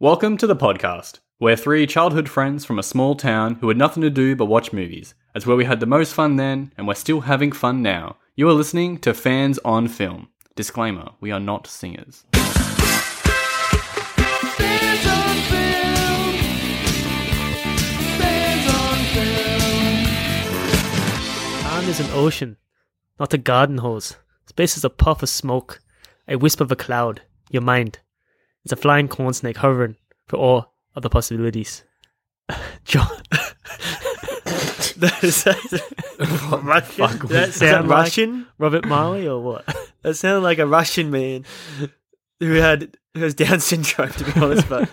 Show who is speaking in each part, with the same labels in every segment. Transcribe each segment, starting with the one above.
Speaker 1: Welcome to the podcast. We're three childhood friends from a small town who had nothing to do but watch movies. It's where we had the most fun then, and we're still having fun now. You are listening to Fans on Film. Disclaimer we are not singers.
Speaker 2: Time is an ocean, not a garden hose. Space is a puff of smoke, a wisp of a cloud, your mind. It's a flying corn snake hovering for all other possibilities. John. that is, Russian?
Speaker 3: fuck
Speaker 2: Does
Speaker 3: was-
Speaker 2: that
Speaker 3: is
Speaker 2: sound
Speaker 3: that
Speaker 2: like
Speaker 3: Russian?
Speaker 2: Robert Marley or what?
Speaker 3: That sounded like a Russian man who had who has Down syndrome, to be honest. But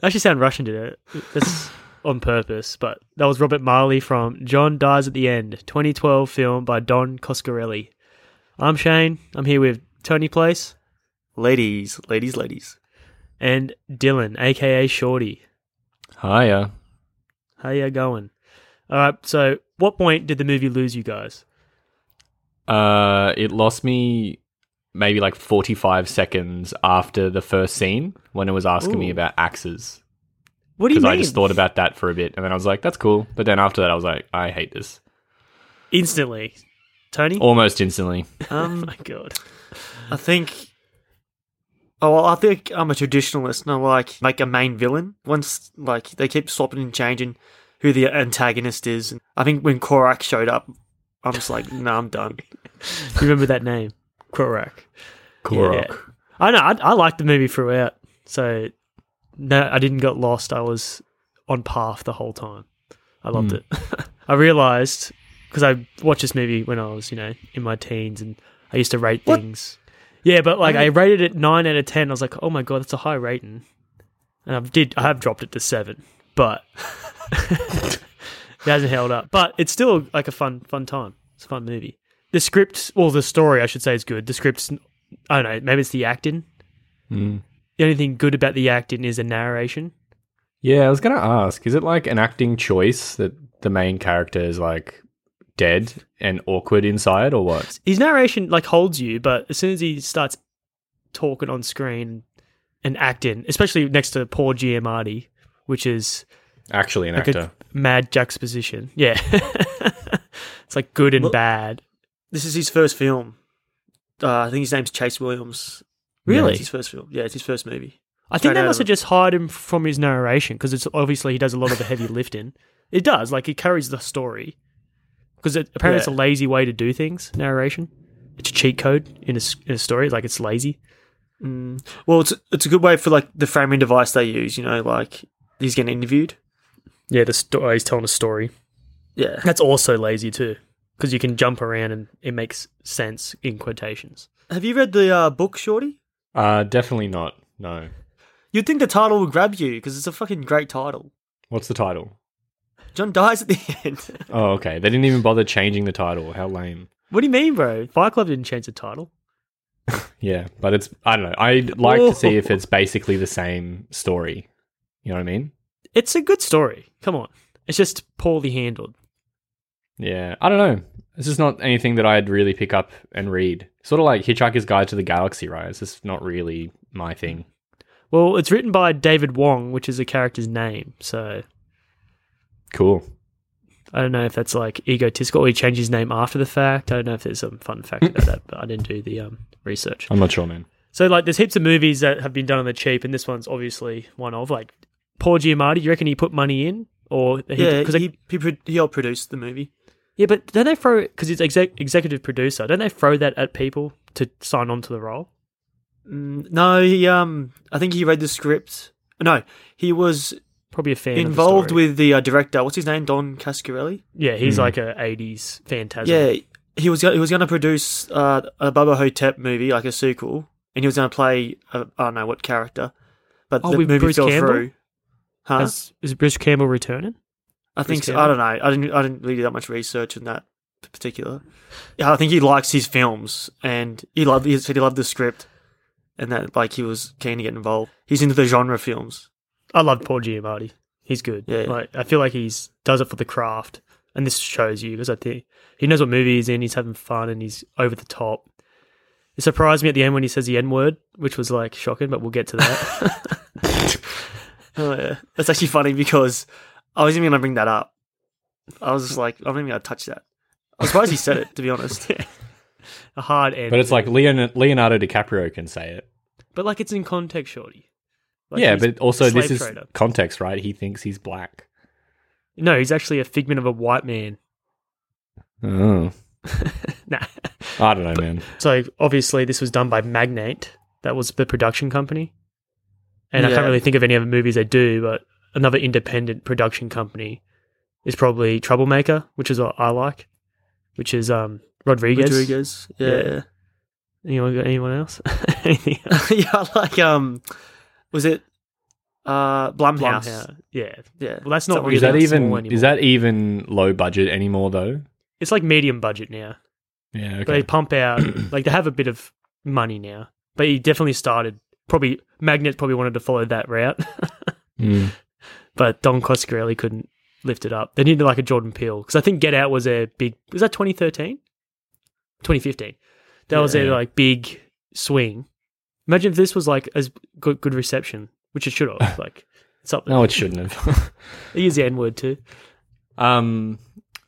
Speaker 2: Actually, sound Russian did it. That's on purpose, but that was Robert Marley from John Dies at the End, 2012 film by Don Coscarelli. I'm Shane. I'm here with Tony Place.
Speaker 3: ladies, ladies, ladies.
Speaker 2: and Dylan, aka Shorty.
Speaker 1: Hiya.
Speaker 2: How ya going? All right. So, what point did the movie lose you guys?
Speaker 1: Uh, it lost me maybe like 45 seconds after the first scene when it was asking me
Speaker 2: Ooh.
Speaker 1: about axes.
Speaker 2: What do you
Speaker 1: Because
Speaker 2: mean?
Speaker 1: I just thought about that for a bit, and then I was like, that's cool. But then after that, I was like, I hate this.
Speaker 2: instantly, Tony. Oh,
Speaker 1: Almost instantly.
Speaker 3: Um,
Speaker 2: my god.
Speaker 3: I think. Oh, well, I think I'm a traditionalist, and I like like a main villain. Once, like they keep swapping and changing who the antagonist is. And I think when Korak showed up, I'm just like, no, I'm done.
Speaker 2: You remember that name, Korak?
Speaker 1: Korok.
Speaker 2: Yeah. I know. I, I liked the movie throughout, so no, I didn't get lost. I was on path the whole time. I loved it. I realized because I watched this movie when I was, you know, in my teens, and I used to rate
Speaker 3: What?
Speaker 2: things. Yeah, but like I rated it nine out of ten. I was like, oh my god, that's a high rating, and I did. I have dropped it to seven, but it hasn't held up. But it's still like a fun, fun time. It's a fun movie. The script, well, the story, I should say, is good. The script's, I don't know, maybe it's the acting.
Speaker 1: Mm.
Speaker 2: The only thing good about the acting is the narration.
Speaker 1: Yeah, I was gonna ask, is it like an acting choice that the main character is like dead and awkward inside or what?
Speaker 2: His narration like holds you, but as soon as he starts talking on screen and acting, especially next to Paul Giamatti, which is
Speaker 1: Actually an
Speaker 2: like
Speaker 1: actor.
Speaker 2: a mad juxtaposition. Yeah, it's like good and
Speaker 3: Well-
Speaker 2: bad.
Speaker 3: This is his first film. Uh, I think his name's Chase Williams.
Speaker 2: Really?
Speaker 3: it's his first film. Yeah, it's his first movie.
Speaker 2: I
Speaker 3: Straight
Speaker 2: think they
Speaker 3: out of
Speaker 2: must have
Speaker 3: the-
Speaker 2: just hired him from his narration because it's obviously he does a lot of the heavy lifting. It does, like he carries the story because apparently it's a
Speaker 3: Yeah.
Speaker 2: lazy way to do things. Narration, it's a cheat code in a, s- in a story. Like it's lazy.
Speaker 3: Mm. Well, it's it's a good way for like the framing device they use. You know, like he's getting interviewed.
Speaker 2: Yeah, the story he's telling a story.
Speaker 3: Yeah,
Speaker 2: That's also lazy too because you can jump around and it makes sense in quotations.
Speaker 3: Have you read the uh, book, Shorty?
Speaker 1: Uh definitely not. No.
Speaker 3: You'd think the title would grab you because it's a fucking great title.
Speaker 1: What's the title?
Speaker 3: John dies at the end.
Speaker 1: Oh, okay. They didn't even bother changing the title. How lame.
Speaker 2: What do you mean, bro? Fire Club didn't change the title.
Speaker 1: Yeah, but it's I don't know. I'd like to see if it's basically the same story. You know what I mean?
Speaker 2: It's a good story. Come on, it's just poorly handled.
Speaker 1: Yeah. I don't know. This is not anything that I'd really pick up and read. Sort of like Hitchhiker's Guide to the Galaxy, right? It's just not really my thing.
Speaker 2: Well, it's written by David Wong, which is the character's name, so
Speaker 1: Cool.
Speaker 2: I don't know if that's like egotistical or he changed his name after the fact. I don't know if there's some fun fact about that, but I didn't do the um, research.
Speaker 1: I'm not sure, man.
Speaker 2: So like there's heaps of movies that have been done on the cheap and this one's obviously one of like Paul Giamatti, do you reckon he put money in? Or he,
Speaker 3: yeah,
Speaker 2: they-
Speaker 3: he he, pro- he helped produce the movie.
Speaker 2: yeah, but don't they throw because he's exec- executive producer? Don't they throw that at people to sign on to the role?
Speaker 3: Mm, no, he um, I think he read the script. No, he was
Speaker 2: Probably a fan
Speaker 3: involved
Speaker 2: of the story.
Speaker 3: with the uh, director. What's his name? Don Cascarelli.
Speaker 2: yeah, he's
Speaker 1: Hmm.
Speaker 2: like a '80s phantasm.
Speaker 3: Yeah, he was go- he was going to produce uh, a Bubba Hotep movie, like a sequel, and he was going to play uh, I don't know what character, but
Speaker 2: Oh,
Speaker 3: the
Speaker 2: with
Speaker 3: movie
Speaker 2: Bruce
Speaker 3: fell
Speaker 2: Campbell?
Speaker 3: through. Huh?
Speaker 2: Has- is Bruce Campbell returning?
Speaker 3: I think
Speaker 2: Bruce
Speaker 3: so. I
Speaker 2: Campbell?
Speaker 3: don't know. I didn't. I didn't really do that much research in that particular. Yeah, I think he likes his films, and he loved. He said he loved the script, and that like he was keen to get involved. He's into the genre films.
Speaker 2: I loved Paul Giamatti. He's good.
Speaker 3: Yeah.
Speaker 2: Like I feel like he's does it for the craft, and this shows you because I think he knows what movie he's in. He's having fun and he's over the top. It surprised me at the end when he says the N word, which was like shocking, but we'll get to that.
Speaker 3: Oh, yeah. That's actually funny because I wasn't even going to bring that up. I was just like, I'm not even going to touch that. I am surprised he said it, to be honest.
Speaker 2: A hard end.
Speaker 1: But it's like Leon- Leonardo DiCaprio can say it.
Speaker 2: But like it's in context, shorty.
Speaker 1: yeah,
Speaker 2: he's
Speaker 1: but also this
Speaker 2: slave
Speaker 1: is
Speaker 2: trader.
Speaker 1: context, right? He thinks he's black.
Speaker 2: no, he's actually a figment of a white man.
Speaker 1: Oh.
Speaker 2: Nah.
Speaker 1: I don't know, man.
Speaker 2: So obviously this was done by Magnate. That was the production company. And I can't
Speaker 3: Yeah.
Speaker 2: really think of any other movies they do, but another independent production company is probably Troublemaker, which is what I like, which is um Rodriguez.
Speaker 3: Rodriguez. Yeah.
Speaker 2: Anyone got anyone else? Anything else?
Speaker 3: Yeah. like, um, was it uh, Blumhouse?
Speaker 2: Blumhouse. Yeah.
Speaker 3: Yeah.
Speaker 2: Well, that's
Speaker 3: Is that
Speaker 2: not
Speaker 3: what
Speaker 2: really
Speaker 1: Is that
Speaker 2: small
Speaker 1: even
Speaker 2: anymore.
Speaker 1: is that even low budget anymore though?
Speaker 2: It's like medium budget now.
Speaker 1: Yeah,
Speaker 2: They
Speaker 1: okay.
Speaker 2: pump out like they have a bit of money now, but he definitely started probably Magnet probably wanted to follow that route,
Speaker 1: Mm.
Speaker 2: but Don Coscarelli couldn't lift it up. They needed like a Jordan Peele because I think Get Out was their big. Was that 2013, 2015? That was their
Speaker 1: Yeah.
Speaker 2: like big swing. Imagine if this was like as good, good reception, which it should have. Like it's up there.
Speaker 1: No, it shouldn't have.
Speaker 2: They use the N word too.
Speaker 1: um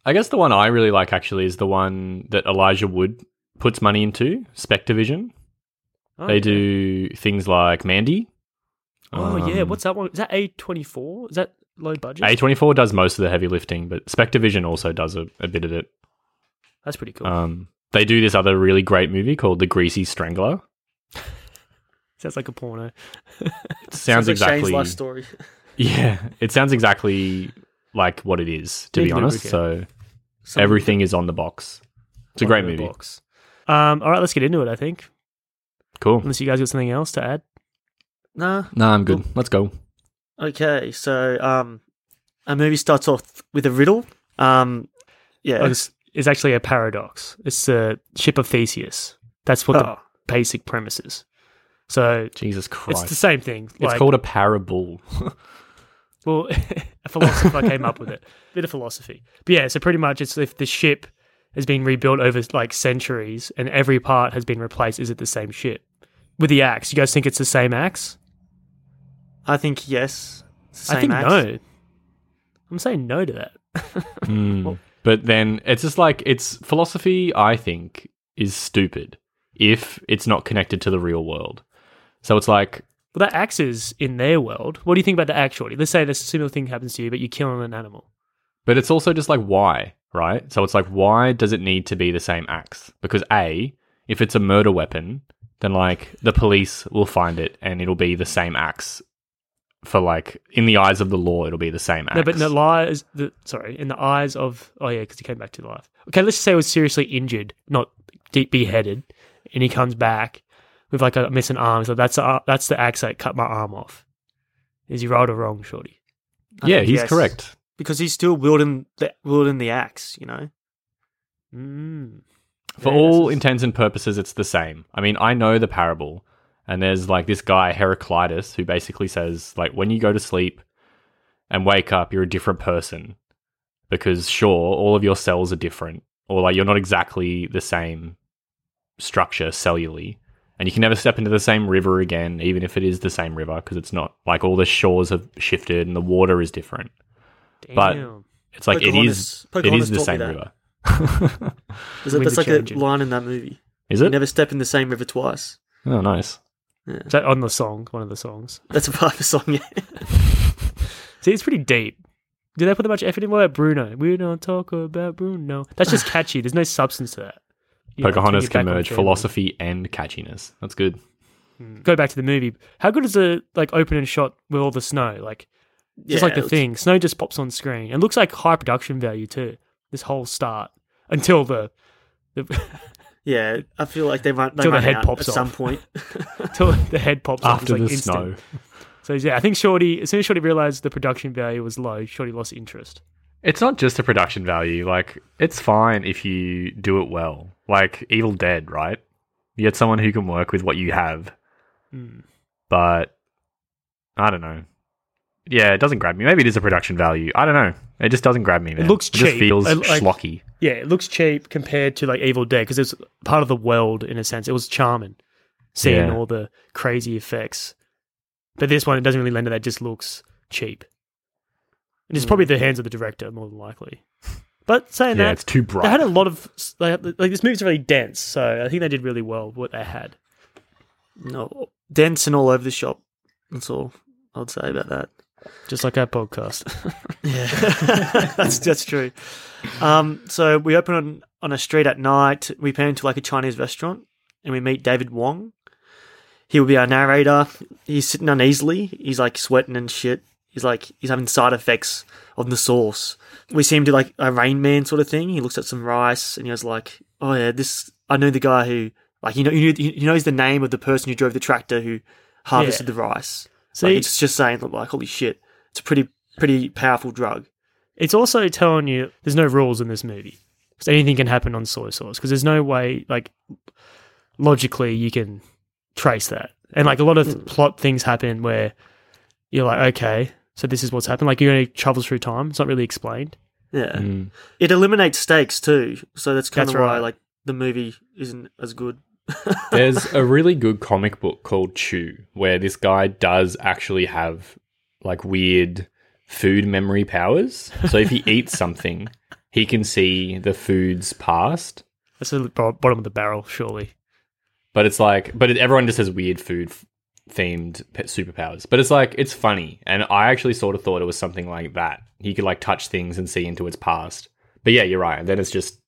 Speaker 1: I guess the one I really like actually is the one that Elijah Wood puts money into, Spectavision. They do things like Mandy.
Speaker 2: Oh yeah,
Speaker 1: Um,
Speaker 2: what's that one? Is that A twenty four? Is that low budget?
Speaker 1: A24 does most of the heavy lifting, but Spectavision also does a, a bit of it.
Speaker 2: That's pretty cool.
Speaker 1: Um, they do this other really great movie called The Greasy Strangler.
Speaker 2: Sounds like a porno.
Speaker 1: It sounds,
Speaker 3: Sounds like Shane's
Speaker 1: exactly
Speaker 3: life story.
Speaker 1: yeah, it sounds exactly like what it is to
Speaker 2: Big
Speaker 1: be honest. So everything is on the box. It's a great movie.
Speaker 2: Box. Um, all right, let's get into it. I think,
Speaker 1: Cool.
Speaker 2: unless you guys got something else to add.
Speaker 3: Nah.
Speaker 1: Nah, I'm good. Let's go.
Speaker 3: Okay, so um, a movie starts off with a riddle. Um, yeah.
Speaker 2: Oh, it's, it's actually a paradox. It's the ship of Theseus. That's what the
Speaker 3: Oh,
Speaker 2: basic premise is. So
Speaker 1: Jesus Christ.
Speaker 2: it's
Speaker 1: It's,
Speaker 2: the same thing. like-
Speaker 1: called a parable.
Speaker 2: Well, a philosopher came up with it. Bit of philosophy. But yeah, so pretty much it's if the ship has been rebuilt over like centuries and every part has been replaced, is it the same ship? With the axe, you guys think it's the same axe?
Speaker 3: I think yes. It's the
Speaker 2: I
Speaker 3: same
Speaker 2: think
Speaker 3: axe.
Speaker 2: no. I'm saying no to that.
Speaker 1: Mm. But then it's just like it's philosophy. I think is stupid if it's not connected to the real world. So it's like
Speaker 2: Well, that axe is in their world. What do you think about the axe, Shorty? Let's say this similar thing happens to you, but you're killing an animal.
Speaker 1: But it's also just like why, right? So it's like why does it need to be the same axe? Because A, if it's a murder weapon, then like the police will find it and it'll be the same axe for like in the eyes of the law it'll be the same axe.
Speaker 2: No, but in the lies, the, sorry, in the eyes of, oh yeah, because he came back to life. Okay, let's just say he was seriously injured, not de- beheaded, and he comes back with like a missing arm. So that's the ar that's the axe that cut my arm off. Is he right or wrong, Shorty?
Speaker 3: I
Speaker 1: yeah,
Speaker 3: think
Speaker 1: he's
Speaker 3: yes.
Speaker 1: correct.
Speaker 3: because he's still wielding the, wielding the axe. You know.
Speaker 2: Mm.
Speaker 1: For
Speaker 2: Yeah,
Speaker 1: all
Speaker 2: this is-
Speaker 1: intents and purposes it's the same. I mean, I know the parable and there's like this guy Heraclitus who basically says like when you go to sleep and wake up you're a different person because sure all of your cells are different or like you're not exactly the same structure cellularly and you can never step into the same river again even if it is the same river because it's not like all the shores have shifted and the water is different
Speaker 2: Damn.
Speaker 1: But- it's like it is it is
Speaker 3: Pocahontas- Pocahontas
Speaker 1: the
Speaker 3: taught me
Speaker 1: same
Speaker 3: that.
Speaker 1: river
Speaker 3: There's a-
Speaker 2: Wind
Speaker 3: That's
Speaker 2: of
Speaker 3: like a
Speaker 2: change.
Speaker 3: line in that movie.
Speaker 1: is
Speaker 3: You
Speaker 1: it
Speaker 3: never step in the same river twice.
Speaker 1: oh nice
Speaker 2: Is that on the song, one of the songs?
Speaker 3: That's a part of the song. Yeah.
Speaker 2: See, it's pretty deep. Do they put that much effort in? What about Bruno? We don't talk about Bruno. That's just catchy. There's no substance to that. You know,
Speaker 1: Pocahontas
Speaker 2: take it back
Speaker 1: can
Speaker 2: on
Speaker 1: merge
Speaker 2: family.
Speaker 1: philosophy and catchiness. That's good.
Speaker 2: go back to the movie. How good is the like opening shot with all the snow? Like just
Speaker 3: Yeah,
Speaker 2: like the
Speaker 3: it looks-
Speaker 2: thing, snow just pops on screen. It looks like high production value too. This whole start until the the
Speaker 3: Yeah, I feel like they run. They
Speaker 2: Till the
Speaker 3: run
Speaker 2: head
Speaker 3: out
Speaker 2: pops
Speaker 3: at some
Speaker 2: off.
Speaker 3: point.
Speaker 2: till the head pops off. It's,
Speaker 1: After
Speaker 2: like,
Speaker 1: the
Speaker 2: instant.
Speaker 1: snow.
Speaker 2: So yeah, I think Shorty as soon as Shorty realized the production value was low, Shorty lost interest.
Speaker 1: It's not just the production value. Like, it's fine if you do it well. Like, Evil Dead, right? You get someone who can work with what you have,
Speaker 2: Mm.
Speaker 1: but I don't know. Yeah, it doesn't grab me. Maybe it is a production value. I don't know. It just doesn't grab me, man.
Speaker 2: looks
Speaker 1: It just
Speaker 2: cheap.
Speaker 1: feels
Speaker 2: I like-
Speaker 1: schlocky.
Speaker 2: Yeah, it looks cheap compared to like Evil Dead because it's part of the world in a sense. It was charming seeing
Speaker 1: Yeah.
Speaker 2: all the crazy effects, but this one it doesn't really lend to that. It just looks cheap. And it's probably the hands of the director more than likely. But saying
Speaker 1: Hmm. Yeah,
Speaker 2: that,
Speaker 1: it's too
Speaker 2: they
Speaker 1: bright.
Speaker 2: had a lot of they had, like this movie's really dense, so I think they did really well with what they had.
Speaker 3: No, dense and all over the shop. That's all I'd say about that.
Speaker 2: Just like our podcast.
Speaker 3: Yeah, that's that's true. Um, so we open on on a street at night. We pan to like a Chinese restaurant, and we meet David Wong. He will be our narrator. He's sitting uneasily. He's like sweating and shit. He's like he's having side effects of the sauce. We see him do like a Rain Man sort of thing. He looks at some rice and he was like, "Oh yeah, this I know the guy who like you know you know, he knows the name of the person who drove the tractor who harvested the rice." So
Speaker 2: See-
Speaker 3: it's just saying like, "Holy shit, it's a pretty pretty powerful drug."
Speaker 2: it's also telling you there's no rules in this movie. So anything can happen on soy sauce because there's no way like logically you can trace that. And like a lot
Speaker 3: Hmm.
Speaker 2: of plot things happen where you're like, okay, so this is what's happened. Like you only travel through time. It's not really explained.
Speaker 3: Yeah.
Speaker 1: Mm.
Speaker 3: It eliminates stakes too. So that's kind
Speaker 2: That's
Speaker 3: of why
Speaker 2: right.
Speaker 3: like the movie isn't as good.
Speaker 1: There's a really good comic book called Chew where this guy does actually have like weird food memory powers. So if he eats something, he can see the food's past.
Speaker 2: That's the bo- bottom of the barrel, surely.
Speaker 1: But it's like, but it, everyone just has weird food f- themed pe- superpowers. But it's like, it's funny. And I actually sort of thought it was something like that. He could like touch things and see into its past. But yeah, you're right. And then it's just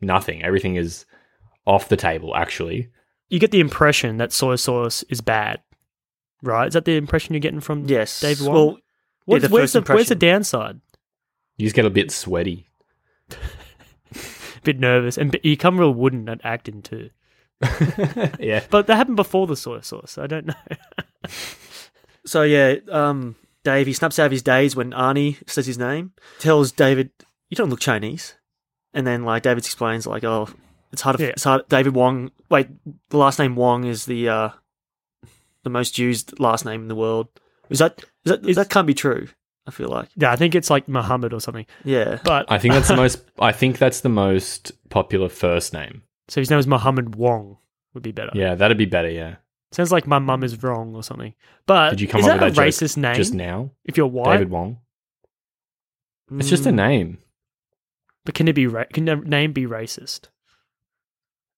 Speaker 1: nothing. Everything is off the table, actually.
Speaker 2: You get the impression that soy sauce is bad, right? Is that the impression you're getting from?
Speaker 3: Yes.
Speaker 2: David Wong?
Speaker 3: Well,
Speaker 2: What-
Speaker 3: the
Speaker 2: where's
Speaker 3: first
Speaker 2: the where's the
Speaker 3: impression.
Speaker 2: downside?
Speaker 1: You just get a bit sweaty.
Speaker 2: A bit nervous, and b- you come real wooden at acting too.
Speaker 1: yeah.
Speaker 2: But that happened before the soy sauce. I don't know.
Speaker 3: so yeah, um, Dave he snaps out of his days when Arnie says his name, tells David, "You don't look Chinese," and then like David explains like, "Oh, it's hard. To,
Speaker 2: Yeah.
Speaker 3: It's hard. David Wong. Wait, the last name Wong is the uh, the most used last name in the world. Is that is that that can't be true? I feel like
Speaker 2: Yeah, I think it's like Muhammad or something.
Speaker 3: yeah.
Speaker 2: But
Speaker 1: I think that's the most. I think that's the most popular first name.
Speaker 2: so his name is Muhammad Wong would be better.
Speaker 1: Yeah, that'd be better. Yeah.
Speaker 2: Sounds like my mum is wrong or something. But
Speaker 1: Did you come
Speaker 2: is
Speaker 1: up
Speaker 2: that
Speaker 1: with
Speaker 2: a
Speaker 1: that joke
Speaker 2: racist name?
Speaker 1: Just now,
Speaker 2: if you're white,
Speaker 1: David Wong. It's just a
Speaker 2: Hmm.
Speaker 3: Mm.
Speaker 1: name.
Speaker 2: but can it be ra- can a name be racist?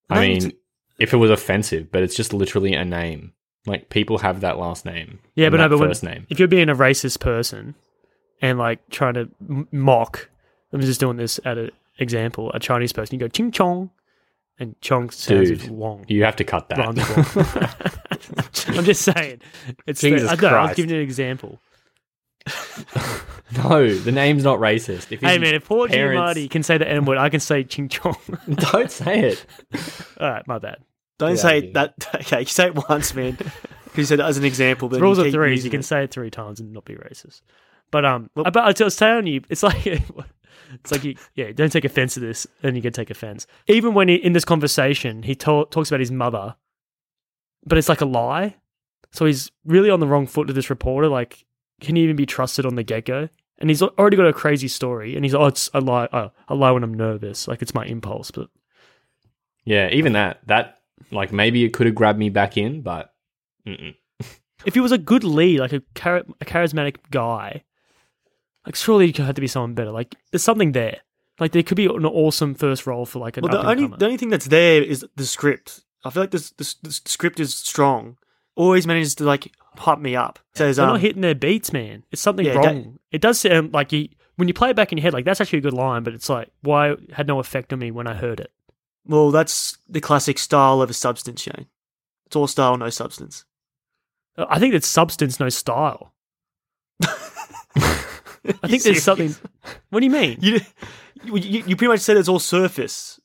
Speaker 1: I
Speaker 3: No,
Speaker 1: mean,
Speaker 3: it's-
Speaker 1: if it was offensive, but it's just literally a name. Like people have that last name.
Speaker 2: Yeah,
Speaker 1: and
Speaker 2: but no,
Speaker 1: that
Speaker 2: but when-
Speaker 1: first name.
Speaker 2: If you're being a racist person and like trying to m- mock, I'm just doing this at an example, a Chinese person, you go ching chong, and chong sounds
Speaker 1: Dude,
Speaker 2: with Wong.
Speaker 1: You have to cut
Speaker 2: Rhymes
Speaker 1: that.
Speaker 2: with Wong. I'm just saying. It's
Speaker 1: Jesus
Speaker 2: I, don't know, I was
Speaker 1: Christ.
Speaker 2: giving you an example.
Speaker 1: no, the name's not racist. If
Speaker 2: Hey
Speaker 1: his
Speaker 2: man, if poor
Speaker 1: parents-
Speaker 2: Giamatti can say the N word, I can say ching chong.
Speaker 1: don't say it.
Speaker 2: All right, my bad.
Speaker 3: Don't
Speaker 1: Yeah,
Speaker 3: say
Speaker 1: I
Speaker 3: it
Speaker 1: do.
Speaker 3: that. Okay, say it once, man. Because said it as an example, but
Speaker 2: The rules
Speaker 3: you
Speaker 2: of
Speaker 3: keep
Speaker 2: threes.
Speaker 3: using
Speaker 2: You can
Speaker 3: it.
Speaker 2: say it three times and not be racist. But um,
Speaker 3: Well-
Speaker 2: but I was telling you, it's like it's like you, yeah, don't take offense to this, and you can take offense. Even when he, in this conversation, he to- talks about his mother, but it's like a lie. So he's really on the wrong foot to this reporter. Like, can he even be trusted on the get go? And he's already got a crazy story, and he's oh, it's a lie. Oh, I lie when I'm nervous. Like it's my impulse, but
Speaker 1: Yeah, even that. That like maybe it could have grabbed me back in, but mm-mm.
Speaker 2: if he was a good lead, like a, char- a charismatic guy, like surely you had to be someone better. Like there's something there. Like there could be an awesome first role for like an
Speaker 3: Well, the only
Speaker 2: up-and-comer.
Speaker 3: the only thing that's there is the script. I feel like this, this, this script is strong. Always manages to like hype me up. Says
Speaker 2: They're
Speaker 3: um,
Speaker 2: not hitting their beats, man. It's something
Speaker 3: Yeah,
Speaker 2: wrong. it does sound like you when you play it back in your head, like that's actually a good line, but it's like why it had no effect on me when I heard it.
Speaker 3: well, that's the classic style over substance, Shane. It's all style, no substance.
Speaker 2: Uh, I think it's substance, no style. I think there's
Speaker 3: serious?
Speaker 2: something. What do you mean?
Speaker 3: You, you you you pretty much said it's all surface.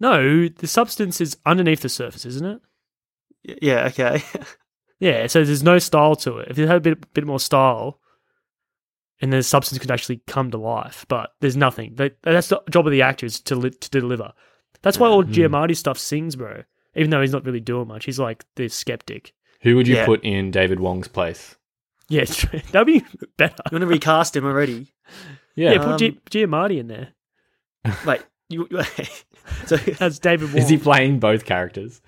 Speaker 2: No, the substance is underneath the surface, isn't it?
Speaker 3: Y- Yeah. Okay.
Speaker 2: Yeah, so there's no style to it. If it had a bit, bit more style, and the substance could actually come to life, but there's nothing. They, that's the job of the actor is to li- to deliver. That's why all Giamatti stuff sings, bro. Even though he's not really doing much, he's like the skeptic.
Speaker 1: who would you
Speaker 3: Yeah.
Speaker 1: put in David Wong's place?
Speaker 2: Yeah, it's true. that'd be better.
Speaker 3: you want to recast him already?
Speaker 2: Yeah,
Speaker 1: Yeah,
Speaker 2: put G-
Speaker 3: Um,
Speaker 2: Giamatti in there.
Speaker 3: Wait. You, you- so
Speaker 2: That's David Wong.
Speaker 1: is he playing both characters?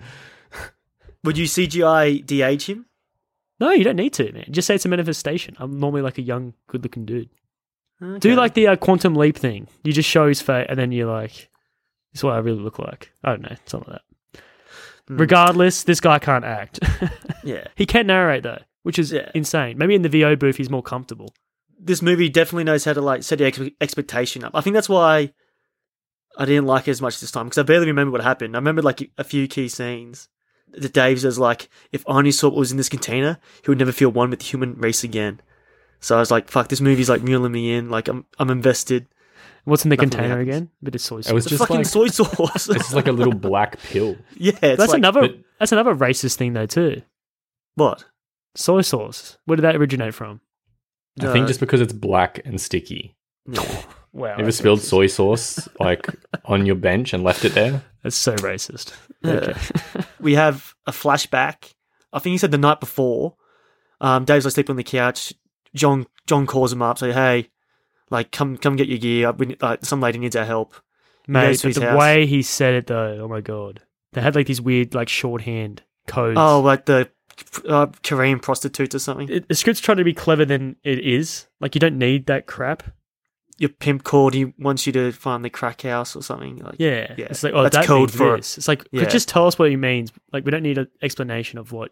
Speaker 3: would you CGI DH him?
Speaker 2: No, you don't need to, man. Just say it's a manifestation. I'm normally like a young, good looking dude. Do like the uh, quantum leap thing. You just show his face and then you're like, this is what I really look like. I don't know. Something like that.
Speaker 3: Mm.
Speaker 2: Regardless, this guy can't act.
Speaker 3: yeah.
Speaker 2: he can narrate though, which is
Speaker 3: Yeah.
Speaker 2: insane. Maybe in the VO booth, he's more comfortable.
Speaker 3: This movie definitely knows how to like set your ex- expectation up. I think that's why I didn't like it as much this time because I barely remember what happened. I remember like a few key scenes. The Dave's is like, if I only saw what was in this container, he would never feel one with the human race again. So I was like, fuck, this movie's like reeling me in. Like I'm, I'm invested.
Speaker 2: What's in the
Speaker 3: Nothing
Speaker 2: container
Speaker 3: happens.
Speaker 2: again? Bit of soy
Speaker 1: It
Speaker 2: sauce.
Speaker 1: was
Speaker 3: It's
Speaker 1: just
Speaker 3: fucking
Speaker 1: like
Speaker 3: soy
Speaker 1: it's
Speaker 3: sauce.
Speaker 1: just like a little black pill.
Speaker 3: yeah, it's
Speaker 2: that's
Speaker 3: like,
Speaker 2: another.
Speaker 1: but-
Speaker 2: that's another racist thing though too.
Speaker 3: What?
Speaker 2: Soy sauce. Where did that originate from?
Speaker 1: I
Speaker 3: No.
Speaker 1: think just because it's black and sticky.
Speaker 3: No.
Speaker 2: Wow,
Speaker 1: Ever spilled soy sauce like on your bench and left it there?
Speaker 2: That's so racist.
Speaker 3: Yeah. we have a flashback. I think he said the night before. Um, Dave's like sleeping on the couch. John John calls him up, say, "Hey, like come come get your gear. We, need- like, some lady needs our help."
Speaker 2: Mate,
Speaker 3: goes to
Speaker 2: but
Speaker 3: his
Speaker 2: the
Speaker 3: house.
Speaker 2: way he said it though, oh my god. They had like these weird like shorthand codes.
Speaker 3: Oh, like the uh, Korean prostitute or something.
Speaker 2: It- the script's trying to be clever than it is. Like you don't need that crap.
Speaker 3: Your pimp called. He wants you to find the crack house or something. Like,
Speaker 2: Yeah.
Speaker 3: Yeah.
Speaker 2: It's like oh
Speaker 3: That's
Speaker 2: that
Speaker 3: code
Speaker 2: means
Speaker 3: for-
Speaker 2: this. It's like
Speaker 3: Yeah.
Speaker 2: could just tell us what he means. Like we don't need an explanation of what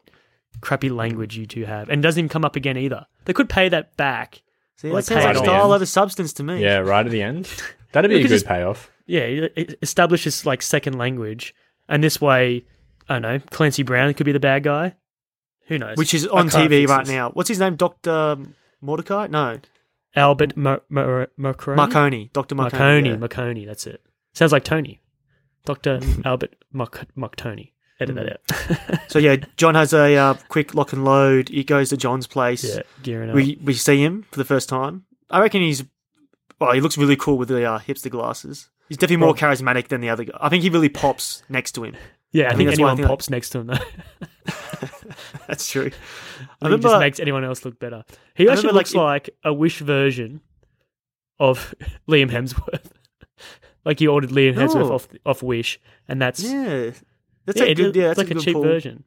Speaker 2: crappy language you two have. And it doesn't even come up again either. They could pay that back.
Speaker 3: See,
Speaker 2: Like
Speaker 3: that sounds like
Speaker 1: Paddle.
Speaker 3: style over substance to me.
Speaker 1: Yeah, right at the end. That'd be a
Speaker 2: Because
Speaker 1: good
Speaker 2: it's-
Speaker 1: payoff.
Speaker 2: Yeah, e, it it establishes like second language. And this way, I don't know, Clancy Brown could be the bad guy. Who knows?
Speaker 3: which is
Speaker 2: I
Speaker 3: on
Speaker 2: can't
Speaker 3: TV
Speaker 2: fix
Speaker 3: right
Speaker 2: this.
Speaker 3: now. What's his name? Doctor um, Mordecai? No,
Speaker 2: Albert Mar- Mar- Marconi.
Speaker 3: Marconi. Doctor Marconi.
Speaker 2: Marconi.
Speaker 3: yeah.
Speaker 2: Marconi, That's it. Sounds like Tony. Doctor Albert Marc- Marconi. Edit that out.
Speaker 3: So yeah, John has a uh, quick lock and load. He goes to John's place.
Speaker 2: yeah, gearing up.
Speaker 3: We we see him for the first time. I reckon he's well. He looks really cool with the uh, hipster glasses. He's definitely more charismatic than the other guy. I think he really pops next to him.
Speaker 2: yeah, I,
Speaker 3: think
Speaker 2: think
Speaker 3: that's why I
Speaker 2: anyone
Speaker 3: think I-
Speaker 2: pops next to him though.
Speaker 3: That's true. I
Speaker 2: he
Speaker 3: remember
Speaker 2: just makes anyone else look better. He
Speaker 3: I
Speaker 2: actually
Speaker 3: remember, like,
Speaker 2: looks
Speaker 3: it-
Speaker 2: like a wish version of Liam Hemsworth. like you ordered Liam Hemsworth
Speaker 3: No.
Speaker 2: off off Wish, and that's
Speaker 3: Oh. yeah, that's
Speaker 2: Yeah,
Speaker 3: a
Speaker 2: it
Speaker 3: good
Speaker 2: is-
Speaker 3: yeah.
Speaker 2: it's
Speaker 3: That's
Speaker 2: like a,
Speaker 3: good
Speaker 2: cheap
Speaker 3: pull.
Speaker 2: version.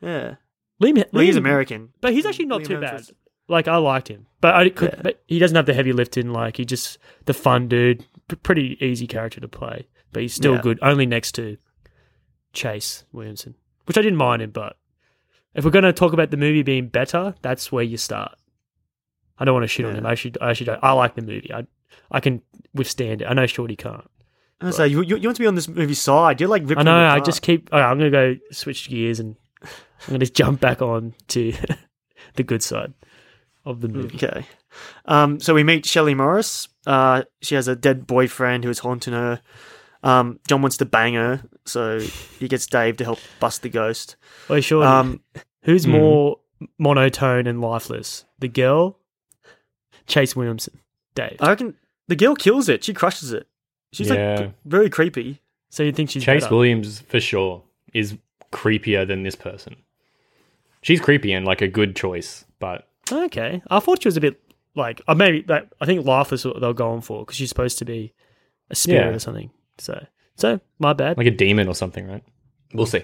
Speaker 3: Yeah,
Speaker 2: Liam,
Speaker 3: well, he's
Speaker 2: Liam-
Speaker 3: American.
Speaker 2: but he's actually not
Speaker 3: Liam
Speaker 2: too bad.
Speaker 3: Hemsworth.
Speaker 2: Like I liked him, but I could.
Speaker 3: Yeah.
Speaker 2: But he doesn't have the heavy lifting. Like he just the fun dude, p- pretty easy character to play. But he's still
Speaker 3: Yeah.
Speaker 2: good, only next to Chase Williamson, which I didn't mind him. But if we're going to talk about the movie being better, that's where you start. I don't want to shit on
Speaker 3: Yeah.
Speaker 2: him. I should. I should. I like the movie. I I can withstand it. I know Shorty can't.
Speaker 3: I was like, you, you, you want to be on this movie's side? You're like ripping.
Speaker 2: I know. I just keep. all right, I'm going to go switch gears and I'm going to jump back on to the good side of
Speaker 3: Hmm.
Speaker 2: the movie.
Speaker 3: Okay. Um, so we meet Shelley Morris. Uh, she has a dead boyfriend who is haunting her. Um, John wants to bang her, so he gets Dave to help bust the ghost.
Speaker 2: Well, sure.
Speaker 3: Um,
Speaker 2: Who's
Speaker 1: Hmm.
Speaker 2: more monotone and lifeless, the girl, Chase Williamson, Dave?
Speaker 1: Oh.
Speaker 3: I reckon the girl kills it. She crushes it. She's
Speaker 1: Yeah.
Speaker 3: like very creepy.
Speaker 2: so you think she's
Speaker 1: Chase
Speaker 2: better?
Speaker 1: Williams for sure is creepier than this person. She's creepy and like a good choice, but
Speaker 2: Okay, I thought she was a bit like uh, maybe like, I think lifeless is what they're going for because she's supposed to be a spirit
Speaker 1: Yeah.
Speaker 2: or something. So, so my bad.
Speaker 1: like a demon or something, right? We'll see.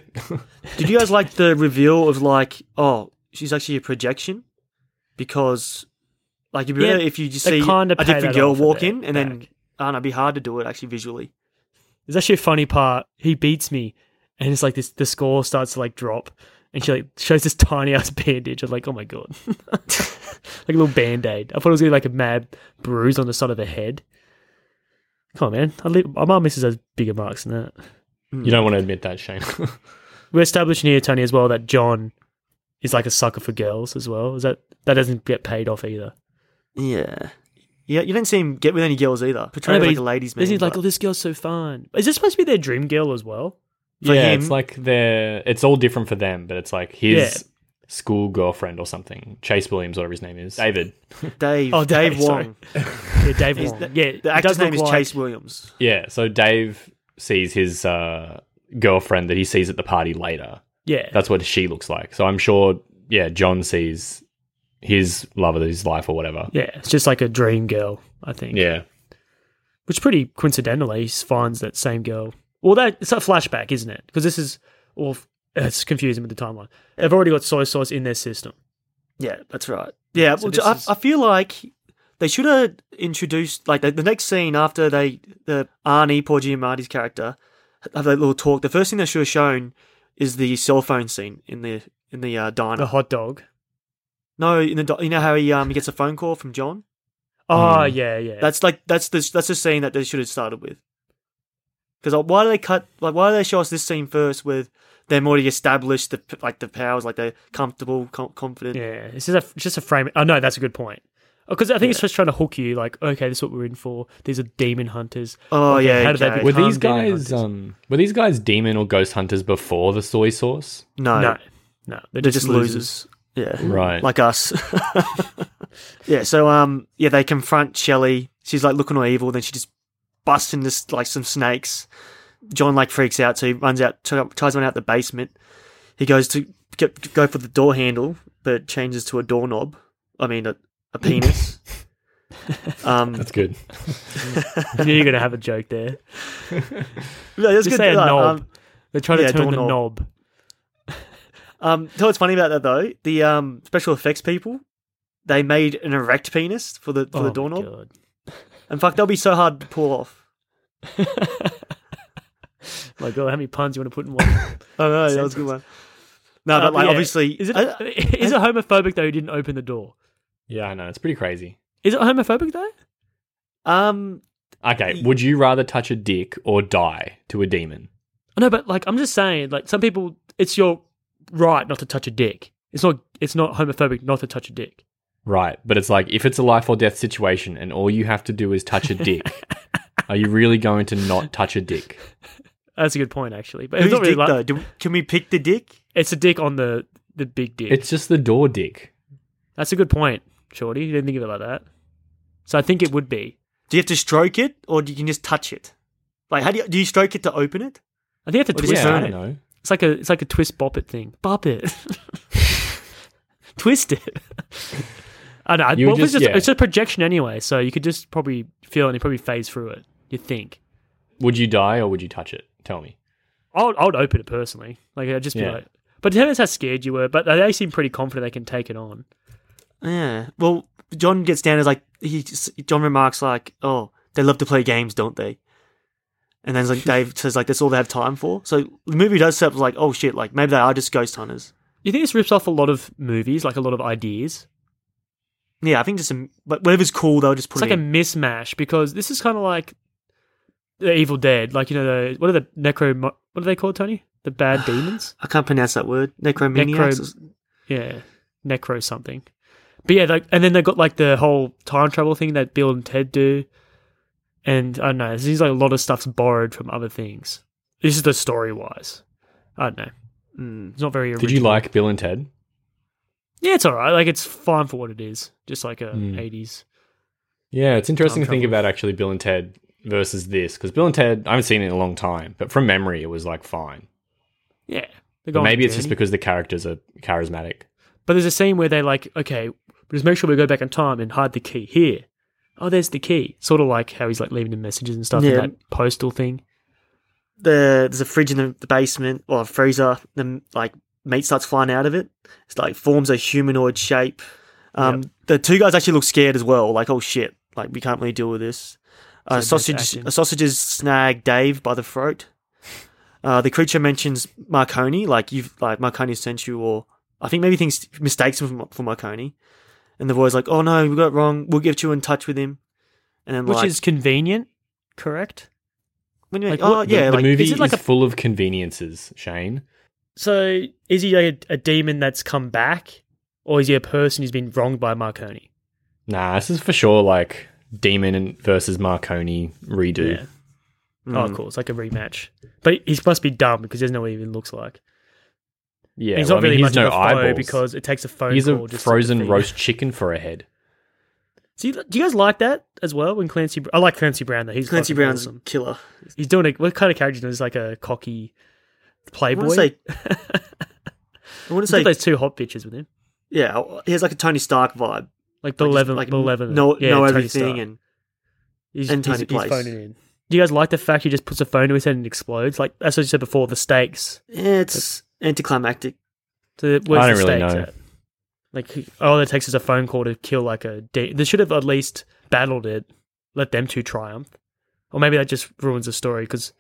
Speaker 3: Did you guys like the reveal of like, oh, she's actually a projection? Because like it'd be
Speaker 2: Yeah,
Speaker 3: better if you just
Speaker 2: they
Speaker 3: see
Speaker 2: kinda
Speaker 3: a
Speaker 2: pay
Speaker 3: different
Speaker 2: that
Speaker 3: girl
Speaker 2: off a
Speaker 3: walk
Speaker 2: bit
Speaker 3: in, and then
Speaker 2: back.
Speaker 3: I don't know, it'd be hard to do it actually visually.
Speaker 2: There's actually a funny part. He beats me, and it's like this. The score starts to like drop, and she like shows this tiny ass bandage. I'm like, oh my god, like a little band aid. I thought it was gonna be like a mad bruise on the side of her head. Come on, man. I leave, my mum misses those bigger marks than that.
Speaker 1: You don't want to admit that, Shane.
Speaker 2: We're establishing here, Tony, as well that John is like a sucker for girls as well. Is that that doesn't get paid off either?
Speaker 3: Yeah. Yeah, you don't see him get with any girls either. Portrayed
Speaker 2: but
Speaker 3: like
Speaker 2: he's-
Speaker 3: a ladies' man.
Speaker 2: Isn't he like, oh,
Speaker 3: but
Speaker 2: this girl's so fine? Is this supposed to be their dream girl as well?
Speaker 3: for
Speaker 1: yeah,
Speaker 3: him,
Speaker 1: it's like they're it's all different for them, but it's like his
Speaker 2: Yeah.
Speaker 1: school girlfriend or something. Chase Williams, whatever his name is. David.
Speaker 3: Dave.
Speaker 2: Oh, Dave,
Speaker 3: Dave,
Speaker 2: sorry.
Speaker 3: Wong.
Speaker 2: Yeah, Dave.
Speaker 3: He's-
Speaker 2: Wong.
Speaker 3: the-
Speaker 2: yeah,
Speaker 3: The
Speaker 2: it does
Speaker 3: actor's name
Speaker 2: look
Speaker 3: is
Speaker 2: like-
Speaker 3: Chase Williams.
Speaker 1: Yeah, so Dave sees his uh, girlfriend that he sees at the party later.
Speaker 2: Yeah,
Speaker 1: That's what she looks like. So I'm sure, yeah, John sees his love of his life or whatever.
Speaker 2: Yeah, it's just like a dream girl, I think.
Speaker 1: Yeah.
Speaker 2: Which pretty coincidentally he finds that same girl. Well, that it's a flashback, isn't uh, it? Because this is, well, f- it's confusing with the timeline. They've already got soy sauce in their system.
Speaker 3: Yeah, that's right. Yeah,
Speaker 2: So
Speaker 3: well,
Speaker 2: this
Speaker 3: I,
Speaker 2: is-
Speaker 3: I feel like they should have introduced like the, the next scene after they the Arnie Paul Giamatti's character have that little talk. The first thing they should have shown is the cell phone scene in the in the uh, diner.
Speaker 2: The hot dog.
Speaker 3: No, in the do- you know how he um he gets a phone call from John.
Speaker 2: Oh
Speaker 1: Mm.
Speaker 2: yeah, yeah.
Speaker 3: Hmm. That's like that's the that's the scene that they should have started with. Because like, why do they cut like why do they show us this scene first with them already established the p- like the powers like they're comfortable com- confident
Speaker 2: yeah. It's just a it's just a frame. Oh no, that's a good point. Because I think it's just trying to hook you, like, okay, this is what we're in for. These are demon hunters.
Speaker 3: oh
Speaker 2: Okay,
Speaker 3: yeah
Speaker 2: how did they become-
Speaker 3: okay.
Speaker 1: Were these
Speaker 2: Calm down,
Speaker 1: guys um, were these guys demon or ghost hunters before the soy sauce?
Speaker 3: no,
Speaker 2: no, no, they're,
Speaker 3: they're just losers, yeah
Speaker 1: Right.
Speaker 3: like us yeah so um yeah they confront Shelley she's like looking all evil then she just busts into s- like some snakes John like freaks out so he runs out t- tries to run out the basement he goes to get, go for the door handle but changes to a doorknob I mean a, a penis um
Speaker 1: That's good.
Speaker 2: I knew you were gonna have a joke there.
Speaker 3: no, that's
Speaker 2: Just
Speaker 3: good,
Speaker 2: say a
Speaker 3: uh,
Speaker 2: knob.
Speaker 3: um,
Speaker 2: They're trying
Speaker 3: Yeah,
Speaker 2: to turn the
Speaker 3: doorknob.
Speaker 2: knob.
Speaker 3: Um, tell what's funny about that though. The um, special effects people, they made an erect penis for the for
Speaker 2: Oh
Speaker 3: the
Speaker 2: my
Speaker 3: doorknob,
Speaker 2: God.
Speaker 3: and fuck, that'll be so hard to pull off.
Speaker 2: My God, oh, how many puns you want to put in one?
Speaker 3: Oh no, that was a good one. No, but
Speaker 2: Uh,
Speaker 3: like
Speaker 2: yeah.
Speaker 3: obviously,
Speaker 2: Is it
Speaker 3: I-
Speaker 2: is it homophobic though? Who didn't open the door?
Speaker 1: Yeah, I know. It's pretty crazy.
Speaker 2: Is it homophobic though?
Speaker 3: um,
Speaker 1: Okay, would you rather touch a dick or die to a demon?
Speaker 2: No, but like I'm just saying, like some people, it's your right not to touch a dick. It's not it's not homophobic not to touch a dick.
Speaker 1: Right, but it's like if it's a life or death situation and all you have to do is touch a dick, are you really going to not touch a dick?
Speaker 2: That's a good point actually. But it's
Speaker 3: who's
Speaker 2: not really
Speaker 3: dick
Speaker 2: like
Speaker 3: though? Do, can we pick the dick?
Speaker 2: it's a dick on the the big dick.
Speaker 1: It's just the door dick.
Speaker 2: That's a good point, Shorty. You didn't think of it like that. So I think it would be.
Speaker 3: Do you have to stroke it, or do you can just touch it? Like, how do you, do you stroke it to open it?
Speaker 2: I think you have to
Speaker 3: Well,
Speaker 2: twist
Speaker 3: yeah,
Speaker 1: Yeah,
Speaker 3: I
Speaker 1: I
Speaker 2: it.
Speaker 1: don't know.
Speaker 2: It's like a it's like a twist bop it thing. Bop it. twist it. I don't know.
Speaker 1: You
Speaker 2: well, it was
Speaker 1: just-
Speaker 2: just-
Speaker 1: yeah.
Speaker 2: It's a projection anyway, so you could just probably feel and you probably phase through it. You think.
Speaker 1: Would you die or would you touch it? Tell me.
Speaker 2: I would, I would open it personally. Like I'd just be
Speaker 1: Yeah.
Speaker 2: like, but depends how scared you were. But they seem pretty confident they can take it on.
Speaker 3: Yeah. Well, John gets down as like he. just- John remarks like, "Oh, they love to play games, don't they?" And then like Dave says like, "That's all they have time for." So the movie does set up like, "Oh shit!" Like maybe they are just ghost hunters.
Speaker 2: You think this rips off a lot of movies, like a lot of ideas.
Speaker 3: Yeah, I think just some, but whatever's cool, they'll just
Speaker 2: It's
Speaker 3: put
Speaker 2: like
Speaker 3: it
Speaker 2: a
Speaker 3: in.
Speaker 2: mismatch because this is kind of like the Evil Dead. Like you know the what are the necro what are they called, Tony? The bad demons.
Speaker 3: I can't pronounce that word. Necromaniacs.
Speaker 2: Yeah, necro something. But yeah, like, and then they got like the whole time travel thing that Bill and Ted do, and I don't know. It seems like a lot of stuff's borrowed from other things. This is the story wise. I don't know.
Speaker 3: Mm.
Speaker 2: It's not very. Original.
Speaker 1: Did you like Bill and Ted?
Speaker 2: Yeah, it's all right. Like it's fine for what it is. Just like a
Speaker 1: Mm.
Speaker 2: eighties.
Speaker 1: Yeah, it's interesting
Speaker 2: Time
Speaker 1: to think
Speaker 2: travel.
Speaker 1: about actually Bill and Ted versus this because Bill and Ted, I haven't seen it in a long time, but from memory, it was like fine.
Speaker 2: Yeah,
Speaker 1: But
Speaker 2: they go on a
Speaker 1: maybe it's just
Speaker 2: journey.
Speaker 1: because the characters are charismatic.
Speaker 2: But there's a scene where they like, okay, just make sure we go back in time and hide the key here. Oh, there's the key. Sort of like how he's like leaving the messages and stuff in
Speaker 3: Yeah.
Speaker 2: that postal thing.
Speaker 3: the there's a fridge in the, the basement or a freezer. Then like meat starts flying out of it. It's like forms a humanoid shape. Um, The two guys actually look scared as well. Like oh shit, like we can't really deal with this. Uh,
Speaker 2: So there's
Speaker 3: sausage
Speaker 2: action.
Speaker 3: sausages snag Dave by the throat. Uh, the creature mentions Marconi, like you've like Marconi sent you, or I think maybe thinks mistakes him for, Mar- for Marconi. And the boy's like, "Oh no, we got it wrong. We'll get you in touch with him." And then
Speaker 2: Which
Speaker 3: like,
Speaker 2: is convenient, correct?
Speaker 3: when you're
Speaker 2: like,
Speaker 3: like, "Oh
Speaker 2: what-
Speaker 1: The,
Speaker 3: yeah,
Speaker 1: the
Speaker 3: like,
Speaker 1: movie
Speaker 2: is
Speaker 1: is,
Speaker 2: it like a-
Speaker 1: full of conveniences, Shane.
Speaker 2: So is he a, a demon that's come back? Or is he a person who's been wronged by Marconi?
Speaker 1: Nah, this is for sure like Demon and versus Marconi redo.
Speaker 2: Yeah.
Speaker 1: Hmm.
Speaker 2: Oh, cool. It's like a rematch. But he must be dumb because he doesn't know what he even looks like.
Speaker 1: Yeah,
Speaker 2: And he's
Speaker 1: well,
Speaker 2: not
Speaker 1: I
Speaker 2: really
Speaker 1: mean,
Speaker 2: much
Speaker 1: he's no
Speaker 2: of a foe
Speaker 1: eyeballs.
Speaker 2: because it takes a phone
Speaker 1: he's
Speaker 2: call.
Speaker 1: a
Speaker 2: just to
Speaker 1: frozen
Speaker 2: defeat-
Speaker 1: roast chicken for a head.
Speaker 2: See, do you guys like that as well? When Clancy, I like Clancy Brown though. He's
Speaker 3: Clancy
Speaker 2: fucking
Speaker 3: Brown's
Speaker 2: awesome.
Speaker 3: killer."
Speaker 2: He's doing a what kind of character? He's like a cocky
Speaker 3: I
Speaker 2: playboy.
Speaker 3: want to say. I want to
Speaker 2: He's got
Speaker 3: say,
Speaker 2: those two hot bitches with him,
Speaker 3: yeah, he has like a Tony Stark vibe.
Speaker 2: like Beleven,
Speaker 3: like,
Speaker 2: Beleven,
Speaker 3: know,
Speaker 2: yeah,
Speaker 3: know
Speaker 2: Tony Stark.
Speaker 3: everything, and
Speaker 2: he's,
Speaker 3: and
Speaker 2: he's-
Speaker 3: Tony
Speaker 2: he's
Speaker 3: Place.
Speaker 2: phoning in. Do you guys like the fact he just puts a phone to his head and explodes? Like that's what you said before. The stakes.
Speaker 3: yeah, it's anticlimactic.
Speaker 2: So where's
Speaker 1: I don't
Speaker 2: the
Speaker 1: really
Speaker 2: stakes
Speaker 1: know.
Speaker 2: at? Like all it takes is a phone call to kill like a. De- they should have at least battled it, let them two triumph, or maybe that just ruins the story because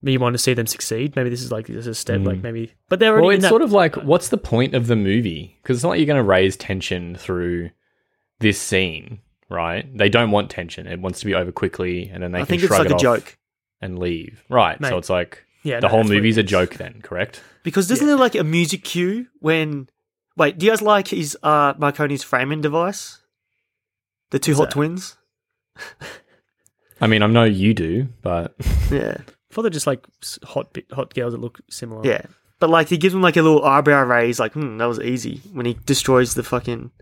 Speaker 2: you want to see them succeed. Maybe this is like this is a step,
Speaker 1: Mm.
Speaker 2: like maybe. But they're already
Speaker 1: Well,
Speaker 2: in
Speaker 1: it's
Speaker 2: that-
Speaker 1: sort of like, what's the point of the movie? Because it's not like you're going to raise tension through this scene, right? They don't want tension. It wants to be over quickly, and then they
Speaker 3: I
Speaker 1: can
Speaker 3: think it's
Speaker 1: shrug
Speaker 3: like
Speaker 1: it
Speaker 3: a
Speaker 1: off
Speaker 3: joke
Speaker 1: and leave. Right.
Speaker 2: Mate.
Speaker 1: So it's like
Speaker 2: yeah.
Speaker 1: the
Speaker 2: no,
Speaker 1: whole
Speaker 2: that's what it
Speaker 1: movie's a
Speaker 2: is.
Speaker 1: joke, then, correct?
Speaker 3: because isn't
Speaker 2: Yeah.
Speaker 3: there like a music cue when? Wait, do you guys like his uh, Marconi's Framen device? The two hot
Speaker 2: that?
Speaker 3: twins.
Speaker 1: I mean, I know you do, but
Speaker 3: Yeah,
Speaker 2: I thought they're just like s- hot bi- hot girls that look similar.
Speaker 3: yeah. But like he gives him like a little eyebrow raise, like hmm, that was easy when he destroys the fucking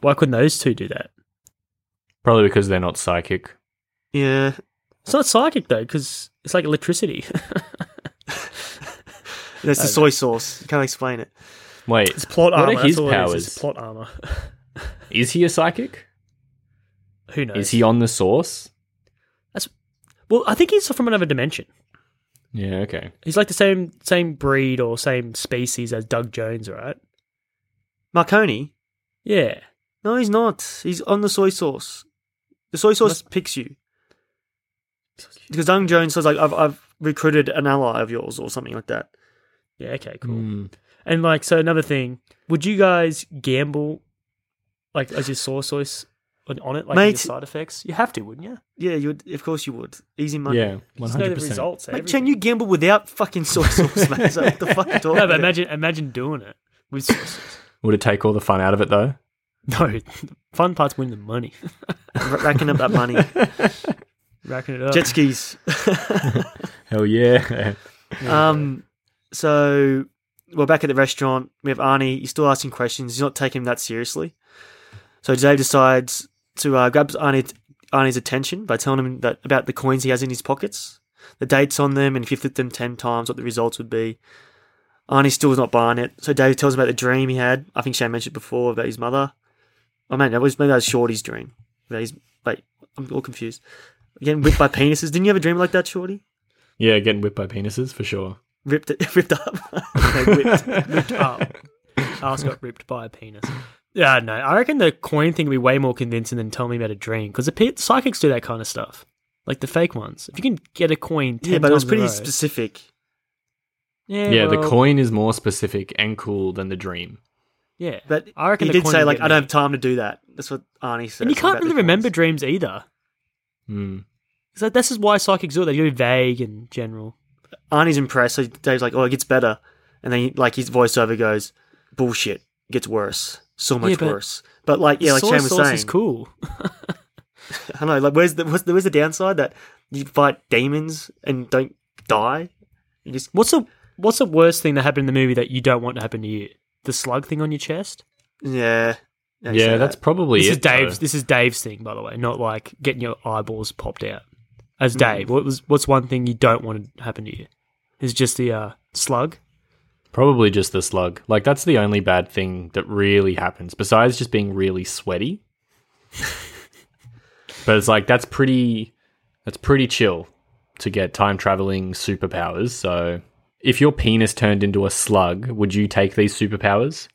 Speaker 2: Why couldn't those two do that?
Speaker 1: probably because they're not psychic.
Speaker 3: yeah.
Speaker 2: It's not psychic though, because it's like electricity.
Speaker 3: That's the soy sauce. You can't explain it.
Speaker 1: Wait,
Speaker 2: it's plot
Speaker 1: What are
Speaker 2: armor. that's
Speaker 1: his
Speaker 2: all it is,
Speaker 1: powers?
Speaker 2: It's plot armor.
Speaker 1: is he a psychic?
Speaker 2: Who knows?
Speaker 1: Is he on the source?
Speaker 2: Well, I think he's from another dimension.
Speaker 1: Yeah, okay.
Speaker 2: He's like the same same breed or same species as Doug Jones, right?
Speaker 3: Marconi?
Speaker 2: Yeah.
Speaker 3: No, he's not. He's on the soy sauce. The soy sauce picks you because Dung Jones says like I've I've recruited an ally of yours or something like that.
Speaker 2: Yeah, okay, cool. And like so another thing, would you guys gamble like as your source source on on it, like
Speaker 3: Mate-
Speaker 2: your side effects? You have to, wouldn't you?
Speaker 3: Yeah, you would. Of course, you would. Easy money.
Speaker 1: Yeah,
Speaker 2: Just know the
Speaker 1: 100%.
Speaker 2: results.
Speaker 3: Mate,
Speaker 2: everything.
Speaker 3: Chen, you gamble without fucking soy sauce, mate. So what the fuck are you talking
Speaker 2: No, but
Speaker 3: about?
Speaker 2: imagine imagine doing it with source sauce.
Speaker 1: Would it take all the fun out of it, though?
Speaker 2: No, fun part's winning the money,
Speaker 3: R- racking up that money.
Speaker 2: racking it up.
Speaker 3: Jet skis.
Speaker 1: Hell yeah.
Speaker 3: Um, so we're back at the restaurant. We have Arnie. He's still asking questions. He's not taking him that seriously. So Dave decides to uh, grab Arnie, Arnie's attention by telling him that about the coins he has in his pockets, the dates on them, and if you flip them ten times, what the results would be. Arnie still is not buying it. So Dave tells him about the dream he had. I think Shane mentioned before about his mother. Oh man, that was maybe that was Shorty's dream. That he's wait, I'm all confused. Getting whipped by penises. Didn't you have a dream like that, Shorty?
Speaker 1: yeah, getting whipped by penises for sure.
Speaker 3: Ripped it, ripped up. No, whipped.
Speaker 2: Oh, ass got ripped by a penis. Yeah, no, I reckon the coin thing would be way more convincing than telling me about a dream because the pe- psychics do that kind of stuff, like the fake ones. If you can get a coin, 10
Speaker 3: Yeah, but it
Speaker 2: times
Speaker 3: was
Speaker 2: in a
Speaker 3: pretty
Speaker 2: row-
Speaker 3: specific.
Speaker 2: Yeah,
Speaker 1: Yeah, the
Speaker 2: well,
Speaker 1: coin is more specific and cool than the dream.
Speaker 2: Yeah,
Speaker 3: But
Speaker 2: I reckon
Speaker 3: he
Speaker 2: the
Speaker 3: did
Speaker 2: coin
Speaker 3: say
Speaker 2: would
Speaker 3: like,
Speaker 2: get
Speaker 3: "I don't
Speaker 2: me.
Speaker 3: have time to do that." That's what Arnie said.
Speaker 2: and you can't really remember dreams either.
Speaker 1: Mm.
Speaker 2: So this is why psychics do it. They go vague and general.
Speaker 3: Arnie's impressed, so Dave's like, "Oh, it gets better," and then like his voiceover goes, "Bullshit, gets worse, so much
Speaker 2: Yeah, but-
Speaker 3: worse." But like, yeah, like
Speaker 2: soy
Speaker 3: Shane was
Speaker 2: sauce
Speaker 3: saying,
Speaker 2: is cool.
Speaker 3: I know. Like, where's the what's the, where's the downside that you fight demons and don't die? You just
Speaker 2: What's the What's the worst thing that happened in the movie that you don't want to happen to you? The slug thing on your chest.
Speaker 3: yeah, you
Speaker 1: Yeah,
Speaker 3: say
Speaker 1: that's
Speaker 3: that.
Speaker 1: probably
Speaker 2: This
Speaker 1: it.
Speaker 2: is Dave's.
Speaker 1: though.
Speaker 2: This is Dave's thing, by the way. Not like getting your eyeballs popped out. As
Speaker 1: Hmm.
Speaker 2: Dave, what was what's one thing you don't want to happen to you? Is just the uh, slug.
Speaker 1: Probably just the slug. Like, that's the only bad thing that really happens, besides just being really sweaty. but it's like, that's pretty. That's pretty chill to get time traveling superpowers. So, if your penis turned into a slug, would you take these superpowers?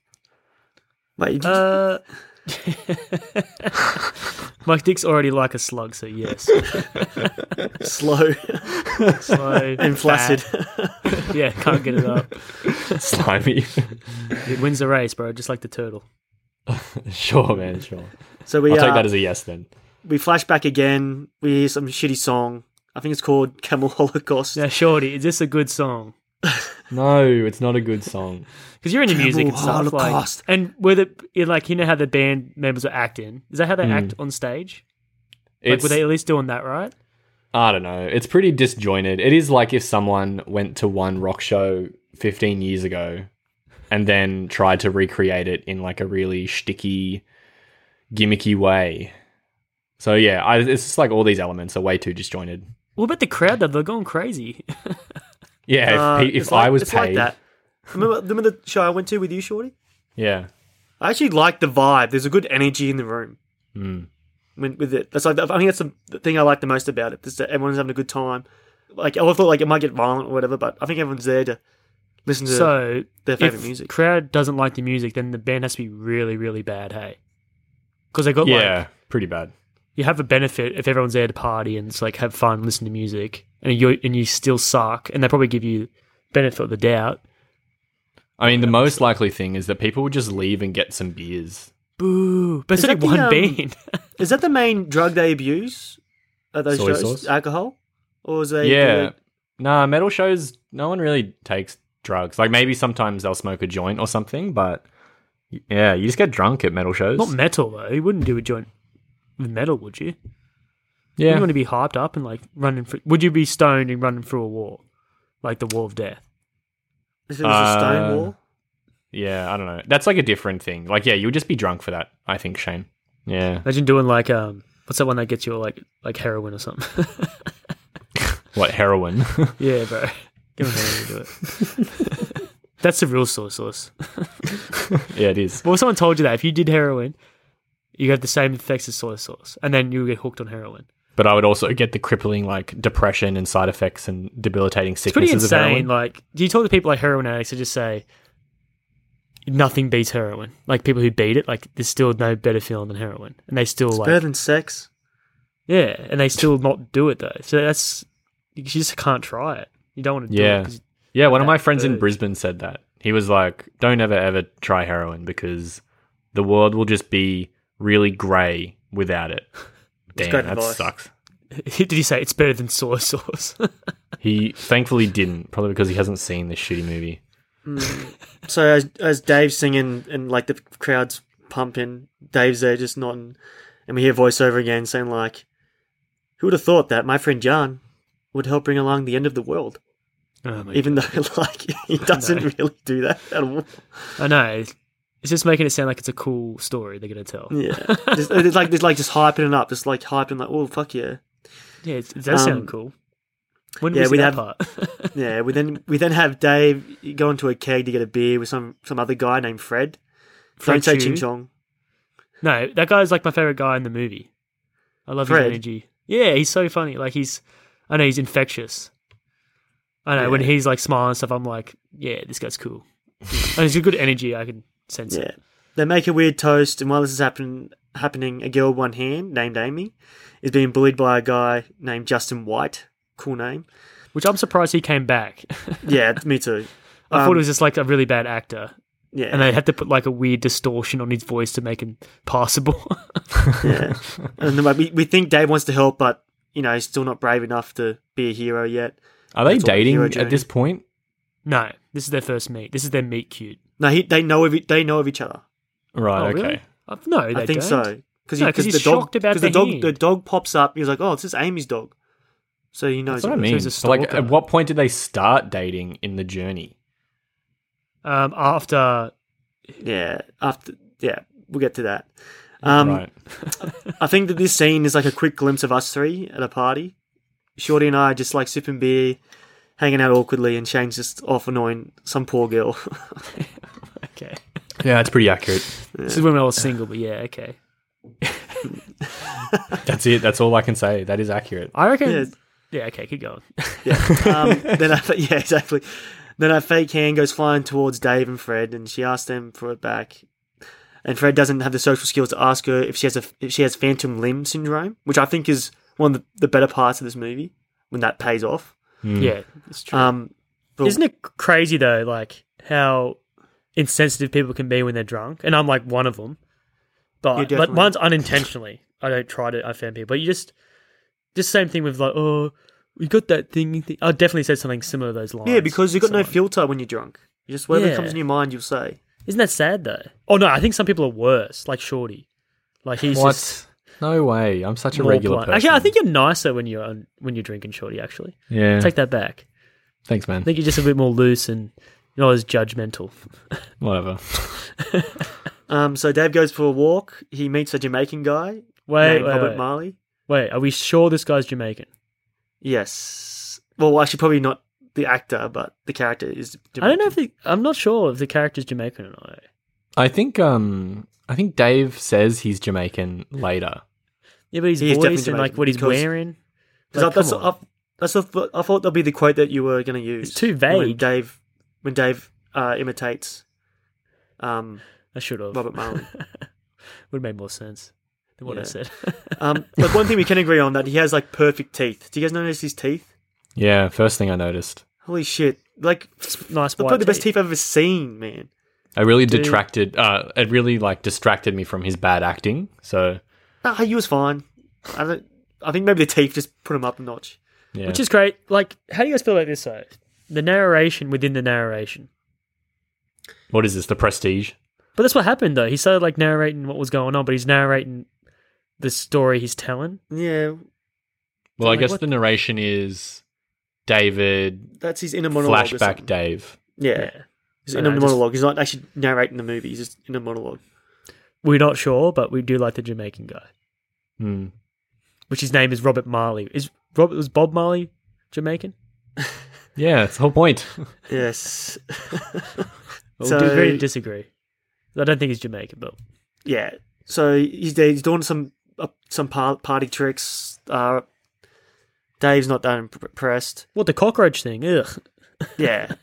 Speaker 3: Wait, did you-
Speaker 2: Uh, my dick's already like a slug, so yes.
Speaker 3: slow
Speaker 2: So
Speaker 3: and flaccid.
Speaker 2: Yeah, can't get it up.
Speaker 1: Slimy.
Speaker 2: It wins the race, bro. Just like the turtle.
Speaker 1: sure, man, sure.
Speaker 3: so we
Speaker 1: I'll
Speaker 3: uh,
Speaker 1: take that as a yes then.
Speaker 3: we flash back again. We hear some shitty song. I think it's called Camel Holocaust.
Speaker 2: Now, Shorty, is this a good song?
Speaker 1: No, it's not a good song.
Speaker 2: Because you're into music and
Speaker 3: Cannibal
Speaker 2: stuff, like,
Speaker 3: Holocaust.
Speaker 2: and with it, you like you know how the band members are acting. Is that how they act on stage? Like,
Speaker 1: Hmm. It's,
Speaker 2: were they at least doing that right?
Speaker 1: I don't know. It's pretty disjointed. It is like if someone went to one rock show 15 years ago and then tried to recreate it in like a really shticky, gimmicky way. So yeah, I, it's just like all these elements are way too disjointed.
Speaker 2: What about the crowd? though? They're going crazy.
Speaker 1: Yeah,
Speaker 3: Uh,
Speaker 1: if, pe-
Speaker 3: it's
Speaker 1: if
Speaker 3: like-
Speaker 1: I was
Speaker 3: it's
Speaker 1: paid,
Speaker 3: like that. Remember, remember the show I went to with you, Shorty?
Speaker 1: yeah,
Speaker 3: I actually like the vibe. There's a good energy in the room
Speaker 1: Mm.
Speaker 3: when, with it. That's like I think that's the the thing I like the most about it. Is that everyone's having a good time. Like I thought, like it might get violent or whatever, but I think everyone's there to Listen to
Speaker 2: So
Speaker 3: their
Speaker 2: if
Speaker 3: favorite music.
Speaker 2: crowd doesn't like the music, then the band has to be really, really bad. Hey, because they got
Speaker 1: yeah,
Speaker 2: like
Speaker 1: pretty bad.
Speaker 2: you have a benefit if everyone's there to party and it's like have fun, listen to music, and you and you still suck, and they probably give you benefit of the doubt.
Speaker 1: I mean, the most likely thing is that people would just leave and get some beers.
Speaker 2: Boo! But it's
Speaker 3: Is
Speaker 2: only
Speaker 3: that the,
Speaker 2: one
Speaker 3: um,
Speaker 2: band.
Speaker 3: Is that the main drug they abuse? Are those
Speaker 1: Soy
Speaker 3: drugs
Speaker 1: sauce?
Speaker 3: alcohol, or is they
Speaker 1: yeah. Nah, metal shows, no one really takes drugs. Like maybe sometimes they'll smoke a joint or something, but yeah, you just get drunk at metal shows.
Speaker 2: Not metal though. You wouldn't do a joint with metal, would you?
Speaker 1: yeah.
Speaker 2: You want to be hyped up and like running. For, would you be stoned and running through a wall, like the wall of death?
Speaker 3: If it was a
Speaker 1: Uh,
Speaker 3: stone wall,
Speaker 1: yeah, I don't know. That's like a different thing. Like, yeah, you would just be drunk for that, I think, Shane. Yeah.
Speaker 2: Imagine doing like um, what's that one that gets you like like heroin or something?
Speaker 1: What, heroin?
Speaker 2: yeah, bro. Give me heroin to do it. That's the real soy sauce.
Speaker 1: yeah, it is.
Speaker 2: Well, someone told you that if you did heroin, you have the same effects as soy sauce, and then you get hooked on heroin.
Speaker 1: But I would also get the crippling, like, depression and side effects and debilitating
Speaker 2: It's pretty
Speaker 1: sicknesses of
Speaker 2: insane.
Speaker 1: heroin.
Speaker 2: Like, do you talk to people like heroin addicts who just say nothing beats heroin? Like people who beat it, like there's still no better feeling than heroin, and they still like
Speaker 3: better than sex.
Speaker 2: Yeah, and they still not do it though. So that's you just can't try it. You don't want to
Speaker 1: Yeah.
Speaker 2: do it. 'cause-
Speaker 1: yeah, one of my
Speaker 2: that
Speaker 1: friends in
Speaker 2: urge.
Speaker 1: Brisbane said that. He was like, don't ever, ever try heroin because the world will just be really grey without it. Damn,
Speaker 3: great
Speaker 1: that
Speaker 3: advice.
Speaker 1: sucks.
Speaker 2: Did he say it's better than soy sauce?
Speaker 1: He thankfully didn't, probably because he hasn't seen this shitty movie.
Speaker 3: So as as Dave's singing and like the crowd's pumping, Dave's there just nodding, and we hear voiceover again saying like, "Who would have thought that my friend Jan would help bring along the end of the world?"
Speaker 2: oh my
Speaker 3: Even though like he doesn't really do that at all.
Speaker 2: I know. It's just making it sound like it's a cool story they're gonna tell.
Speaker 3: Yeah, just, it's like it's like just hyping it up, just like hyping like, "Oh fuck yeah!"
Speaker 2: Yeah, it's, it does
Speaker 3: Um,
Speaker 2: sound cool. When
Speaker 3: yeah,
Speaker 2: yeah, we see
Speaker 3: we'd
Speaker 2: that
Speaker 3: have-
Speaker 2: part.
Speaker 3: Yeah, we then we then have Dave go into a keg to get a beer with some some other guy named Fred. Don't say
Speaker 2: Chu.
Speaker 3: Ching Chong.
Speaker 2: No, that guy's like my favorite guy in the movie. I love
Speaker 3: Fred?
Speaker 2: his energy. Yeah, he's so funny. Like he's, I know he's infectious. I know when
Speaker 3: Yeah.
Speaker 2: he's like smiling and stuff, I'm like, yeah, this guy's cool. and he's got good energy. I can sense it.
Speaker 3: Yeah. They make a weird toast, and while this is happen- happening, a girl with one hand, named Amy, is being bullied by a guy named Justin White. Cool name.
Speaker 2: Which I'm surprised he came back.
Speaker 3: Yeah, me too.
Speaker 2: I
Speaker 3: Um,
Speaker 2: thought it was just like a really bad actor,
Speaker 3: Yeah.
Speaker 2: and they had to put like a weird distortion on his voice to make him passable.
Speaker 3: yeah. and then we, we think Dave wants to help, but, you know, he's still not brave enough to be a hero yet.
Speaker 1: Are they
Speaker 3: That's all the
Speaker 1: dating
Speaker 3: hero
Speaker 1: at this point?
Speaker 2: no, this is their first meet. This is their meet cute.
Speaker 3: No, he, they know of e- they know of each other.
Speaker 1: Right,
Speaker 2: oh,
Speaker 1: okay.
Speaker 2: really? Uh, No, they
Speaker 3: I think
Speaker 2: don't.
Speaker 3: so. Because
Speaker 2: No, 'cause he's shocked about
Speaker 3: the
Speaker 2: the
Speaker 3: dog,
Speaker 2: hand.
Speaker 3: the dog pops up. He's like, "Oh, this is Amy's dog," so he knows.
Speaker 1: That's what I
Speaker 3: it.
Speaker 1: mean.
Speaker 2: he's a
Speaker 1: So, like,
Speaker 2: stalker.
Speaker 1: at what point did they start dating in the journey?
Speaker 2: Um, after
Speaker 3: Yeah. After, yeah, we'll get to that. Um,
Speaker 1: right.
Speaker 3: I think that this scene is like a quick glimpse of us three at a party. Shorty and I are just like sipping beer, hanging out awkwardly, and Shane's just off annoying some poor girl.
Speaker 2: okay,
Speaker 1: Yeah, that's pretty accurate.
Speaker 2: this is when I was single, but yeah, okay.
Speaker 1: That's it. That's all I can say. That is accurate.
Speaker 2: I reckon.
Speaker 3: Yeah.
Speaker 2: Yeah, okay, keep going.
Speaker 3: um, then I, yeah, exactly. Then a fake hand goes flying towards Dave and Fred, and she asks them for it back. And Fred doesn't have the social skills to ask her if she has a if she has phantom limb syndrome, which I think is one of the, the better parts of this movie when that pays off.
Speaker 2: Yeah, it's true.
Speaker 3: Um, but-
Speaker 2: Isn't it crazy though, like how insensitive people can be when they're drunk? And I'm like one of them,
Speaker 3: Yeah,
Speaker 2: but but
Speaker 3: definitely.
Speaker 2: mine's unintentionally. I don't try to offend people, but you just just same thing with like, oh, we got that thing. thing." I definitely said something similar to those lines.
Speaker 3: yeah, because you've got no
Speaker 2: Someone-
Speaker 3: filter when you're drunk. You just whatever
Speaker 2: Yeah.
Speaker 3: comes in your mind, you'll say.
Speaker 2: Isn't that sad though? Oh no, I think some people are worse, like Shorty. Like he's
Speaker 1: what?
Speaker 2: just
Speaker 1: No way. I'm such a
Speaker 2: more
Speaker 1: regular
Speaker 2: blunt.
Speaker 1: person.
Speaker 2: Actually, I think you're nicer when you're on, when you're drinking, Shorty. Actually,
Speaker 1: Yeah.
Speaker 2: take that back.
Speaker 1: Thanks, man.
Speaker 2: I think you're just a bit more loose and you're not as judgmental.
Speaker 1: Whatever.
Speaker 3: Um, so Dave goes for a walk. He meets a Jamaican guy
Speaker 2: Wait,
Speaker 3: named
Speaker 2: wait,
Speaker 3: Robert
Speaker 2: wait.
Speaker 3: Marley.
Speaker 2: Wait, are we sure this guy's Jamaican?
Speaker 3: Yes. Well, actually, probably not the actor, but the character is.
Speaker 2: I don't know if
Speaker 3: Jamaican.
Speaker 2: the, I'm not sure if the character's Jamaican or not.
Speaker 1: I think um I think Dave says he's Jamaican later.
Speaker 2: Yeah, but his
Speaker 3: He is
Speaker 2: voice
Speaker 3: definitely
Speaker 2: and like
Speaker 3: Jamaican
Speaker 2: what he's
Speaker 3: because-
Speaker 2: wearing.
Speaker 3: 'Cause
Speaker 2: Like,
Speaker 3: I- that's
Speaker 2: come on.
Speaker 3: I, that's what I thought that'd be the quote that you were going to use.
Speaker 2: It's too
Speaker 3: When
Speaker 2: vague.
Speaker 3: Dave. when Dave uh, imitates um,
Speaker 2: I should have.
Speaker 3: Robert Marley.
Speaker 2: Would have made more sense than what I
Speaker 3: Yeah.
Speaker 2: said.
Speaker 3: Um, but one thing we can agree on that he has like perfect teeth. Do you guys notice his teeth?
Speaker 1: Yeah, first thing I noticed.
Speaker 3: Holy shit! Like
Speaker 2: nice
Speaker 3: they're
Speaker 2: white
Speaker 3: probably the best teeth I've ever seen, man.
Speaker 1: It really detracted. Uh, it really like distracted me from his bad acting. So
Speaker 3: Nah, Ah, he was fine. I don't. I think maybe the teeth just put him up a notch.
Speaker 1: yeah,
Speaker 2: Which is great. Like, how do you guys feel about this though? The narration within the narration.
Speaker 1: what is this? The Prestige.
Speaker 2: But that's what happened though. He started like narrating what was going on, but he's narrating the story he's telling.
Speaker 3: Yeah,
Speaker 1: Well, I
Speaker 2: Like,
Speaker 1: guess
Speaker 2: what-
Speaker 1: the narration is David
Speaker 3: that's his inner monologue. or
Speaker 1: flashback
Speaker 3: something.
Speaker 1: Dave.
Speaker 3: Yeah,
Speaker 2: Yeah.
Speaker 3: his
Speaker 2: I
Speaker 3: inner
Speaker 2: know, just-
Speaker 3: monologue. He's not actually narrating the movie. He's just in a monologue.
Speaker 2: We're not sure, but we do like the Jamaican guy,
Speaker 1: Mm.
Speaker 2: which his name is Robert Marley. Is Robert was Bob Marley Jamaican?
Speaker 1: Yeah, that's the whole point.
Speaker 3: Yes.
Speaker 2: Well,
Speaker 3: So-
Speaker 2: we do agree to disagree. I don't think he's Jamaican, but
Speaker 3: yeah. So he's he's doing some uh, some par- party tricks. Uh, Dave's not that imp- impressed.
Speaker 2: what the cockroach thing? Ugh,
Speaker 3: Yeah.
Speaker 2: I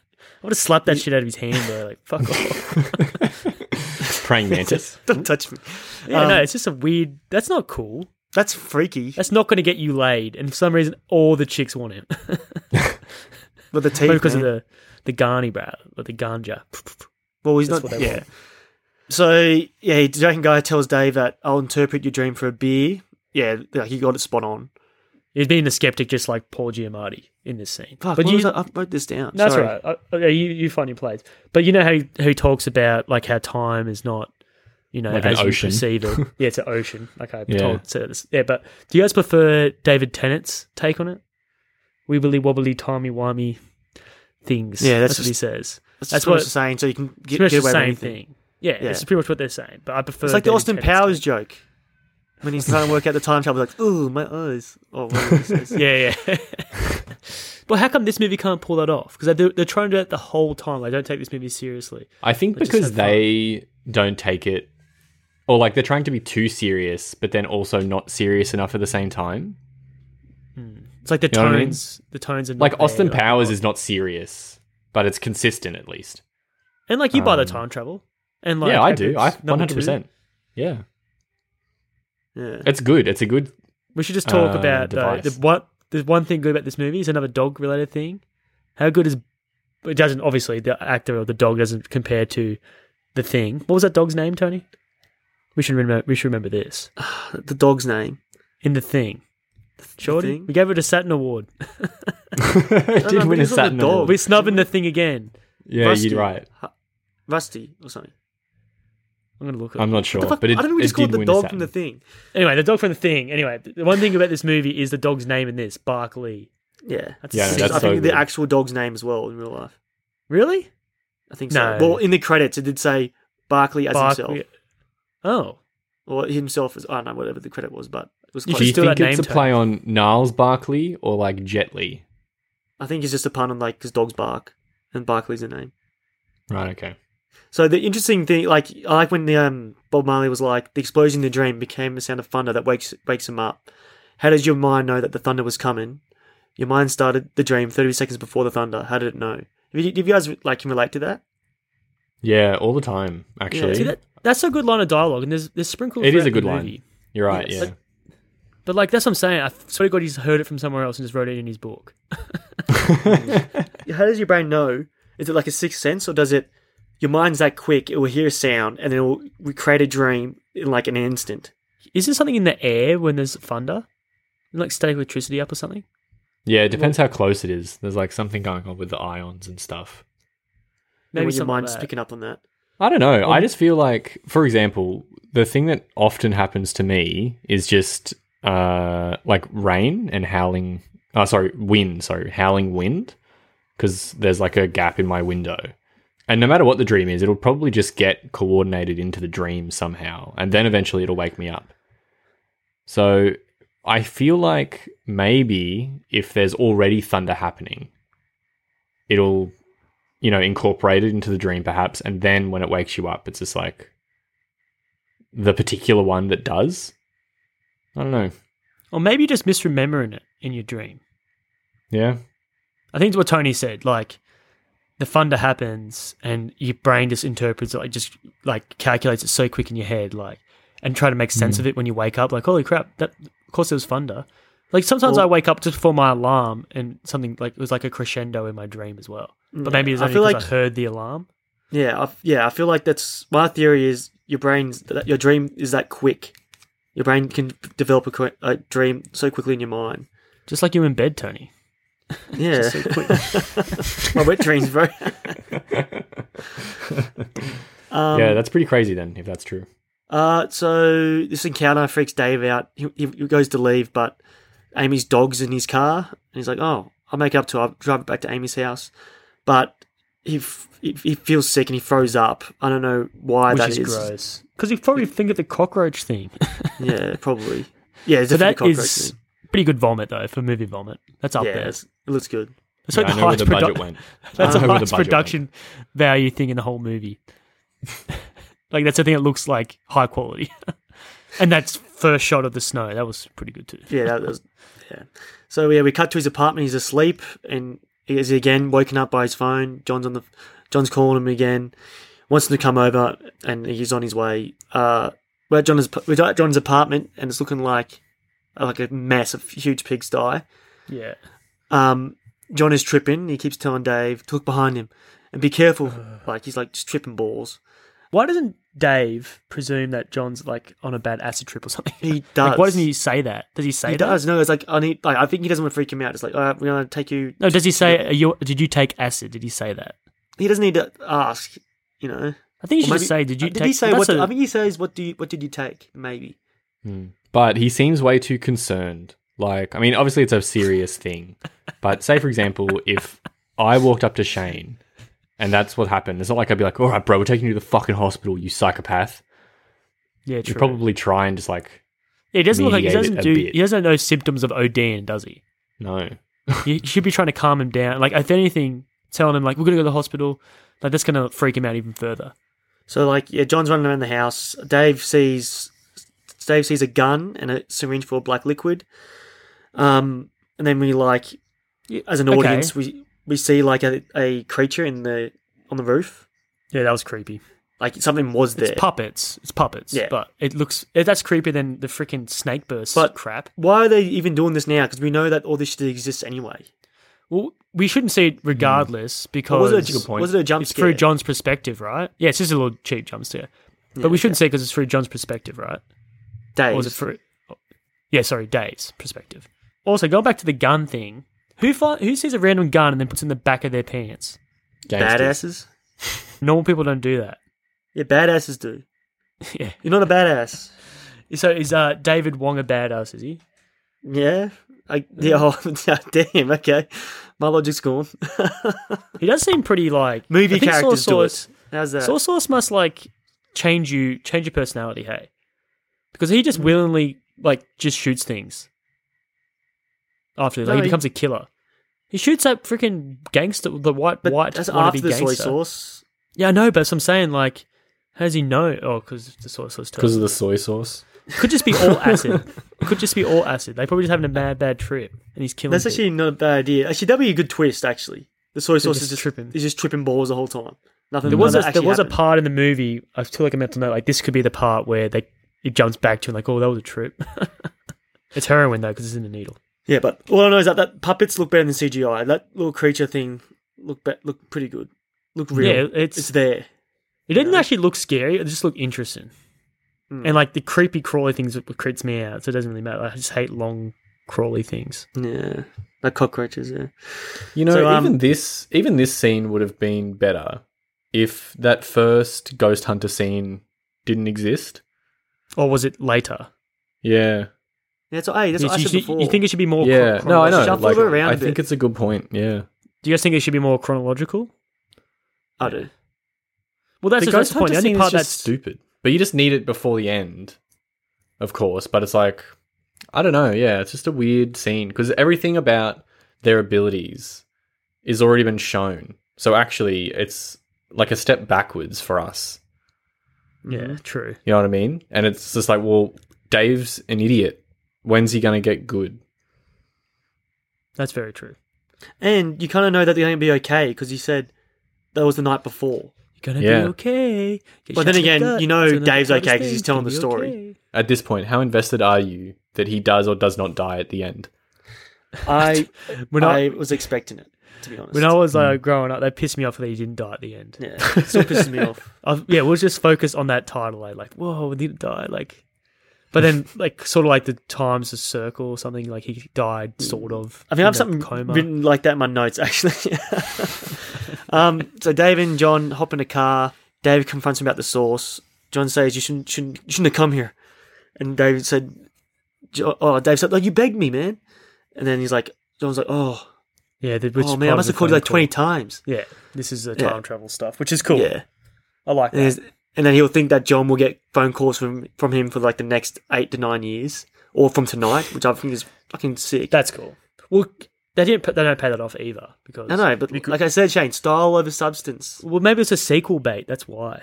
Speaker 2: would have slapped that shit out of his hand, bro. Like fuck
Speaker 3: Um,
Speaker 2: off.
Speaker 1: Praying mantis.
Speaker 3: Don't touch me.
Speaker 2: Yeah,
Speaker 3: Um,
Speaker 2: no, it's just a weird. That's not cool.
Speaker 3: That's freaky.
Speaker 2: That's not going to get you laid. And for some reason, all the chicks want him,
Speaker 3: But the teeth.
Speaker 2: Maybe because of
Speaker 3: man.
Speaker 2: the the Ghani, bro, or the ganja.
Speaker 3: Well, he's
Speaker 2: That's
Speaker 3: not.
Speaker 2: what they
Speaker 3: Yeah. So yeah, the Jamaican guy tells Dave that I'll interpret your dream for a beer. Yeah, like he got it spot on.
Speaker 2: He's being a skeptic, just like Paul Giamatti in this scene.
Speaker 3: Fuck,
Speaker 2: but
Speaker 3: what
Speaker 2: you,
Speaker 3: was I, I wrote this down.
Speaker 2: No, that's
Speaker 3: Sorry.
Speaker 2: all right. I, I, you you find your place. But you know how he, how he talks about like how time is not, you know,
Speaker 1: Like an
Speaker 2: as you
Speaker 1: ocean.
Speaker 2: perceive it. yeah, it's an ocean. Like I've been
Speaker 1: Yeah.
Speaker 2: told. So this, yeah, but do you guys prefer David Tennant's take on it? Wibbly wobbly, timey wimey things.
Speaker 3: Yeah, that's
Speaker 2: what he
Speaker 3: just-
Speaker 2: says.
Speaker 3: That's,
Speaker 2: That's
Speaker 3: what,
Speaker 2: what-
Speaker 3: I'm saying. So you can get,
Speaker 2: It's pretty
Speaker 3: get
Speaker 2: much
Speaker 3: away
Speaker 2: the
Speaker 3: with
Speaker 2: same
Speaker 3: anything.
Speaker 2: thing. Yeah,
Speaker 3: Yeah.
Speaker 2: this is pretty much what they're saying. But I prefer.
Speaker 3: It's like the
Speaker 2: David
Speaker 3: Austin
Speaker 2: Tennant's
Speaker 3: Powers
Speaker 2: take.
Speaker 3: joke when he's trying to work out the time travel. Like, ooh, my eyes. Oh, whatever he says.
Speaker 2: Yeah, yeah. but how come this movie can't pull that off? Because they're, they're trying to do that the whole time. Like, don't take this movie seriously.
Speaker 1: I think
Speaker 2: But just
Speaker 1: because
Speaker 2: have fun.
Speaker 1: they don't take it, or like they're trying to be too serious, but then also not serious enough at the same time.
Speaker 2: It's like the
Speaker 1: You know what I mean?
Speaker 2: tones. The tones are not
Speaker 1: Like Austin
Speaker 2: there.
Speaker 1: Powers is not serious, but it's consistent at least.
Speaker 2: And like you buy the
Speaker 1: Um,
Speaker 2: time travel. And like
Speaker 1: yeah, I do. I
Speaker 2: Apex
Speaker 1: one
Speaker 2: number
Speaker 1: hundred
Speaker 2: two.
Speaker 1: percent. Yeah,
Speaker 3: Yeah.
Speaker 1: it's good. It's a good.
Speaker 2: We should just talk
Speaker 1: Uh,
Speaker 2: about uh, the
Speaker 1: device.
Speaker 2: what there's one thing good about this movie is another dog related thing. How good is it doesn't obviously the actor or the dog doesn't compare to the thing. What was that dog's name, Tony? We should remember we should remember this.
Speaker 3: The dog's name.
Speaker 2: In the thing. Shorty,
Speaker 3: Thing?
Speaker 2: we gave it a Saturn Award.
Speaker 1: it
Speaker 3: no,
Speaker 1: did
Speaker 3: but
Speaker 1: win a
Speaker 3: he's not a
Speaker 1: Saturn
Speaker 3: dog.
Speaker 1: Award.
Speaker 2: We're snubbing the thing again.
Speaker 1: Yeah,
Speaker 3: Rusty.
Speaker 1: you're right.
Speaker 3: Rusty or something.
Speaker 2: I'm gonna look it up.
Speaker 1: I'm not sure,
Speaker 3: The fuck?
Speaker 1: Oh, but it,
Speaker 3: I don't
Speaker 1: it
Speaker 3: know. We just called
Speaker 1: did
Speaker 3: the
Speaker 1: win a
Speaker 3: dog from
Speaker 1: Saturn.
Speaker 3: the thing.
Speaker 2: Anyway, the dog from the thing. Anyway, the one thing about this movie is the dog's name in this, Barkley.
Speaker 3: Yeah.
Speaker 2: That's
Speaker 1: Yeah, no,
Speaker 2: sick.
Speaker 1: that's
Speaker 3: I
Speaker 1: so
Speaker 3: think the
Speaker 1: good.
Speaker 3: actual dog's name as well in real life.
Speaker 2: Really?
Speaker 3: I think
Speaker 2: No.
Speaker 3: so. Well, in the credits, it did say Barkley as himself,
Speaker 2: Oh.
Speaker 3: or himself as I don't know whatever the credit was, but it was
Speaker 2: You
Speaker 1: Do
Speaker 3: close.
Speaker 1: you
Speaker 2: Still that
Speaker 1: think it's a
Speaker 2: name tag.
Speaker 1: play on Niles Barkley or like Jet Li?
Speaker 3: I think it's just a pun on like because dogs bark, and Barkley's the name.
Speaker 1: Right. Okay.
Speaker 3: So the interesting thing, like I like when the, um, Bob Marley was like, "The explosion in the dream became the sound of thunder that wakes wakes him up." How does your mind know that the thunder was coming? Your mind started the dream thirty seconds before the thunder. How did it know? If you, if you guys like can relate to that,
Speaker 1: Yeah, all the time. Actually,
Speaker 2: See that that's a good line of dialogue, and there's there's sprinkled.
Speaker 1: It is
Speaker 2: throughout
Speaker 1: a good
Speaker 2: the
Speaker 1: line.
Speaker 2: movie.
Speaker 1: you're right.
Speaker 2: Yes.
Speaker 1: Yeah.
Speaker 2: But like that's what I'm saying. I swear to God, he's heard it from somewhere else and just wrote it in his book.
Speaker 3: how does your brain know? Is it like a sixth sense, or does it? Your mind's that quick; it will hear a sound and then it will recreate a dream in like an instant.
Speaker 2: Is there something in the air when there's thunder, like static electricity up or something?
Speaker 1: Yeah, it depends how close it is. There's like something going on with the ions and stuff.
Speaker 3: Maybe
Speaker 2: Maybe
Speaker 3: your
Speaker 2: something like
Speaker 3: mind's
Speaker 2: that.
Speaker 3: picking up on that.
Speaker 1: I don't know. I just feel like, for example, the thing that often happens to me is just uh, like rain and howling. Oh, sorry, wind. Sorry, howling wind. Because there's like a gap in my window. And no matter what the dream is, it'll probably just get coordinated into the dream somehow. And then eventually it'll wake me up. So I feel like maybe if there's already thunder happening, it'll you know, incorporated into the dream perhaps, and then when it wakes you up, it's just like the particular one that does. I don't know.
Speaker 2: Or maybe you're just misremembering it in your dream.
Speaker 1: Yeah.
Speaker 2: I think it's what Tony said. Like the thunder happens and your brain just interprets it, like just like calculates it so quick in your head, like and try to make sense
Speaker 3: Hmm.
Speaker 2: of it when you wake up, like, holy crap, that of course it was thunder. Like sometimes I wake up just before my alarm and something like it was like a crescendo in my dream as well. But maybe it's
Speaker 3: I
Speaker 2: only
Speaker 3: feel
Speaker 2: because
Speaker 3: like-
Speaker 2: I heard the alarm.
Speaker 3: Yeah, I, yeah. I feel like that's my theory is your brain's that your dream is that quick. Your brain can develop a, quick, a dream so quickly in your mind.
Speaker 2: Just like you in bed, Tony.
Speaker 3: Yeah, my wet dreams, bro. um,
Speaker 1: yeah, that's pretty crazy then, if that's true.
Speaker 3: Uh, so this encounter freaks Dave out. He, he he goes to leave, but Amy's dog's in his car, and he's like, "Oh, I'll make it up to. her. I'll drive it back to Amy's house." But he f- he, he feels sick and he throws up. I don't know why
Speaker 2: Which
Speaker 3: Ah, that
Speaker 2: is
Speaker 3: is.
Speaker 2: gross. Because you probably think of the cockroach theme.
Speaker 3: Yeah, probably. Yeah, it's
Speaker 2: So
Speaker 3: definitely
Speaker 2: that
Speaker 3: cockroach
Speaker 2: is
Speaker 3: thing.
Speaker 2: pretty good vomit though for movie vomit. That's up
Speaker 3: yeah,
Speaker 2: there.
Speaker 3: it's- it looks good.
Speaker 2: That's like
Speaker 1: Yeah, I
Speaker 2: the
Speaker 1: know where
Speaker 2: highest
Speaker 1: the
Speaker 2: produ-
Speaker 1: budget went.
Speaker 2: That's
Speaker 1: I
Speaker 2: the
Speaker 1: know where the
Speaker 2: highest
Speaker 1: budget
Speaker 2: production value thing in the whole movie. like that's the thing that looks like high quality. and that's first shot of the snow. That was pretty good too.
Speaker 3: Yeah, that was. Yeah. So yeah, we cut to his apartment. He's asleep, and he is again woken up by his phone. John's on the. John's calling him again. Wants him to come over, and he's on his way. Uh, we're at John's. We're at John's apartment, and it's looking like like a mess of huge pigsty.
Speaker 2: Yeah.
Speaker 3: Um, John is tripping. He keeps telling Dave to look behind him and be careful. Like he's like just tripping balls.
Speaker 2: Why doesn't Dave presume that John's like on a bad acid trip or something?
Speaker 3: He does.
Speaker 2: Like, why doesn't he say that? Does he say
Speaker 3: He
Speaker 2: that?
Speaker 3: does. No, it's like I need. Like I think he doesn't want to freak him out. It's like all right, we're gonna take you.
Speaker 2: No, does he say? Are you, did you take acid? Did he say that?
Speaker 3: He doesn't need to ask. You know.
Speaker 2: I think you
Speaker 3: Or
Speaker 2: should
Speaker 3: maybe-
Speaker 2: just say. Did you?
Speaker 3: did
Speaker 2: take,
Speaker 3: he say
Speaker 2: that's
Speaker 3: what?
Speaker 2: a-
Speaker 3: I think he says what do you what did you take? Maybe.
Speaker 1: But he seems way too concerned. Like, I mean, obviously it's a serious thing. But say, for example, if I walked up to Shane and that's what happened, it's not like I'd be like, all right, bro, we're taking you to the fucking hospital, you psychopath.
Speaker 2: yeah, true.
Speaker 1: You'd probably try and just like,
Speaker 2: It doesn't look like he
Speaker 1: mediate it
Speaker 2: doesn't
Speaker 1: a
Speaker 2: do.
Speaker 1: bit.
Speaker 2: He doesn't know symptoms of ODing, does he?
Speaker 1: no.
Speaker 2: you should be trying to calm him down. Like, if anything, telling him like we're gonna go to the hospital, like that's gonna freak him out even further.
Speaker 3: So like yeah, John's running around the house. Dave sees Dave sees a gun and a syringe full of black liquid. Um, and then we like as an
Speaker 2: okay.
Speaker 3: audience we we see like a, a creature in the on the roof.
Speaker 2: Yeah, that was creepy.
Speaker 3: Like something was there.
Speaker 2: It's puppets. It's puppets.
Speaker 3: Yeah.
Speaker 2: but it looks eh, that's creepier than the freaking snake burst
Speaker 3: But-
Speaker 2: crap.
Speaker 3: Why are they even doing this now? Because we know that all this shit exists anyway.
Speaker 2: Well, we shouldn't see it regardless
Speaker 3: Or
Speaker 2: because
Speaker 3: Was it a, was it a jump
Speaker 2: it's
Speaker 3: scare?
Speaker 2: through John's perspective, right? Yeah, it's just a little cheap jump scare, but we shouldn't see it because it's through John's perspective, right?
Speaker 3: Dave.
Speaker 2: Or was it through? Yeah, sorry, Dave's perspective. Also, going back to the gun thing, who fi- who sees a random gun and then puts it in the back of their pants?
Speaker 1: Gangsters.
Speaker 3: badasses?
Speaker 2: Normal people don't do that.
Speaker 3: Yeah, badasses do.
Speaker 2: Yeah.
Speaker 3: You're not a badass.
Speaker 2: So is uh, David Wong a badass? Is he?
Speaker 3: Yeah. I, yeah, oh, yeah, damn. Okay, my logic's gone.
Speaker 2: He does seem pretty like
Speaker 3: Movie
Speaker 2: I think
Speaker 3: characters
Speaker 2: soy
Speaker 3: do
Speaker 2: sauce-
Speaker 3: it. How's that?
Speaker 2: Soy sauce must like change you, change your personality. Hey, because he just willingly like just shoots things. After like
Speaker 3: No,
Speaker 2: he
Speaker 3: he-
Speaker 2: becomes a killer, he shoots that freaking gangster, the white
Speaker 3: But
Speaker 2: white
Speaker 3: that's
Speaker 2: wannabe
Speaker 3: after the soy
Speaker 2: gangster.
Speaker 3: sauce.
Speaker 2: Yeah, I know, but that's what I'm saying like, how does he know? Oh, because the soy
Speaker 1: Because
Speaker 2: sauce. Because
Speaker 1: of the soy sauce.
Speaker 2: could just be all acid. could just be all acid. They probably just having a bad bad trip, and he's killing.
Speaker 3: That's
Speaker 2: people.
Speaker 3: actually not a bad idea. Actually, that'd be a good twist. Actually, the soy sauce
Speaker 2: just
Speaker 3: is just
Speaker 2: tripping.
Speaker 3: He's just tripping balls the whole time. Nothing.
Speaker 2: There was
Speaker 3: none of
Speaker 2: a,
Speaker 3: that
Speaker 2: there
Speaker 3: actually
Speaker 2: was a
Speaker 3: happened.
Speaker 2: part in the movie. I feel like I meant to know. Like this could be the part where they it jumps back to like, oh, that was a trip. it's heroin though, because it's in a needle.
Speaker 3: Yeah, but all I know is that, that puppets look better than CGI. That little creature thing look be- look pretty good. Look real.
Speaker 2: Yeah, it's,
Speaker 3: it's there.
Speaker 2: it didn't actually look scary. It just looked interesting.
Speaker 3: Hmm.
Speaker 2: And like the creepy crawly things that creeps me out, so it doesn't really matter. I just hate long crawly things.
Speaker 3: Yeah, like cockroaches. Yeah.
Speaker 1: You know,
Speaker 3: So, um,
Speaker 1: even this even this scene would have been better if that first ghost hunter scene didn't exist.
Speaker 2: Or was it later?
Speaker 1: Yeah.
Speaker 3: Yeah. So hey, that's
Speaker 2: you,
Speaker 3: what I
Speaker 2: you-
Speaker 3: said before.
Speaker 2: you think it should be more? chro-
Speaker 1: yeah. No, I know.
Speaker 2: chronological?
Speaker 3: Shuffle
Speaker 1: Like,
Speaker 3: it around
Speaker 1: I
Speaker 3: a
Speaker 1: think
Speaker 3: bit.
Speaker 1: it's a good point. Yeah.
Speaker 2: Do you guys think it should be more chronological?
Speaker 3: Mm-hmm. I do.
Speaker 2: Well, that's
Speaker 1: the
Speaker 2: the,
Speaker 1: ghost
Speaker 2: that's the point.
Speaker 1: hunter
Speaker 2: The
Speaker 1: scene
Speaker 2: only
Speaker 1: is
Speaker 2: part
Speaker 1: just
Speaker 2: that's
Speaker 1: stupid. But you just need it before the end, of course. But it's like, I don't know. Yeah, it's just a weird scene because everything about their abilities is already been shown. So actually, it's like a step backwards for us.
Speaker 2: yeah, true.
Speaker 1: You know what I mean? And it's just like, well, Dave's an idiot. When's he going to get good?
Speaker 2: That's very true.
Speaker 3: And you kind of know that they're going to be okay because he said, that was the night before.
Speaker 2: You're gonna
Speaker 1: Yeah.
Speaker 2: be okay. Get
Speaker 3: But then
Speaker 2: shot in the
Speaker 3: again,
Speaker 2: gut.
Speaker 3: you know
Speaker 2: It's an
Speaker 3: Dave's
Speaker 2: arthritis
Speaker 3: okay 'cause
Speaker 2: thing.
Speaker 3: he's telling
Speaker 2: Gonna
Speaker 3: the
Speaker 2: be
Speaker 3: story.
Speaker 2: okay.
Speaker 1: At this point, how invested are you that he does or does not die at the end?
Speaker 3: I
Speaker 2: When I,
Speaker 3: I was expecting it, to be honest.
Speaker 2: when I was uh, growing up, they pissed me off that he didn't die at the end.
Speaker 3: Mm. yeah, it still pisses me off.
Speaker 2: i yeah, we'll just focus on that title. eh? Like, like whoa, he didn't die. Like, but then like sort of like the times the circle or something. Like he died sort of.
Speaker 3: Mm. I mean, I
Speaker 2: in
Speaker 3: have
Speaker 2: a
Speaker 3: something
Speaker 2: coma.
Speaker 3: written like that in my notes, actually. um, so Dave and John hop in a car. Dave confronts him about the source. John says, "You shouldn't, shouldn't, you shouldn't have come here." And Dave said, Jo- "Oh, Dave said, like you begged me, man." And then he's like, John's like, "Oh,
Speaker 2: Yeah, the, which
Speaker 3: oh man, I
Speaker 2: part
Speaker 3: must
Speaker 2: of
Speaker 3: have
Speaker 2: the
Speaker 3: called you like
Speaker 2: phone
Speaker 3: twenty times."
Speaker 2: call. Yeah, this is the
Speaker 3: Yeah.
Speaker 2: time travel stuff, which is cool.
Speaker 3: Yeah,
Speaker 2: I like
Speaker 3: and,
Speaker 2: that.
Speaker 3: he's- and then he'll think that John will get phone calls from from him for like the next eight to nine years, or from tonight, which I think is fucking sick.
Speaker 2: That's cool. Well, they didn't. put- They don't pay that off either because
Speaker 3: I know, but like I said, Shane, style over substance.
Speaker 2: Well, maybe it's a sequel bait. That's why.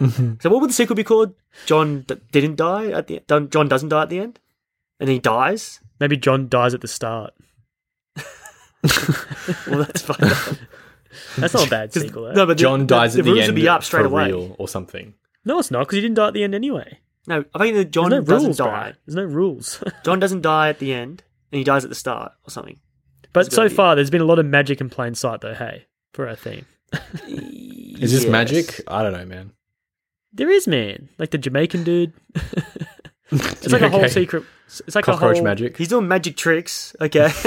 Speaker 3: So what would the sequel be called? John d- didn't die at the end. John doesn't die at the end, and he dies.
Speaker 2: Maybe John dies at the start.
Speaker 3: Well, that's fucked up.
Speaker 2: That's not a bad
Speaker 3: 'Cause-
Speaker 2: sequel. eh?
Speaker 3: no,
Speaker 2: No,
Speaker 3: but the-
Speaker 1: John
Speaker 3: the-
Speaker 1: dies
Speaker 3: the,
Speaker 1: at the,
Speaker 3: rules
Speaker 1: end
Speaker 3: would be up straight
Speaker 1: for
Speaker 3: away.
Speaker 1: real or something.
Speaker 2: no, it's not because he didn't die at the end anyway.
Speaker 3: No, I think that John
Speaker 2: There's no
Speaker 3: doesn't
Speaker 2: rules,
Speaker 3: die.
Speaker 2: bro. There's no rules.
Speaker 3: John doesn't die at the end, and he dies at the start or something.
Speaker 2: but so
Speaker 3: idea.
Speaker 2: far, there's been a lot of magic in plain sight, though. Hey, for our theme,
Speaker 1: Is this magic? I don't know, man.
Speaker 2: there is man, like the Jamaican dude. It's like a whole secret. It's like
Speaker 1: cockroach
Speaker 2: a whole,
Speaker 1: magic.
Speaker 3: He's doing magic tricks. Okay.
Speaker 2: It's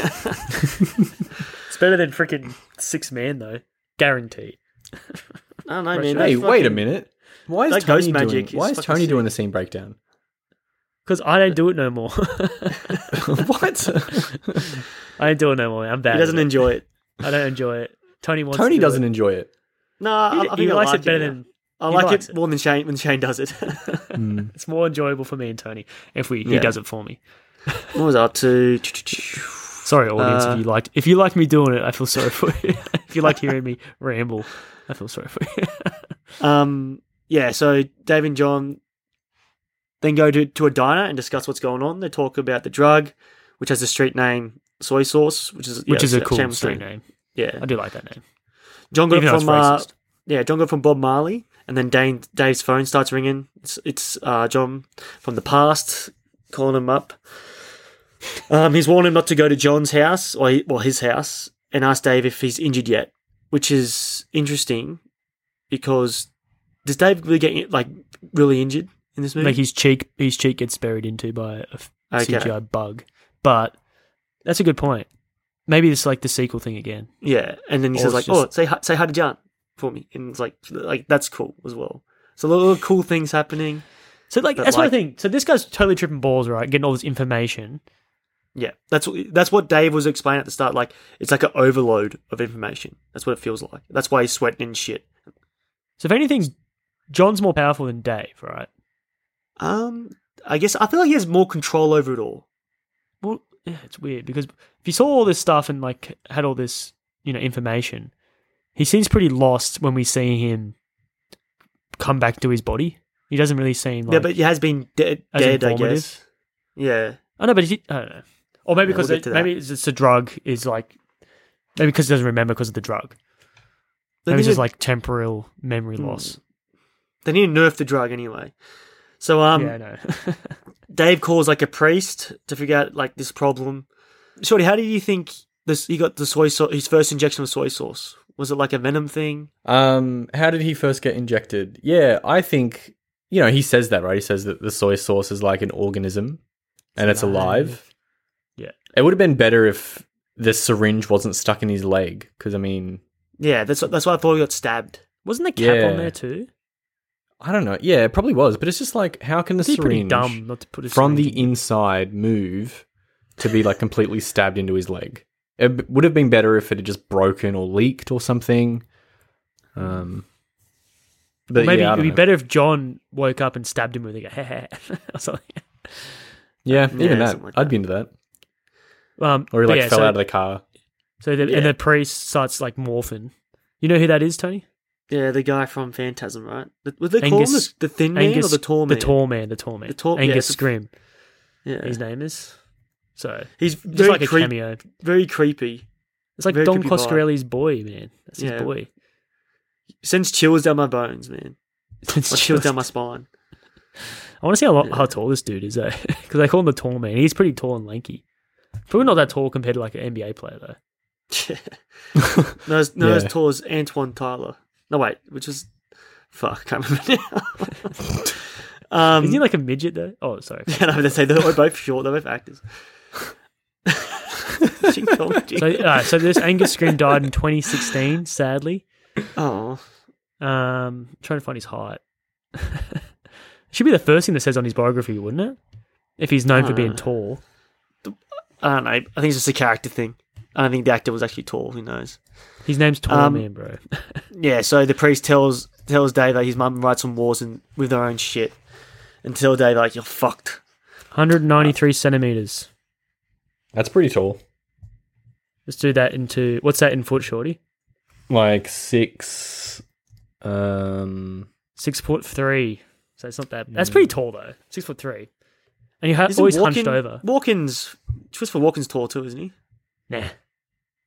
Speaker 2: better than freaking six man though, guarantee.
Speaker 3: I don't know, man.
Speaker 1: Hey,
Speaker 3: They
Speaker 1: wait a
Speaker 3: fucking-
Speaker 1: minute. Why is
Speaker 3: that
Speaker 1: Tony
Speaker 3: ghost magic
Speaker 1: doing? Why
Speaker 3: is
Speaker 1: is
Speaker 3: fucking
Speaker 1: Tony doing the scene breakdown?
Speaker 2: Because I don't do it no more.
Speaker 1: what?
Speaker 2: I don't do it no more. I'm bad.
Speaker 3: He doesn't
Speaker 2: at it.
Speaker 3: enjoy it.
Speaker 2: I don't enjoy it. Tony wants.
Speaker 1: Tony
Speaker 2: to do
Speaker 1: doesn't
Speaker 2: It.
Speaker 1: enjoy it.
Speaker 3: No, I, I
Speaker 2: He,
Speaker 3: think
Speaker 2: he
Speaker 3: I
Speaker 2: likes
Speaker 3: like
Speaker 2: it better
Speaker 3: now.
Speaker 2: than.
Speaker 3: I
Speaker 2: he
Speaker 3: like
Speaker 2: likes
Speaker 3: it,
Speaker 2: it.
Speaker 3: more than Shane when Shane does it.
Speaker 2: It's more enjoyable for me and Tony if we he
Speaker 1: Yeah.
Speaker 2: does it for me.
Speaker 3: what was I to?
Speaker 2: Sorry, audience,
Speaker 3: Uh,
Speaker 2: if you liked if you like me doing it, I feel sorry for you. if you like hearing me ramble, I feel sorry for you.
Speaker 3: Um, yeah, so Dave and John then go to, to a diner and discuss what's going on. They talk about the drug, which has the street name soy sauce, which is yeah,
Speaker 2: Which is a
Speaker 3: it's
Speaker 2: cool
Speaker 3: shameless
Speaker 2: street name.
Speaker 3: Yeah,
Speaker 2: I do like that name,
Speaker 3: John got
Speaker 2: even
Speaker 3: it
Speaker 2: though it's
Speaker 3: from uh,
Speaker 2: racist.
Speaker 3: yeah John got it from Bob Marley, and then Dane, Dave's phone starts ringing. It's it's uh, John from the past calling him up. Um, he's warned him not to go to John's house or he, well his house and asked Dave if he's injured yet, which is interesting because does Dave really get like really injured in this movie?
Speaker 2: Like his cheek, his cheek gets buried into by a f-
Speaker 3: Okay.
Speaker 2: CGI bug. But that's a good point. Maybe it's like the sequel thing again.
Speaker 3: yeah, and then he
Speaker 2: Or
Speaker 3: says like,
Speaker 2: it's
Speaker 3: "Oh, say hi, say hi to John for me," and it's like like that's cool as well. So little, little cool things happening.
Speaker 2: So like
Speaker 3: But,
Speaker 2: that's
Speaker 3: like-
Speaker 2: what I think. So this guy's totally tripping balls, right? Getting all this information.
Speaker 3: Yeah, that's what- that's what Dave was explaining at the start. Like it's like an overload of information. That's what it feels like. That's why he's sweating and shit.
Speaker 2: So if anything, John's more powerful than Dave, right?
Speaker 3: Um, I guess I feel like he has more control over it all.
Speaker 2: Well, yeah, it's weird because if he saw all this stuff and like had all this, you know, information, he seems pretty lost when we see him come back to his body. He doesn't really seem like.
Speaker 3: yeah, but he has been dead,
Speaker 2: as
Speaker 3: dead I
Speaker 2: informative.
Speaker 3: guess. Yeah,
Speaker 2: I know, Oh, but he, I don't know. Or maybe
Speaker 3: Yeah, we'll
Speaker 2: because
Speaker 3: get
Speaker 2: it-
Speaker 3: to that.
Speaker 2: maybe it's just a drug is like maybe because he doesn't remember because of the drug.
Speaker 3: They
Speaker 2: maybe
Speaker 3: need
Speaker 2: it's just
Speaker 3: to-
Speaker 2: like temporal memory
Speaker 3: Hmm.
Speaker 2: loss.
Speaker 3: they need to nerf the drug anyway. So um,
Speaker 2: yeah, I know.
Speaker 3: Dave calls like a priest to figure out like this problem. Shorty, how do you think this? He got the soy sauce. His first injection of soy sauce was it like a venom thing?
Speaker 1: Um, how did he first get injected? Yeah, I think you know he says that right. He says that the soy sauce is like an organism, and it's alive.
Speaker 2: alive. Yeah.
Speaker 1: it would have been better if the syringe wasn't stuck in his leg. Because I mean,
Speaker 3: Yeah, that's that's why I thought he got stabbed.
Speaker 2: Wasn't the cap
Speaker 1: Yeah.
Speaker 2: on there too?
Speaker 1: I don't know. Yeah, it probably was, but it's just like how can the
Speaker 2: It'd be pretty
Speaker 1: syringe
Speaker 2: dumb not to put a
Speaker 1: from
Speaker 2: syringe
Speaker 1: the inside move to be like completely stabbed into his leg? It b- would have been better if it had just broken or leaked or something. Um, but
Speaker 2: Or maybe
Speaker 1: yeah, I
Speaker 2: it'd
Speaker 1: don't
Speaker 2: be
Speaker 1: know.
Speaker 2: better if John woke up and stabbed him with a hair or something.
Speaker 1: Yeah,
Speaker 3: Yeah,
Speaker 1: even that,
Speaker 3: something like
Speaker 1: I'd
Speaker 3: that.
Speaker 1: be into that.
Speaker 2: Um,
Speaker 1: Or he
Speaker 2: but
Speaker 1: like
Speaker 2: yeah,
Speaker 1: fell
Speaker 2: so,
Speaker 1: out of the car.
Speaker 2: so the, and the priest starts like morphing. You know who that is, Tony?
Speaker 3: Yeah, the guy from Phantasm, right? The, was they call him the,
Speaker 2: Angus-
Speaker 3: the thin man or the tall man?
Speaker 2: The tall man. The tall man.
Speaker 3: The tall- yeah,
Speaker 2: Angus
Speaker 3: the-
Speaker 2: Scrim.
Speaker 3: Yeah,
Speaker 2: His
Speaker 3: he's,
Speaker 2: name is. So just
Speaker 3: very
Speaker 2: like a
Speaker 3: creep-
Speaker 2: cameo.
Speaker 3: very creepy.
Speaker 2: It's like
Speaker 3: very
Speaker 2: Don
Speaker 3: creepy vibe.
Speaker 2: Coscarelli's boy, man. That's his
Speaker 3: Yeah.
Speaker 2: boy.
Speaker 3: sends chills down my bones, man. Or chills down my spine.
Speaker 2: I want to see how, lo- how tall this dude is, though, because they call him the tall man. He's pretty tall and lanky. Probably not that tall compared to like an NBA player, though.
Speaker 3: Not as, not as
Speaker 1: Yeah.
Speaker 3: tall as Antoine Tyler. No, wait, which is fuck. I can't remember now. um,
Speaker 2: Isn't he like a midget though? Oh, sorry.
Speaker 3: yeah, no, they say they're both short. They're both actors. Jing dong, jing.
Speaker 2: So, uh, so this Angus Scream died in 2016, sadly.
Speaker 3: oh,
Speaker 2: Um, trying to find his height. Should be the first thing that says on his biography, wouldn't it? If he's known for being
Speaker 3: Uh.
Speaker 2: tall.
Speaker 3: I don't know. I think it's just a character thing. I don't think the actor was actually tall. Who knows?
Speaker 2: His name's Tall
Speaker 3: Um,
Speaker 2: Man, bro.
Speaker 3: Yeah, so the priest tells tells Dave that his mum rides some wars and with their own shit, and tell Dave like you're fucked. uh,
Speaker 2: 193 centimeters.
Speaker 1: That's pretty tall.
Speaker 2: Let's do that into what's that in foot, shorty?
Speaker 1: Like six. Um.
Speaker 2: Six foot three. So it's not that. That's pretty tall though. Six foot three. And you ha-
Speaker 3: Hmm. Isn't
Speaker 2: always
Speaker 3: Walken-
Speaker 2: hunched over.
Speaker 3: Walken's Christopher Walken's tall too, isn't he?
Speaker 2: Nah.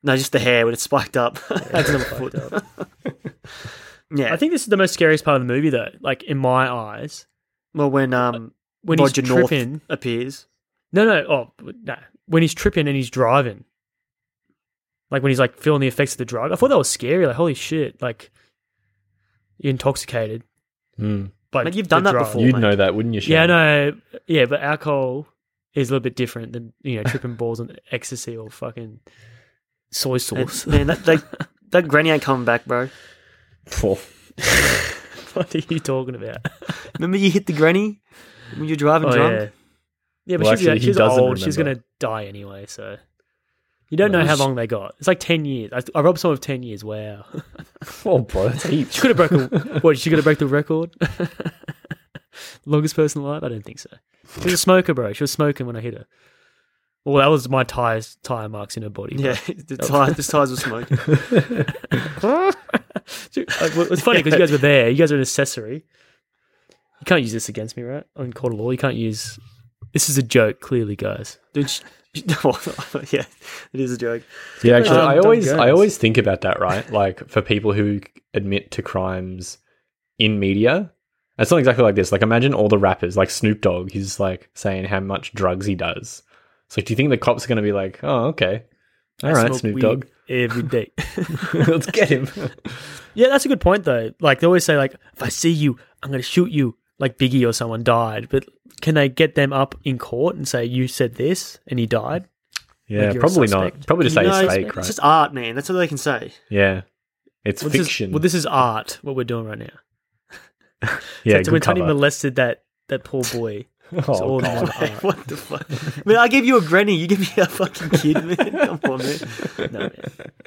Speaker 3: No, just the hair when it's spiked up. That's another
Speaker 2: Fucked
Speaker 3: foot.
Speaker 2: up.
Speaker 3: Yeah,
Speaker 2: I think this is the most scariest part of the movie though. Like in my eyes,
Speaker 3: Well, when um
Speaker 2: when
Speaker 3: Roger
Speaker 2: he's
Speaker 3: North
Speaker 2: tripping.
Speaker 3: appears,
Speaker 2: No, no. Oh, no. When he's tripping and he's driving, like when he's like feeling the effects of the drug. I thought that was scary. Like, holy shit! Like, you're intoxicated.
Speaker 1: mm.
Speaker 2: But
Speaker 3: Mate, you've done that before,
Speaker 1: You'd
Speaker 3: mate.
Speaker 1: know that, wouldn't you? Shane?
Speaker 2: Yeah, no, yeah, but alcohol is a little bit different than you know tripping balls on ecstasy or fucking soy
Speaker 3: and,
Speaker 2: sauce.
Speaker 3: man, that that, that granny ain't coming back, bro.
Speaker 1: Phew.
Speaker 2: what are you talking about?
Speaker 3: Remember you hit the granny when you're driving
Speaker 2: Oh,
Speaker 3: drunk.
Speaker 2: yeah, yeah, but
Speaker 1: Well,
Speaker 2: she's,
Speaker 1: actually, he
Speaker 2: she's old.
Speaker 1: doesn't
Speaker 2: She's
Speaker 1: remember.
Speaker 2: gonna die anyway, so. You don't
Speaker 1: Well,
Speaker 2: know how
Speaker 1: it's-
Speaker 2: long they got. It's like ten years. I, I robbed someone of ten years. Wow.
Speaker 1: Oh, bro, that's
Speaker 2: She
Speaker 1: heaps.
Speaker 2: could have broke a what? She could have broke the record. Longest person alive? I don't think so. She was a smoker, bro. She was smoking when I hit her. Well, that was my tires, tire marks in her body. bro.
Speaker 3: Yeah, the tires, the tires were smoking.
Speaker 2: She- like, well, it's funny because you guys were there. You guys were an accessory. You can't use this against me, right? In court of law, you can't use. This is a joke, clearly, guys.
Speaker 3: Dude, sh- yeah, it is a joke.
Speaker 1: Yeah, actually,
Speaker 2: Um,
Speaker 1: I
Speaker 2: dumb
Speaker 1: always, I
Speaker 2: guns.
Speaker 1: always think about that, right? Like for people who admit to crimes in media, it's not exactly like this. Like, imagine all the rappers, like Snoop Dogg, he's like saying how much drugs he does. So, do you think the cops are going to be like, "Oh, okay, all
Speaker 2: I
Speaker 1: right,
Speaker 2: smoke
Speaker 1: Snoop
Speaker 2: weed
Speaker 1: Dogg,
Speaker 2: every day.
Speaker 1: let's get him."
Speaker 2: yeah, that's a good point though. Like they always say, like if I see you, I'm gonna shoot you. Like Biggie or someone died, but can they get them up in court and say you said this and he died?
Speaker 1: yeah,
Speaker 2: you're a
Speaker 1: probably
Speaker 2: suspect.
Speaker 1: not. Probably just
Speaker 3: You
Speaker 1: say
Speaker 3: know,
Speaker 1: it's
Speaker 3: it's-
Speaker 1: fake, right?
Speaker 3: It's just art, man. That's all they can say.
Speaker 1: yeah, it's
Speaker 2: Well, this
Speaker 1: fiction.
Speaker 2: is well, this is art. What we're doing right now.
Speaker 1: yeah,
Speaker 2: so
Speaker 1: good
Speaker 2: when Tony
Speaker 1: cover.
Speaker 2: molested that that poor boy, it's
Speaker 1: Oh,
Speaker 2: all
Speaker 1: God.
Speaker 2: about art.
Speaker 3: what the fuck? man, I gave you a granny. You give me a fucking kid, man. Come on, man.
Speaker 2: No, man.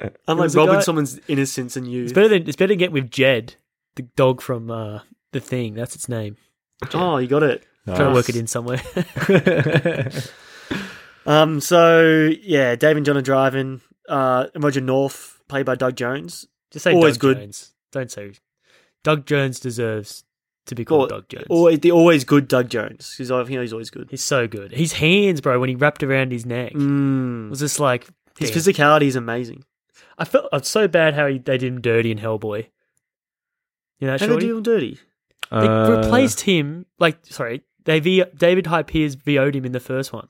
Speaker 3: I'm
Speaker 2: There
Speaker 3: like
Speaker 2: was a
Speaker 3: robbing
Speaker 2: guy-
Speaker 3: someone's innocence and you.
Speaker 2: It's better than it's better to get with Jed, the dog from uh, the thing. That's its name.
Speaker 3: Oh, you got it.
Speaker 2: Try to
Speaker 1: Nice.
Speaker 2: work it in somewhere.
Speaker 3: Um, so yeah, Dave and John are driving. Uh, and Roger North, played by Doug Jones.
Speaker 2: Just say
Speaker 3: Always
Speaker 2: Doug
Speaker 3: good.
Speaker 2: Jones. Don't say Doug Jones deserves to be
Speaker 3: Or,
Speaker 2: called Doug Jones.
Speaker 3: always, the always good Doug Jones. He's, you know, he's always good.
Speaker 2: He's so good. His hands, bro, when he wrapped around his neck,
Speaker 3: Mm.
Speaker 2: was just like
Speaker 3: His
Speaker 2: damn.
Speaker 3: physicality is amazing.
Speaker 2: I felt it's so bad how he, they did him dirty in Hellboy. You know, that
Speaker 3: How they
Speaker 2: shorty?
Speaker 3: do him dirty?
Speaker 2: they
Speaker 1: Uh,
Speaker 2: replaced him. Like, sorry, they v- David High Piers VO'd him in the first one.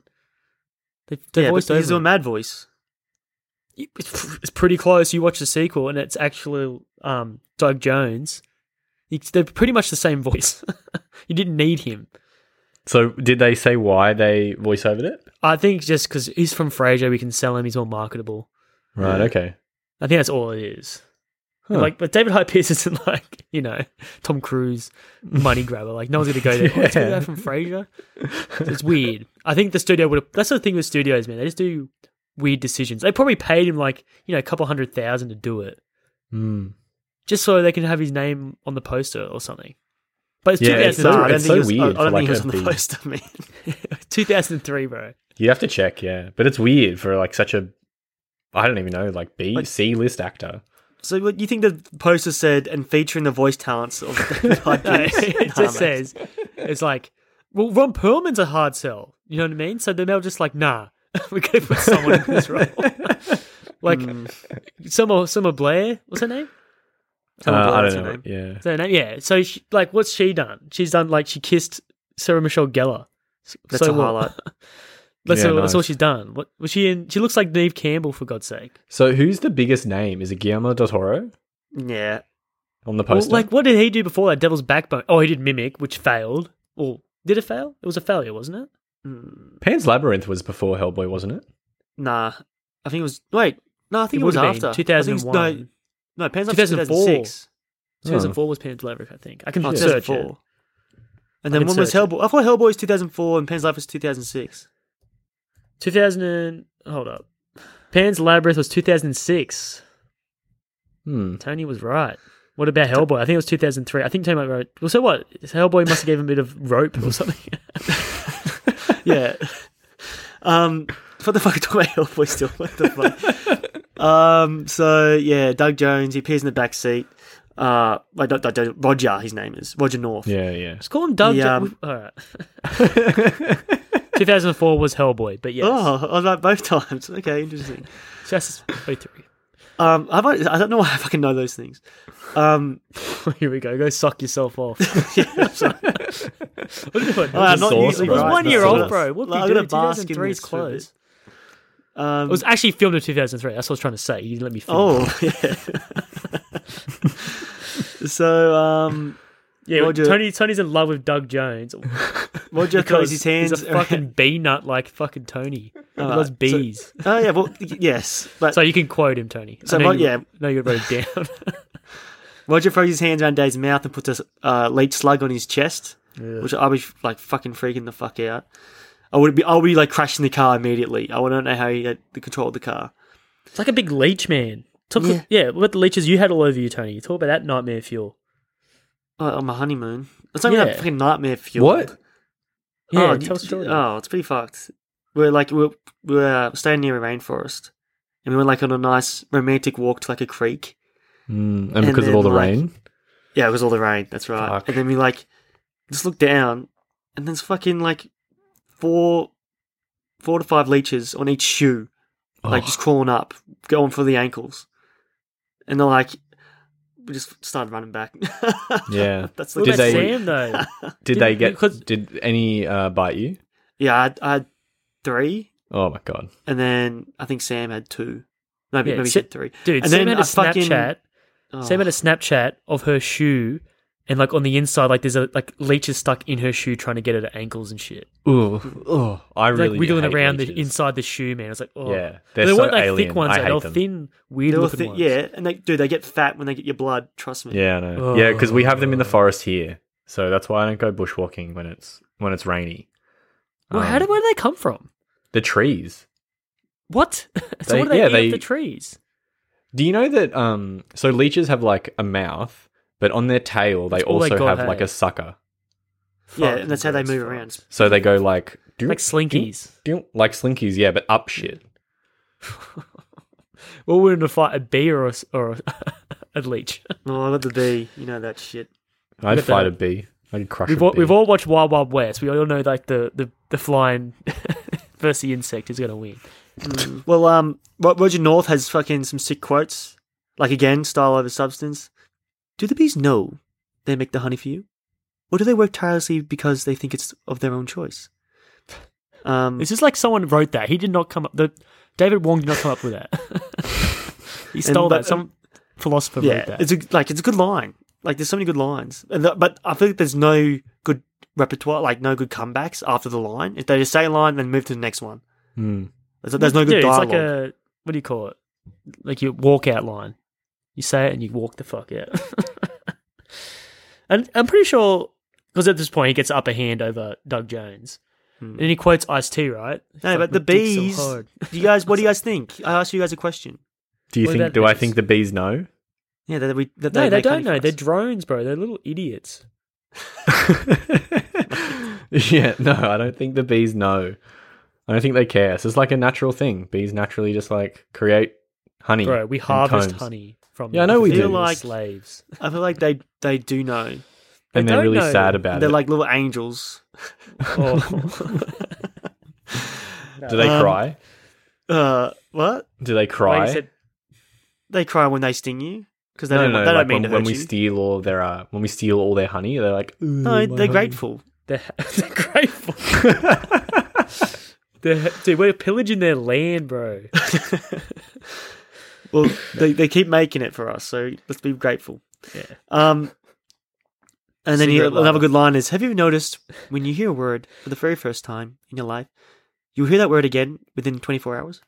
Speaker 2: They, they
Speaker 3: yeah, but
Speaker 2: voiced over.
Speaker 3: he's
Speaker 2: him.
Speaker 3: a mad voice.
Speaker 2: it's pretty close. You watch the sequel, and it's actually um, Doug Jones. It's, they're pretty much the same voice. you didn't need him.
Speaker 1: so, did they say why they voice overed it?
Speaker 2: I think just because he's from Frasier, we can sell him. He's more marketable.
Speaker 1: Right.
Speaker 3: Yeah.
Speaker 1: Okay.
Speaker 2: I think that's all it is.
Speaker 1: Huh.
Speaker 2: Like, but David Hyde Pierce isn't like you know Tom Cruise money grabber. Like, no one's gonna go there. Oh, it's the guy
Speaker 1: Yeah.
Speaker 2: from Frasier. So it's weird. I think the studio would. have That's the thing with studios, man. They just do weird decisions. They probably paid him like you know a couple hundred thousand to do it. Hmm.
Speaker 1: Mm.
Speaker 2: just so they can have his name on the poster or something. But it's
Speaker 1: Yeah, it's so-
Speaker 3: Nah,
Speaker 2: 2003.
Speaker 3: I don't
Speaker 1: it's
Speaker 3: think
Speaker 1: so
Speaker 3: he was- I-
Speaker 1: weird
Speaker 3: I don't
Speaker 1: for,
Speaker 3: think he
Speaker 1: like,
Speaker 3: was
Speaker 1: a
Speaker 3: on the
Speaker 1: big-
Speaker 3: poster, man.
Speaker 2: 2003, bro.
Speaker 1: You have to check, yeah. But it's weird for like such a I don't even know, like B
Speaker 3: Like-
Speaker 1: C list actor.
Speaker 3: So what, you think the poster said and featuring the voice talents of David Hyde
Speaker 2: No,
Speaker 3: Pierce? Nah,
Speaker 2: it
Speaker 3: man.
Speaker 2: just says it's like, well, Ron Perlman's a hard sell. You know what I mean? So they're just like, nah, we're gonna put someone in this role. like,
Speaker 3: Mm.
Speaker 2: Summer Summer Blair, what's her name?
Speaker 3: Tell me
Speaker 1: Uh, I
Speaker 3: that's
Speaker 1: don't
Speaker 3: her
Speaker 1: know.
Speaker 3: name.
Speaker 1: Yeah.
Speaker 2: Is that her name? Yeah. So, she, like, what's she done? She's done, like, she kissed Sarah Michelle Gellar. S-
Speaker 3: That's
Speaker 2: so
Speaker 3: a
Speaker 2: what?
Speaker 3: highlight.
Speaker 2: That's,
Speaker 1: Yeah,
Speaker 2: all, that's all
Speaker 1: nice.
Speaker 2: she's done. What was she in? She looks like Neve Campbell, for God's sake.
Speaker 1: So who's the biggest name? Is it Guillermo del Toro
Speaker 3: Yeah.
Speaker 1: on the
Speaker 2: Well,
Speaker 1: poster?
Speaker 2: like, what did he do before that? Devil's Backbone. Oh, he did Mimic, which failed. Or did it fail? It was a failure, wasn't it?
Speaker 3: Mm,
Speaker 1: Pan's Labyrinth was before Hellboy, wasn't it?
Speaker 3: Nah. I think it was. Wait. No, I think it, was
Speaker 2: would have
Speaker 3: after.
Speaker 2: been
Speaker 3: I think it's-
Speaker 2: 2001.
Speaker 3: No, no Pan's
Speaker 2: 2004.
Speaker 3: 2006.
Speaker 1: Hmm.
Speaker 2: 2004 was Pan's Labyrinth, I think. I can
Speaker 3: Oh,
Speaker 2: search
Speaker 3: 2004.
Speaker 2: it.
Speaker 3: And
Speaker 2: I
Speaker 3: then
Speaker 2: can
Speaker 3: when was
Speaker 2: search it.
Speaker 3: Hellboy? I thought Hellboy was 2004 and Pan's Life was 2006.
Speaker 2: 2000 and, hold up. Pan's Labyrinth was 2006.
Speaker 1: Hmm.
Speaker 2: Tony was right. What about Hellboy? I think it was 2003. I think Tony might wrote. Well, so what? Hellboy must have gave him a bit of rope or something.
Speaker 3: yeah. Um, what the fuck am I talking about Hellboy still? What the fuck? um, so yeah, Doug Jones. He appears in the back seat. Uh, like not, not, Doug- Roger. His name is Roger North.
Speaker 1: Yeah, yeah.
Speaker 2: Just call him Doug.
Speaker 3: The,
Speaker 2: Jo-
Speaker 3: um,
Speaker 2: All right. 2004 was Hellboy, but yes,
Speaker 3: Oh, I was like both times. Okay, interesting.
Speaker 2: just 03.
Speaker 3: Um, I, might, I don't know why I fucking know those things. Um,
Speaker 2: Here we go. Go suck yourself off.
Speaker 3: yeah, I'm sorry.
Speaker 2: What are you doing?
Speaker 3: Oh,
Speaker 1: not
Speaker 3: I'm not
Speaker 1: sauce,
Speaker 3: usually
Speaker 1: bro.
Speaker 2: It was
Speaker 1: Right,
Speaker 2: one
Speaker 1: the
Speaker 2: year old,
Speaker 1: sauce.
Speaker 2: bro. What
Speaker 3: Like,
Speaker 2: did
Speaker 3: I'm
Speaker 2: you do?
Speaker 3: gonna bask in
Speaker 2: 2003 is
Speaker 3: this for a
Speaker 2: close.
Speaker 3: bit. Um,
Speaker 2: It was actually filmed in 2003. That's what I was trying to say. You didn't let me finish.
Speaker 3: oh yeah. oh, so um,
Speaker 2: yeah.
Speaker 3: Roger-
Speaker 2: Tony, Tony's in love with Doug Jones.
Speaker 3: Roger
Speaker 2: because
Speaker 3: throws his hands.
Speaker 2: He's a
Speaker 3: around-
Speaker 2: fucking bee nut like fucking Tony. He
Speaker 3: All
Speaker 2: loves
Speaker 3: right, so-
Speaker 2: bees.
Speaker 3: Oh yeah, well y- yes, but
Speaker 2: So you can quote him, Tony.
Speaker 3: So
Speaker 2: I know
Speaker 3: my-
Speaker 2: you-
Speaker 3: yeah.
Speaker 2: no, you wrote it down.
Speaker 3: Roger throws his hands around Dave's mouth and puts a uh, leech slug on his chest,
Speaker 2: Yeah.
Speaker 3: which I'll be like fucking freaking the fuck out. I would be, I'll be like crashing the car immediately. I wouldn't know how he had the control of the car.
Speaker 2: it's like a big leech man. Talk, yeah.
Speaker 3: Yeah.
Speaker 2: what about the leeches you had all over you, Tony? Talk about that nightmare fuel.
Speaker 3: Oh, on my honeymoon, it's not even
Speaker 2: Yeah.
Speaker 3: a fucking nightmare fuel.
Speaker 1: What?
Speaker 2: Yeah,
Speaker 3: oh,
Speaker 2: tell
Speaker 3: you-
Speaker 2: us story.
Speaker 3: oh, it's pretty fucked. We're like we're, we're uh, staying near a rainforest, and we went like on a nice romantic walk to like a creek.
Speaker 1: Mm, and,
Speaker 3: And
Speaker 1: because of
Speaker 3: then,
Speaker 1: all the
Speaker 3: like-
Speaker 1: rain,
Speaker 3: Yeah, it was all the rain. That's right.
Speaker 1: Fuck.
Speaker 3: And then we like just look down, and there's fucking like four, four to five leeches on each shoe, like
Speaker 1: Oh.
Speaker 3: just crawling up, going for the ankles, and they're like, we just started running back.
Speaker 1: Yeah.
Speaker 3: that's the
Speaker 2: What
Speaker 1: Did
Speaker 2: about
Speaker 1: they-
Speaker 2: Sam though?
Speaker 1: did
Speaker 2: Did-
Speaker 1: they get?
Speaker 2: because-
Speaker 1: did any uh, bite you?
Speaker 3: yeah. I had, I had three,
Speaker 1: Oh my god!
Speaker 3: and then I think Sam had two. No,
Speaker 2: Yeah,
Speaker 3: maybe
Speaker 2: Sa-
Speaker 3: she had three.
Speaker 2: Dude,
Speaker 3: And
Speaker 2: Sam
Speaker 3: then
Speaker 2: had a
Speaker 3: I fucking-
Speaker 2: Snapchat.
Speaker 3: Oh,
Speaker 2: Sam had a Snapchat of her shoe, and like on the inside, like there's a like leeches stuck in her shoe trying to get at her ankles and shit.
Speaker 1: Ooh, oh, I
Speaker 2: It's,
Speaker 1: really
Speaker 2: like wiggling
Speaker 1: hate
Speaker 2: around the
Speaker 1: leeches.
Speaker 2: inside the shoe, man. It's like oh
Speaker 1: Yeah,
Speaker 2: They
Speaker 1: they're so
Speaker 2: weren't like
Speaker 1: alien.
Speaker 2: thick ones.
Speaker 1: I
Speaker 2: though.
Speaker 1: hate
Speaker 2: they were
Speaker 1: them.
Speaker 2: thin, weird
Speaker 3: They were
Speaker 2: looking
Speaker 3: thi-
Speaker 2: ones.
Speaker 3: yeah, and they dude, they get fat when they get your blood. Trust me.
Speaker 1: Yeah, I know. yeah, because we have them in the forest here, so that's why I don't go bushwalking when it's when it's rainy.
Speaker 2: Well, how
Speaker 1: Um,
Speaker 2: did where did they come from?
Speaker 1: the trees?
Speaker 2: What? so
Speaker 1: They-
Speaker 2: what do they
Speaker 1: yeah,
Speaker 2: eat
Speaker 1: they-
Speaker 2: off the trees?
Speaker 1: Do you know that? Um, so leeches have like a mouth, but on their tail they
Speaker 2: That's all they
Speaker 1: also
Speaker 2: got,
Speaker 1: have
Speaker 2: hey.
Speaker 1: like a sucker,
Speaker 3: Yeah,
Speaker 2: Fuck,
Speaker 3: and that's how they
Speaker 2: that's
Speaker 3: move
Speaker 2: fucked.
Speaker 3: around.
Speaker 1: so they go like doop,
Speaker 2: Like
Speaker 1: doop,
Speaker 2: slinkies.
Speaker 1: doop, like slinkies. Yeah, but up shit.
Speaker 2: Well, we're going to fight a bee or a, s- or a, a leech.
Speaker 3: Oh, I got the bee. You know that shit.
Speaker 1: I'd
Speaker 2: at
Speaker 1: fight a
Speaker 2: that.
Speaker 1: bee. I'd crush
Speaker 2: We've
Speaker 1: a
Speaker 2: all,
Speaker 1: bee.
Speaker 2: we've all watched Wild Wild West. We all know like the the, the flying versus the insect is going to win.
Speaker 3: Well, um, Ro- Roger North has fucking some sick quotes. Like again, style over substance. Do the bees know they make the honey for you, or do they work tirelessly because they think it's of their own choice? Um,
Speaker 2: It's just like someone wrote that. He did not come up. The David Wong did not come up with that. he stole
Speaker 3: but-
Speaker 2: that. Some philosopher
Speaker 3: um, yeah,
Speaker 2: wrote that.
Speaker 3: it's a, like it's a good line. Like there's so many good lines, and the, but I feel like there's no good repertoire, like no good comebacks after the line. If they just say a line, then move to the next one.
Speaker 1: Hmm.
Speaker 3: There's, there's no good
Speaker 2: Dude,
Speaker 3: dialogue.
Speaker 2: It's like a what do you call it? Like your walkout line. You say it and you walk the fuck out. and I'm pretty sure because at this point he gets the upper hand over Doug Jones, and
Speaker 3: Hmm.
Speaker 2: he quotes Ice T, right?
Speaker 3: no,
Speaker 2: Fuck,
Speaker 3: but the
Speaker 2: my dick's so
Speaker 3: bees.
Speaker 2: hard.
Speaker 3: do you guys? What do you guys think? I asked you guys a question.
Speaker 1: Do you
Speaker 2: What
Speaker 1: think?
Speaker 2: about
Speaker 1: Do I
Speaker 2: leeches?
Speaker 1: think the bees know?
Speaker 3: Yeah, that we that
Speaker 2: No, they
Speaker 3: make
Speaker 2: don't
Speaker 3: honey for
Speaker 2: know.
Speaker 3: us.
Speaker 2: They're drones, bro. They're little idiots.
Speaker 1: yeah, no, I don't think the bees know. I don't think they care. So it's like a natural thing. Bees naturally just like create honey.
Speaker 2: Bro, we
Speaker 1: and
Speaker 2: harvest
Speaker 1: combs.
Speaker 2: honey from
Speaker 1: Yeah, I
Speaker 2: them.
Speaker 1: know we
Speaker 2: They're
Speaker 1: do.
Speaker 2: like
Speaker 3: Like-
Speaker 2: slaves.
Speaker 3: I feel like they they do know.
Speaker 1: And
Speaker 2: They
Speaker 1: they're
Speaker 2: don't
Speaker 1: really
Speaker 2: know.
Speaker 1: sad about
Speaker 3: They're
Speaker 1: it.
Speaker 3: like little angels.
Speaker 2: Oh.
Speaker 1: do they
Speaker 3: Um,
Speaker 1: cry?
Speaker 3: Uh, what?
Speaker 1: Do they
Speaker 2: Wait, you
Speaker 1: cry?
Speaker 2: said-
Speaker 3: They cry when they sting you. because they
Speaker 1: No,
Speaker 3: don't,
Speaker 1: no, no.
Speaker 3: they don't
Speaker 1: like when,
Speaker 3: mean to
Speaker 1: when
Speaker 3: hurt
Speaker 1: we
Speaker 3: you.
Speaker 1: steal all their uh, when we steal all their honey, they're like, "Ooh,
Speaker 3: no,
Speaker 1: my
Speaker 3: they're
Speaker 1: honey."
Speaker 3: grateful.
Speaker 2: They're, they're grateful. they're, dude, we're pillaging their land, bro.
Speaker 3: Well, they, they keep making it for us, so let's be grateful.
Speaker 2: Yeah.
Speaker 3: Um, and then
Speaker 2: Secret
Speaker 3: you,
Speaker 2: love.
Speaker 3: another good line is: Have you ever noticed when you hear a word for the very first time in your life, you hear that word again within 24 hours?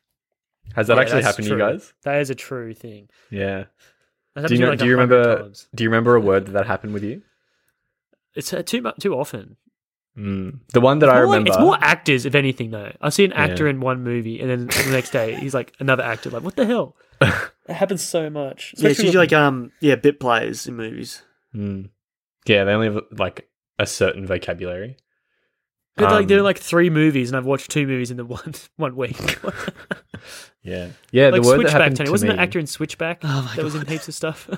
Speaker 1: Has that
Speaker 2: Yeah,
Speaker 1: actually
Speaker 2: that's
Speaker 1: happened to you
Speaker 2: true.
Speaker 1: guys?
Speaker 2: That is a true thing.
Speaker 1: Yeah.
Speaker 2: That's
Speaker 1: Do you
Speaker 2: happened to me,
Speaker 1: know,
Speaker 2: like,
Speaker 1: do you
Speaker 2: 100
Speaker 1: remember?
Speaker 2: times.
Speaker 1: Do you remember a word that that happened with you?
Speaker 2: It's uh, too much, too often.
Speaker 1: Mm. The one that I
Speaker 2: More like-
Speaker 1: remember.
Speaker 2: it's more actors, if anything, though. I see an actor
Speaker 1: Yeah.
Speaker 2: in one movie, and then the next day he's like another actor. Like, what the hell? it happens so much.
Speaker 3: yeah, it's usually like um yeah bit players in movies.
Speaker 1: Mm. Yeah, they only have like a certain vocabulary.
Speaker 2: But, like there are
Speaker 1: um,
Speaker 2: like three movies, and I've watched two movies in the one one week. like
Speaker 1: Yeah, yeah. the word that
Speaker 2: Switchback,
Speaker 1: happened
Speaker 2: Tony.
Speaker 1: to
Speaker 2: Wasn't
Speaker 1: me.
Speaker 2: an actor in Switchback
Speaker 3: Oh my
Speaker 2: that was in heaps of stuff?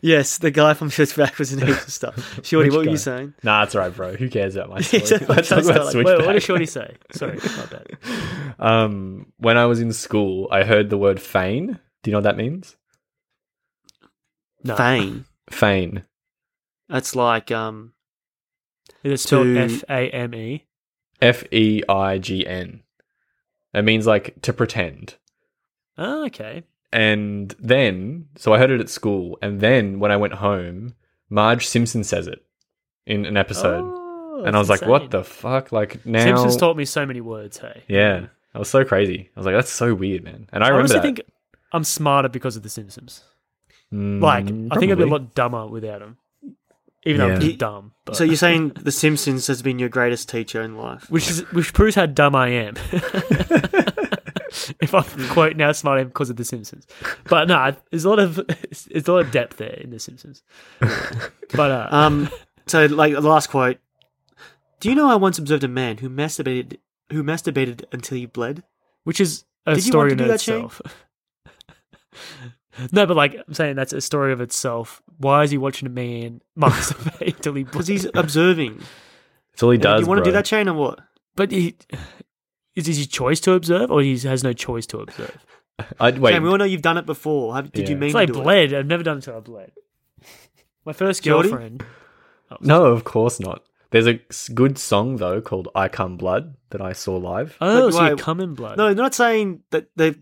Speaker 3: Yes, the guy from Switchback was in heaps of stuff. Shorty,
Speaker 1: Which
Speaker 3: what were
Speaker 1: guy?
Speaker 3: you saying?
Speaker 1: Nah, it's alright, bro. Who cares about my story?
Speaker 3: Exactly.
Speaker 1: Let's talk
Speaker 3: Don't
Speaker 1: about
Speaker 3: start
Speaker 2: Wait,
Speaker 3: like-
Speaker 1: Switchback.
Speaker 2: what did Shorty say? Sorry, my bad.
Speaker 1: um, when I was in school, I heard the word "fane." Do you know what that means?
Speaker 2: No,
Speaker 3: Fame.
Speaker 1: Fane.
Speaker 3: That's like um
Speaker 2: is it spelled
Speaker 3: To-
Speaker 2: F A M E?
Speaker 1: F E I G N. It means like to pretend.
Speaker 2: Oh, okay.
Speaker 1: And then, so I heard it at school, and then when I went home, Marge Simpson says it in an episode,
Speaker 2: Oh,
Speaker 1: and I was
Speaker 2: that's
Speaker 1: like, "What
Speaker 2: insane.
Speaker 1: the fuck?" Like now,
Speaker 2: Simpsons taught me so many words. Hey,
Speaker 1: yeah, I was so crazy. I was like, "That's so weird, man." And I remember
Speaker 2: honestly
Speaker 1: that.
Speaker 2: think I'm smarter because of the Simpsons.
Speaker 1: Mm,
Speaker 2: Like, I think I'd be a
Speaker 1: probably.
Speaker 2: lot dumber without them. Even though I'm
Speaker 1: Yeah.
Speaker 2: just dumb. But.
Speaker 3: So you're saying The Simpsons has been your greatest teacher in life?
Speaker 2: which is which proves how dumb I am. if I quote now smart I am because of The Simpsons, but no, there's a lot of there's a lot of depth there in The Simpsons. But uh,
Speaker 3: Um, so like the last quote. Do you know I once observed a man who masturbated who masturbated until he bled?
Speaker 2: which is a
Speaker 3: Did you
Speaker 2: story
Speaker 3: want to
Speaker 2: in
Speaker 3: do that, Shane?
Speaker 2: itself. no, but like I'm saying, that's a story of itself. Why is he watching a man masturbate till he?
Speaker 3: Because he's observing.
Speaker 1: That's all he does.
Speaker 3: Do you want to
Speaker 1: bro.
Speaker 3: do that, Shane, or what?
Speaker 2: But he is it his choice to observe, or he has no choice to observe?
Speaker 1: I, wait,
Speaker 3: Shane, we all know you've done it before. Have, did you
Speaker 1: Yeah.
Speaker 3: mean
Speaker 2: It's
Speaker 3: to
Speaker 2: like
Speaker 3: do it?
Speaker 2: bled. I've never done it until I bled. My first
Speaker 3: Geordie?
Speaker 2: girlfriend.
Speaker 1: no, of course not. There's a s- good song though called "I Come Blood" that I saw live.
Speaker 2: Oh,
Speaker 3: Like,
Speaker 2: so you
Speaker 3: why-
Speaker 2: come in blood.
Speaker 3: No, they're not saying that they're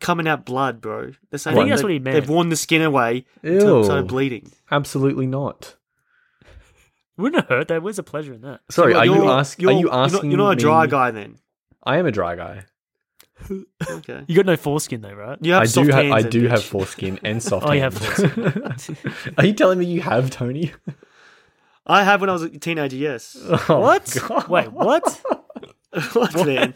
Speaker 3: coming out blood, bro. They're saying
Speaker 2: I think
Speaker 3: that
Speaker 2: that's what he
Speaker 3: they've-
Speaker 2: meant.
Speaker 3: They've worn the skin away until it started
Speaker 1: Ew.
Speaker 3: bleeding.
Speaker 1: Absolutely not.
Speaker 2: Wouldn't it hurt though? Where's the pleasure in that?
Speaker 1: Sorry,
Speaker 3: Well,
Speaker 1: are you
Speaker 3: you're-
Speaker 1: ask? Are
Speaker 3: you're-
Speaker 1: you
Speaker 3: you're not-
Speaker 1: asking?
Speaker 3: You're not a dry
Speaker 1: me-
Speaker 3: guy then.
Speaker 1: I am a dry guy.
Speaker 3: Okay.
Speaker 2: You got no foreskin though, right?
Speaker 3: You have
Speaker 1: I do
Speaker 3: soft
Speaker 1: have.
Speaker 3: hands
Speaker 1: I
Speaker 3: then,
Speaker 1: do have
Speaker 3: bitch.
Speaker 1: foreskin and soft.
Speaker 2: Oh, you have
Speaker 1: hands. Are you telling me you have Tony?
Speaker 3: I have when I was a teenager. Yes.
Speaker 1: Oh,
Speaker 2: what? Wait, what?
Speaker 3: what, man?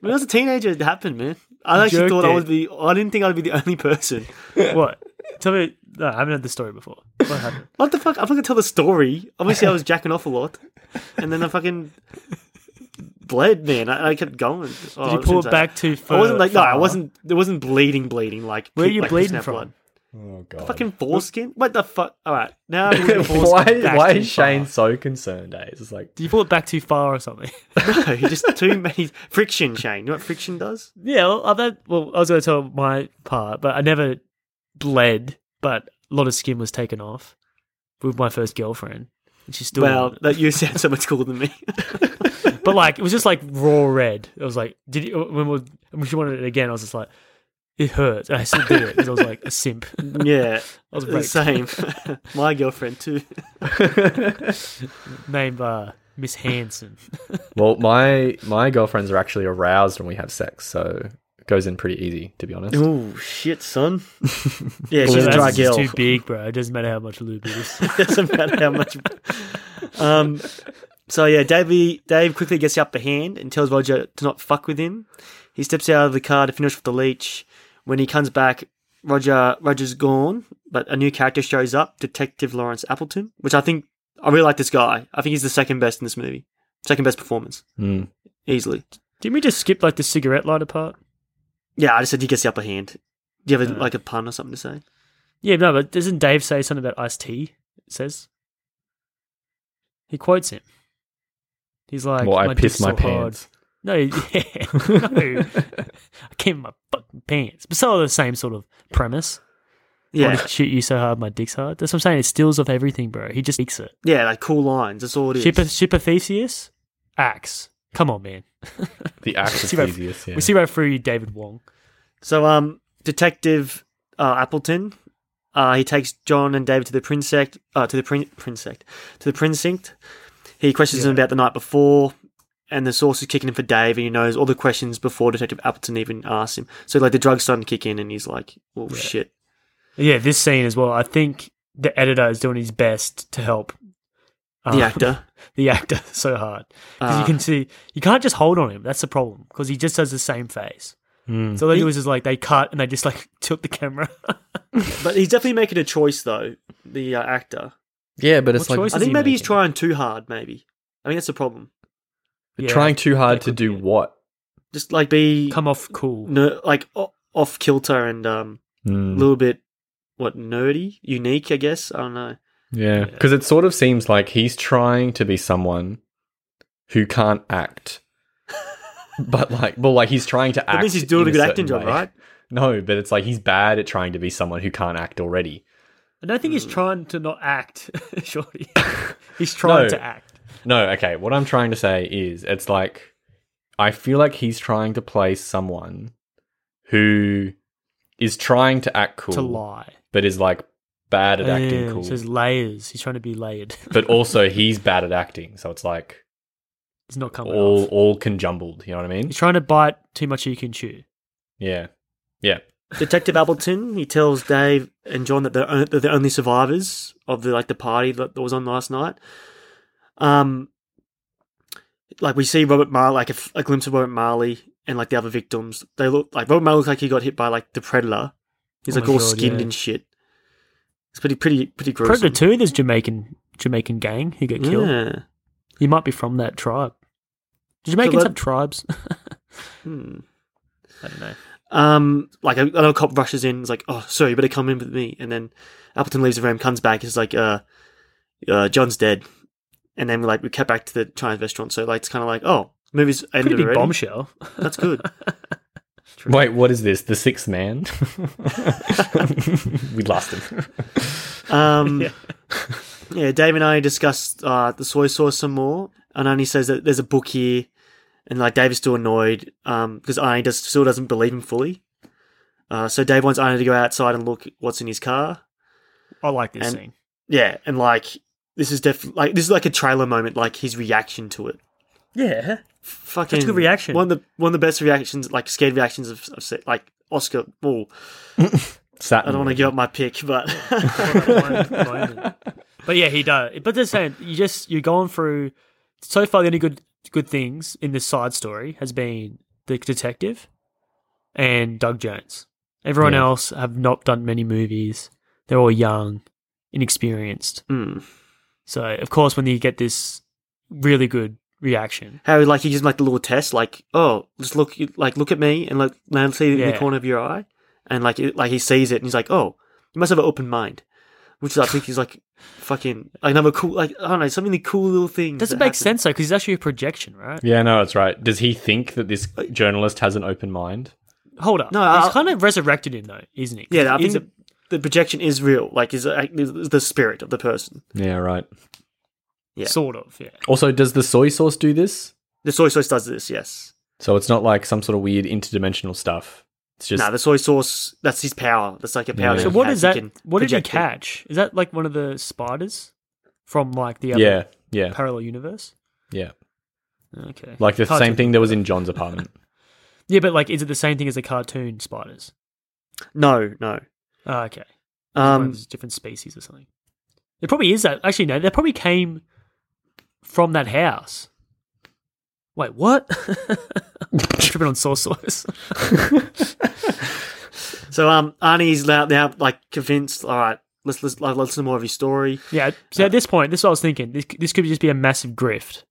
Speaker 3: When I was a teenager, it happened, man. I actually
Speaker 2: Jerked
Speaker 3: thought
Speaker 2: it.
Speaker 3: I would be. I didn't think I'd be the only person.
Speaker 2: what? Tell me. No, I haven't heard the story before. What happened?
Speaker 3: What the fuck? I'm not gonna tell the story. Obviously, I was jacking off a lot, and then I fucking bled, man. I, I kept going. Oh,
Speaker 2: Did you
Speaker 3: I
Speaker 2: pull
Speaker 3: shouldn't
Speaker 2: it
Speaker 3: say
Speaker 2: back too
Speaker 3: that.
Speaker 2: far?
Speaker 3: I wasn't like no. I
Speaker 2: far?
Speaker 3: wasn't. It wasn't bleeding, bleeding. Like
Speaker 2: Where are you
Speaker 3: like
Speaker 2: bleeding
Speaker 3: snap
Speaker 2: from?
Speaker 3: blood.
Speaker 1: Oh god.
Speaker 3: Fucking foreskin. What the fuck? All right, now. I'm gonna foreskin
Speaker 1: why?
Speaker 3: back
Speaker 1: Why
Speaker 3: too
Speaker 1: is Shane
Speaker 3: far.
Speaker 1: so concerned? Eh? It's just like
Speaker 2: Did you pull it back too far or something?
Speaker 3: No, just too many friction, Shane. You know what friction does?
Speaker 2: yeah. Well, I've had, well, I was going to tell my part, but I never bled, but a lot of skin was taken off with my first girlfriend. And she still.
Speaker 3: Well,
Speaker 2: wanted it.
Speaker 3: that you sound so much cooler than me.
Speaker 2: but like it was just like raw red. I was like, did you, when, we, when she wanted it again? I was just like, it hurts. And I still did it because I was like a simp.
Speaker 3: yeah,
Speaker 2: I was
Speaker 3: the
Speaker 2: raped.
Speaker 3: same. My girlfriend too.
Speaker 2: Named uh, Miss Hanson.
Speaker 1: well, my my girlfriends are actually aroused when we have sex, so it goes in pretty easy, to be honest.
Speaker 3: Oh shit, son. yeah,
Speaker 1: Well,
Speaker 3: she's a
Speaker 1: that's
Speaker 3: dry
Speaker 2: It's
Speaker 3: girl.
Speaker 2: too big, bro. It doesn't matter how much lube it is.
Speaker 3: Doesn't matter how much. Um, so yeah, Davey, Dave quickly gets the upper hand and tells Roger to not fuck with him. He steps out of the car to finish with the leech. When he comes back, Roger Roger's gone, but a new character shows up, Detective Lawrence Appleton, which I think I really like this guy. I think he's the second best in this movie. Second best performance,
Speaker 1: Mm.
Speaker 3: easily.
Speaker 2: Didn't we just skip like the cigarette lighter part?
Speaker 3: Yeah, I just said he gets the upper hand. Do you have a,
Speaker 2: Yeah.
Speaker 3: like a pun or something to say?
Speaker 2: Yeah, no, but doesn't Dave say something about iced tea? It says he quotes him. He's like,
Speaker 1: well, I
Speaker 2: dick's
Speaker 1: piss my
Speaker 2: so hard."
Speaker 1: pants.
Speaker 2: No, yeah, no. I came in my fucking pants. But still the same sort of premise. I want
Speaker 3: Yeah,
Speaker 2: to shoot you so hard, my dick's hard. That's what I'm saying. It steals off everything, bro. He just eats it.
Speaker 3: yeah, like cool lines. That's all it is.
Speaker 2: Ship of, ship of Theseus? Axe. Come on, man.
Speaker 1: The axe
Speaker 2: See
Speaker 1: is
Speaker 2: what-
Speaker 1: easiest. Yeah.
Speaker 2: We see right through you, David Wong.
Speaker 3: So, um, Detective uh, Appleton, uh, he takes John and David to the prinsect, uh, to the prin- prinsect, to the precinct. He questions them about the night before, and the source is kicking in for Dave, and he knows all the questions before Detective Appleton even asks him. So, like, the drug's starting to kick in, and he's like, "Oh shit!"
Speaker 2: Yeah, this scene as well. I think the editor is doing his best to help uh,
Speaker 3: The actor,
Speaker 2: the actor so hard because
Speaker 3: Uh,
Speaker 2: you can see you can't just hold on him. That's the problem because he just does the same face.
Speaker 1: Hmm.
Speaker 2: So all they
Speaker 3: Mm-hmm.
Speaker 2: do is just like they cut and they just like tilt the camera.
Speaker 3: but he's definitely making a choice though. The uh, actor,
Speaker 1: yeah, but it's
Speaker 2: What
Speaker 1: like
Speaker 2: choice
Speaker 3: I
Speaker 2: is
Speaker 3: think
Speaker 2: he
Speaker 3: maybe he's
Speaker 2: making?
Speaker 3: trying too hard. Maybe I mean that's the problem.
Speaker 2: Yeah,
Speaker 1: trying too hard
Speaker 2: that
Speaker 1: to
Speaker 2: could be
Speaker 1: do
Speaker 2: it.
Speaker 1: what?
Speaker 3: Just like be
Speaker 2: come off cool.
Speaker 3: ner- like o- off kilter and um,
Speaker 1: Hmm.
Speaker 2: Hmm.
Speaker 3: a little bit what nerdy, unique, I guess. I don't know.
Speaker 1: Yeah, because it sort of seems like he's trying to be someone who can't act, but like, well, like he's trying to act.
Speaker 3: That means he's doing
Speaker 1: in
Speaker 3: a good
Speaker 1: certain
Speaker 3: acting job,
Speaker 1: way.
Speaker 3: right?
Speaker 1: No, but it's like he's bad at trying to be someone who can't act already.
Speaker 2: I don't think
Speaker 3: Mm.
Speaker 2: he's trying to not act, Shorty. he's trying
Speaker 1: No.
Speaker 2: to act.
Speaker 1: No, okay. What I'm trying to say is, it's like I feel like he's trying to play someone who is trying to act cool,
Speaker 2: To lie.
Speaker 1: but is like bad at acting
Speaker 2: Oh, Yeah,
Speaker 1: cool.
Speaker 2: So there's layers. He's trying to be layered.
Speaker 1: but also he's bad at acting, so it's like
Speaker 2: It's not coming
Speaker 1: all
Speaker 2: off.
Speaker 1: all conjumbled. You know what I mean?
Speaker 2: He's trying to bite too much you can chew.
Speaker 1: Yeah, yeah.
Speaker 3: Detective Appleton, he tells Dave and John that they're, on- they're the only survivors of the like the party that that was on last night. Um, like we see Robert Marley, like a, f- a glimpse of Robert Marley and like the other victims. They look like Robert Marley looks like he got hit by like the predator. He's
Speaker 2: Oh
Speaker 3: like
Speaker 2: my
Speaker 3: all
Speaker 2: God,
Speaker 3: skinned
Speaker 2: yeah.
Speaker 3: and shit. It's pretty, pretty, pretty gruesome.
Speaker 2: Predator Two, there's Jamaican Jamaican gang who get killed.
Speaker 3: Yeah.
Speaker 2: He might be from that tribe. Did Jamaicans
Speaker 3: that-
Speaker 2: have tribes?
Speaker 3: Hmm.
Speaker 2: I don't know.
Speaker 3: Um, like another cop rushes in, is like, "Oh, sorry, you better come in with me." And then Appleton leaves the room, comes back, is like, "Uh, uh, John's dead." And then we like we cut back to the Chinese restaurant, so like it's kind of like, "Oh, movie's ended
Speaker 2: Pretty big
Speaker 3: already."
Speaker 2: bombshell.
Speaker 3: That's good.
Speaker 1: Wait, what is this? The Sixth Man? we lost him.
Speaker 3: Um, yeah. Dave and I discussed uh, the soy sauce some more, and Arnie says that there's a book here, and like Dave is still annoyed because Arnie does, still doesn't believe him fully. Uh, so Dave wants Arnie to go outside and look what's in his car.
Speaker 2: I like this
Speaker 3: And-
Speaker 2: scene.
Speaker 3: Yeah, and like this is definitely like this is like a trailer moment, like his reaction to it.
Speaker 2: Yeah.
Speaker 3: Fucking
Speaker 2: good reaction.
Speaker 3: One of the one of the best reactions, like scared reactions of, of se- like Oscar. Oh, I
Speaker 1: Saturn.
Speaker 3: don't want
Speaker 2: Mm.
Speaker 3: to give up my pick, but
Speaker 2: But yeah, he does. But the same, you just you're going through. So far, the only good good things in this side story has been the detective and Doug Jones. Everyone
Speaker 1: Yeah.
Speaker 2: else have not done many movies. They're all young, inexperienced.
Speaker 3: Mm.
Speaker 2: So of course, when you get this really good reaction,
Speaker 3: how like he gives him, like the little test, like oh, just look like look at me and like now see in the
Speaker 2: Yeah.
Speaker 3: corner of your eye, and like it, like he sees it and he's like oh, you must have an open mind, which I think is like fucking like another cool like I don't know something cool little thing.
Speaker 2: doesn't
Speaker 3: that
Speaker 2: make
Speaker 3: happened.
Speaker 2: sense though because it's actually a projection, right?
Speaker 1: Yeah, no, that's right. Does he think that this journalist has an open mind?
Speaker 2: Hold up,
Speaker 3: No,
Speaker 2: he's
Speaker 3: I'll-
Speaker 2: kind of resurrected him though, isn't he? 'Cause
Speaker 3: Yeah, I
Speaker 2: he's
Speaker 3: think the, the projection is real. Like, is uh, is the spirit of the person.
Speaker 1: Yeah, right.
Speaker 3: yeah.
Speaker 2: sort of. Yeah,
Speaker 1: Also, does the soy sauce do this?
Speaker 3: The soy sauce does this. Yes.
Speaker 1: So it's not like some sort of weird interdimensional stuff. It's just
Speaker 3: no, the soy sauce. That's his power. That's like a power.
Speaker 1: Yeah.
Speaker 3: that
Speaker 2: So
Speaker 3: he
Speaker 2: what
Speaker 3: has,
Speaker 2: is
Speaker 3: he
Speaker 2: that?
Speaker 3: can
Speaker 2: What did he
Speaker 3: project it.
Speaker 2: catch? Is that like one of the spiders from like the other
Speaker 1: yeah, yeah,
Speaker 2: parallel universe?
Speaker 1: yeah.
Speaker 2: Okay,
Speaker 1: Like the
Speaker 2: Can't
Speaker 1: same
Speaker 2: do-
Speaker 1: thing that was in John's apartment.
Speaker 2: Yeah, but like, is it the same thing as the cartoon spiders?
Speaker 3: No, no.
Speaker 2: Oh, okay, um,
Speaker 3: Um,
Speaker 2: different species or something. It probably is that. Actually, no, that probably came from that house. Wait, what? Tripping on soy sauce.
Speaker 3: so um, Arnie's now, now like convinced. All right, let's let's like, let's listen more of his story.
Speaker 2: Yeah. So at this point, this is what I was thinking. This this could just be a massive grift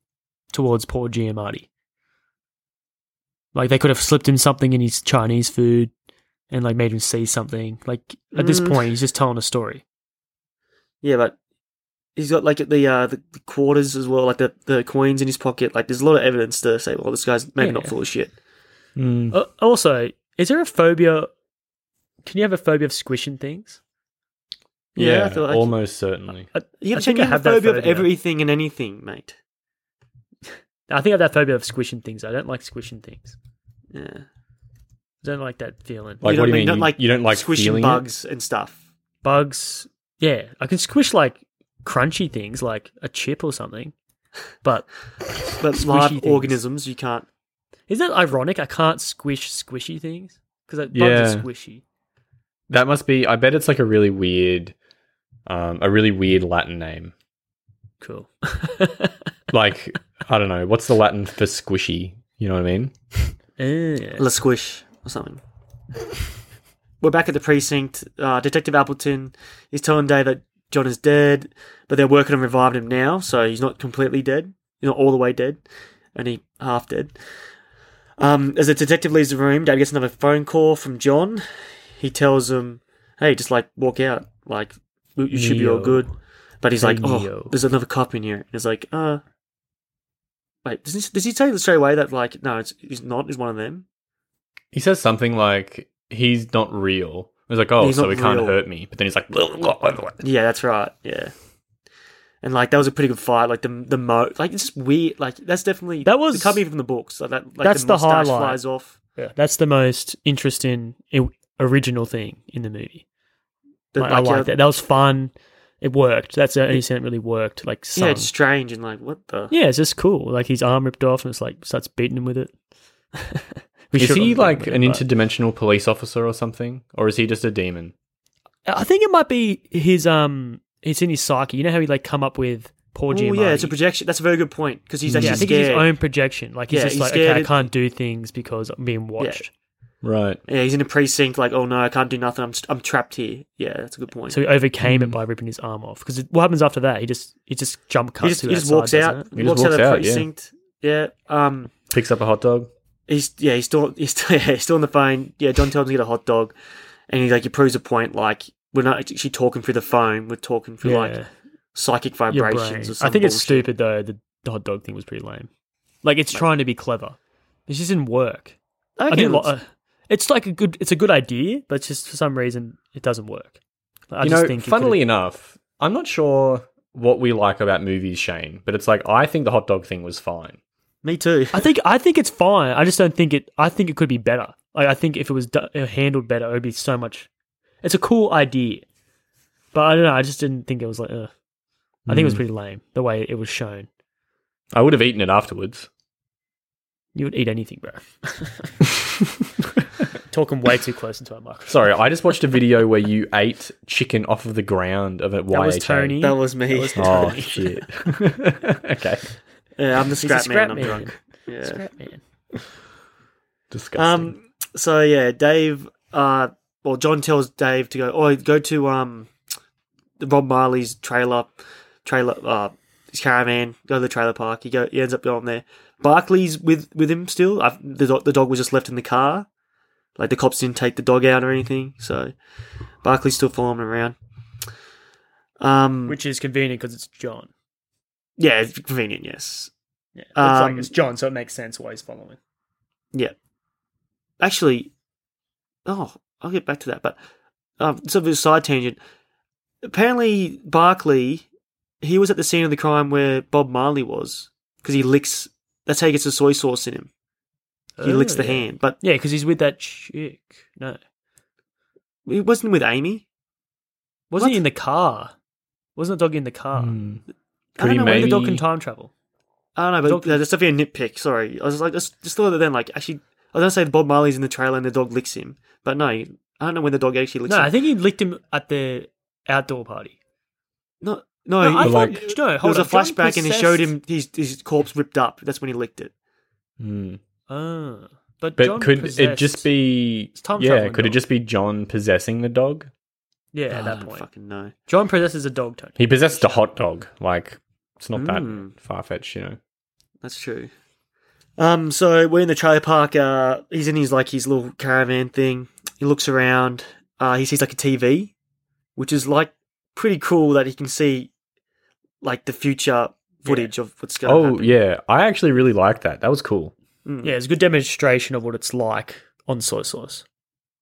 Speaker 2: towards poor Giamatti. Like they could have slipped him something in his Chinese food and like made him see something. Like at this
Speaker 3: Mm.
Speaker 2: point, he's just telling a story.
Speaker 3: Yeah, but he's got like the uh the, the quarters as well, like the the coins in his pocket. Like, there's a lot of evidence to say, well, this guy's maybe not
Speaker 2: Yeah.
Speaker 3: full of shit.
Speaker 1: Mm.
Speaker 2: Uh, also, is there a phobia? Can you have a phobia of squishing things? Yeah, I feel like
Speaker 1: almost certainly.
Speaker 2: I,
Speaker 3: You
Speaker 2: I
Speaker 3: have
Speaker 2: think I have that
Speaker 3: phobia of
Speaker 2: phobia.
Speaker 3: everything and anything, mate.
Speaker 2: I think I have that phobia of squishing things. I don't like squishing things.
Speaker 3: Yeah.
Speaker 2: I don't like that feeling.
Speaker 1: Like,
Speaker 3: don't
Speaker 1: what do you
Speaker 3: like-
Speaker 1: mean?
Speaker 3: don't
Speaker 1: You-
Speaker 3: like
Speaker 1: you don't like
Speaker 3: Squishing
Speaker 1: feeling it?
Speaker 3: bugs and stuff.
Speaker 2: Bugs. Yeah, I can squish like crunchy things, like a chip or something. But
Speaker 3: But live
Speaker 2: things.
Speaker 3: organisms, you can't.
Speaker 2: is that ironic? I can't squish squishy things because bugs
Speaker 1: Yeah.
Speaker 2: are squishy.
Speaker 1: That must be. I bet it's like a really weird, um, a really weird Latin name.
Speaker 2: Cool.
Speaker 1: Like I don't know what's the Latin for squishy. You know what I mean?
Speaker 2: Eh.
Speaker 3: La squish or something. We're back at the precinct. Uh, Detective Appleton is telling Day that John is dead, but they're working on reviving him now, so he's not completely dead. He's not all the way dead, only half dead. Um, as the detective leaves the room, Dad gets another phone call from John. He tells him, "Hey, just like walk out. Like you you should be all
Speaker 2: Neo.
Speaker 3: good." But he's like,
Speaker 2: Hey,
Speaker 3: "Oh,
Speaker 2: Neo."
Speaker 3: there's another cop in here." And he's like, "Uh, wait, does he, does he tell you straight away that like no, it's, he's not. He's one of them."
Speaker 1: He says something like he's not real. He's like, oh,
Speaker 3: He's
Speaker 1: so
Speaker 3: not
Speaker 1: he can't
Speaker 3: real.
Speaker 1: hurt me. But then he's like,
Speaker 3: Yeah, that's right. Yeah, and like that was a pretty good fight. Like the the mo, like it's just weird. Like that's definitely
Speaker 2: That was-
Speaker 3: it can't be from the books. Like that, like
Speaker 2: That's the
Speaker 3: mustache
Speaker 2: highlight.
Speaker 3: flies off.
Speaker 2: Yeah, that's the most interesting i- original thing in the movie.
Speaker 3: The- uh,
Speaker 2: Like, I like
Speaker 3: yeah,
Speaker 2: that. That was fun. It worked. That's the only scene that really worked. Like
Speaker 3: Yeah,
Speaker 2: sung.
Speaker 3: it's strange and like what the
Speaker 2: Yeah, it's just cool. Like his arm ripped off and it's like starts beating him with it. We
Speaker 1: is
Speaker 2: should've beaten
Speaker 1: he
Speaker 2: him
Speaker 1: like
Speaker 2: with it,
Speaker 1: an
Speaker 2: but-
Speaker 1: interdimensional police officer or something, or is he just a demon?
Speaker 2: I think it might be his um. It's in his psyche. You know how he like come up with poor
Speaker 3: Oh,
Speaker 2: Giamatti.
Speaker 3: yeah, it's a projection. That's a very good point because he's actually
Speaker 2: yeah, I think it's
Speaker 3: scared.
Speaker 2: his own projection. Like he's
Speaker 3: Yeah,
Speaker 2: just
Speaker 3: he's
Speaker 2: like, okay, I
Speaker 3: scared.
Speaker 2: can't do things because I'm being watched.
Speaker 1: Right.
Speaker 3: yeah, he's in a precinct. Like, oh no, I can't do nothing. I'm st- I'm trapped here. Yeah, that's a good point.
Speaker 2: So he overcame it
Speaker 1: Mm.
Speaker 2: by ripping his arm off. Because what happens after that? He just he just jump cuts.
Speaker 3: he just,
Speaker 2: to
Speaker 3: he just
Speaker 2: outside,
Speaker 3: walks
Speaker 2: doesn't
Speaker 3: out.
Speaker 2: it?
Speaker 1: He
Speaker 3: walks,
Speaker 1: just
Speaker 3: out of
Speaker 1: walks
Speaker 3: the
Speaker 1: out, yeah.
Speaker 3: precinct. Yeah. Um.
Speaker 1: Picks up a hot dog.
Speaker 3: He's yeah. He's still he's still, yeah, he's still on the phone. Yeah. John tells him to get a hot dog, and he like he proves a point. Like we're not actually talking through the phone. We're talking through like
Speaker 2: Yeah.
Speaker 3: psychic
Speaker 2: Your
Speaker 3: vibrations
Speaker 2: brain.
Speaker 3: or something.
Speaker 2: I think it's stupid though. The, the hot dog thing was pretty lame. Like it's trying to be clever. It just didn't work. I
Speaker 3: I, think
Speaker 2: didn't. Lo-
Speaker 3: it's-
Speaker 2: uh, it's like a good. It's a good idea, but it's just for some reason it doesn't work. Like, I
Speaker 1: you
Speaker 2: just
Speaker 1: know,
Speaker 2: think it could've-
Speaker 1: funnily enough, I'm not sure what we like about movies, Shane, but it's like I think the hot dog thing was fine.
Speaker 3: me too.
Speaker 2: I think I think it's fine. I just don't think it. I think it could be better. Like I think if it was do- uh, handled better, it would be so much. It's a cool idea, but I don't know. I just didn't think it was like. Ugh. I think it was
Speaker 1: Mm.
Speaker 2: pretty lame the way it was shown.
Speaker 1: I would have eaten it afterwards.
Speaker 2: You would eat anything, bro. Talking way too close into our microphone.
Speaker 1: Sorry, I just watched a video where you ate chicken off of the ground of it.
Speaker 2: That was Tony.
Speaker 3: That was me.
Speaker 1: Oh shit. okay.
Speaker 3: yeah, I'm the
Speaker 2: He's a
Speaker 3: scrap,
Speaker 2: scrap
Speaker 3: man.
Speaker 2: man.
Speaker 3: I'm drunk. Yeah.
Speaker 2: Scrap man.
Speaker 1: Disgusting.
Speaker 3: Um. So yeah, Dave. Uh. Well, John tells Dave to go. Oh, go to um, the Bob Marley's trailer, trailer. Uh, his caravan. Go to the trailer park. He go. He ends up going there. Barclay's with with him still. I've, the dog. The dog was just left in the car. Like the cops didn't take the dog out or anything. So Barclay's still following him around. Um.
Speaker 2: Hmm. Which is convenient because it's John.
Speaker 3: yeah, it's convenient. Yes.
Speaker 2: Yeah, it's
Speaker 3: Um,
Speaker 2: like it's John, so it makes sense why he's following.
Speaker 3: actually, oh, I'll get back to that. But um, sort of a side tangent. Apparently, Barkley, he was at the scene of the crime where Bob Marley was because he licks. That's how he gets the soy sauce in him. He
Speaker 2: Oh,
Speaker 3: licks the
Speaker 2: yeah.
Speaker 3: hand, but
Speaker 2: Yeah, because he's with that chick. No,
Speaker 3: it wasn't with Amy.
Speaker 2: wasn't he
Speaker 3: What?
Speaker 2: in the car? Wasn't the dog in the car?
Speaker 1: Hmm.
Speaker 3: I don't
Speaker 1: Pretty
Speaker 3: know.
Speaker 2: Maybe the dog can
Speaker 1: Maybe-
Speaker 2: time travel.
Speaker 3: I don't know, but
Speaker 2: Dog-
Speaker 3: that's definitely a nitpick. Sorry, I was like, just, just thought that then, like, actually, I was gonna say Bob Marley's in the trailer and the dog licks him, but no, I don't know when the dog actually licks
Speaker 2: No,
Speaker 3: him.
Speaker 2: I think he licked him at the outdoor party.
Speaker 3: no,
Speaker 2: No,
Speaker 3: no,
Speaker 2: I
Speaker 3: he,
Speaker 2: thought,
Speaker 1: like-
Speaker 2: Oh, no,
Speaker 3: there
Speaker 2: hold
Speaker 3: was a
Speaker 2: on, John
Speaker 3: flashback and he showed
Speaker 2: possessed-
Speaker 3: him his, his corpse ripped up. That's when he licked it.
Speaker 1: Hmm.
Speaker 2: Oh, but
Speaker 1: But
Speaker 2: John
Speaker 1: could it
Speaker 2: possessed-
Speaker 1: just be
Speaker 2: It's time
Speaker 1: Yeah,
Speaker 2: traveling
Speaker 1: could it
Speaker 2: dog.
Speaker 1: just be John possessing the dog?
Speaker 2: Yeah, at
Speaker 3: Oh, I
Speaker 2: that
Speaker 3: don't
Speaker 2: point,
Speaker 3: Fucking no.
Speaker 2: John possesses a dog. Tony.
Speaker 1: He possessed a hot dog. Like it's not
Speaker 3: Mm.
Speaker 2: Hmm.
Speaker 1: that far fetched, you know.
Speaker 3: That's true. Um, so we're in the trailer park. Uh, he's in his like his little caravan thing. He looks around. Uh, he sees like a TV, which is like pretty cool that he can see like the future footage of what's going.
Speaker 1: Oh
Speaker 3: to happen.
Speaker 1: yeah. I actually really liked that. That was cool.
Speaker 3: Mm.
Speaker 2: Yeah, it's a good demonstration of what it's like on soy sauce.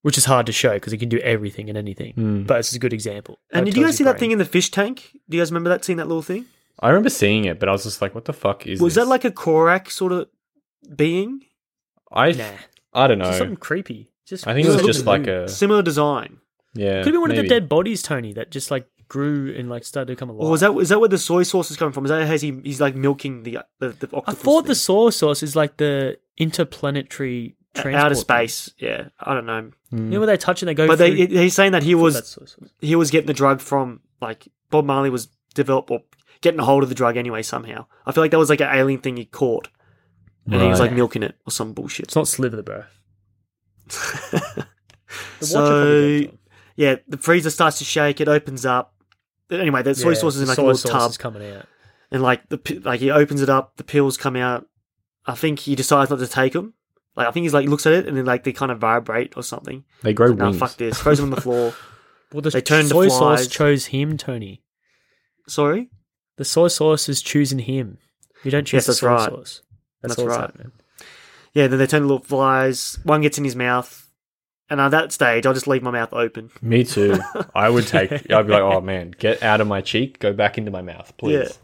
Speaker 2: which is hard to show because he can do everything and anything.
Speaker 1: Hmm.
Speaker 2: But it's a good example.
Speaker 3: And
Speaker 2: That
Speaker 3: did you
Speaker 2: tells
Speaker 3: guys see
Speaker 2: your
Speaker 3: that
Speaker 2: brain.
Speaker 3: thing in the fish tank? Do you guys remember that scene, that little thing?
Speaker 1: I remember seeing it, but I was just like, what the fuck is
Speaker 3: was
Speaker 1: this?
Speaker 3: that like a Korak sort of being?
Speaker 1: I,
Speaker 2: Nah,
Speaker 1: I don't
Speaker 2: It's just something
Speaker 1: know.
Speaker 2: creepy. Just
Speaker 1: I think it was
Speaker 3: It
Speaker 1: just like a.
Speaker 3: Similar design.
Speaker 1: Yeah.
Speaker 2: could have been one of
Speaker 1: maybe.
Speaker 2: the dead bodies, Tony, that just like grew and like started to come alive.
Speaker 3: Or is that is that where the soy sauce is coming from? Is that how he, he's like milking the the, the
Speaker 2: I
Speaker 3: octopus
Speaker 2: thought the
Speaker 3: thing?
Speaker 2: soy sauce is like the interplanetary transport
Speaker 3: outer
Speaker 2: thing.
Speaker 3: space. Yeah, I don't know.
Speaker 1: Hmm.
Speaker 2: You know where they touch and they go.
Speaker 3: Mm. But they,
Speaker 2: through-
Speaker 3: it- he's saying that he
Speaker 2: I thought
Speaker 3: was
Speaker 2: that's soy sauce.
Speaker 3: he was getting the drug from like Bob Marley was developed or getting a hold of the drug anyway somehow. I feel like that was like an alien thing he caught, and he was
Speaker 1: Right.
Speaker 3: like milking it or some bullshit.
Speaker 2: It's not slither, bro. The watcher probably
Speaker 3: so
Speaker 2: got it, though.
Speaker 3: yeah, the freezer starts to shake. It opens up. Anyway, that soy
Speaker 2: Yeah,
Speaker 3: sauce is in
Speaker 2: the
Speaker 3: like a
Speaker 2: soy
Speaker 3: little
Speaker 2: sauce
Speaker 3: tub,
Speaker 2: is coming out.
Speaker 3: and like the pi- like he opens it up. The pills come out. I think he decides not to take them. Like I think he's like looks at it and then like they kind of vibrate or something.
Speaker 1: They grow
Speaker 3: Nah,
Speaker 1: wings.
Speaker 3: fuck this. Throws them on the floor.
Speaker 2: Well, the
Speaker 3: They turn to
Speaker 2: soy sauce
Speaker 3: flies.
Speaker 2: chose him, Tony.
Speaker 3: Sorry.
Speaker 2: The soy sauce is choosing him. You don't choose
Speaker 3: Yes,
Speaker 2: the
Speaker 3: that's
Speaker 2: soy
Speaker 3: right.
Speaker 2: sauce. That's,
Speaker 3: That's
Speaker 2: all
Speaker 3: right.
Speaker 2: right. Happening.
Speaker 3: Yeah, then they turn to little flies. One gets in his mouth. And at that stage, I'll just leave my mouth open.
Speaker 1: Me too. I would take. I'd be like, oh man, get out of my cheek, go back into my mouth, please.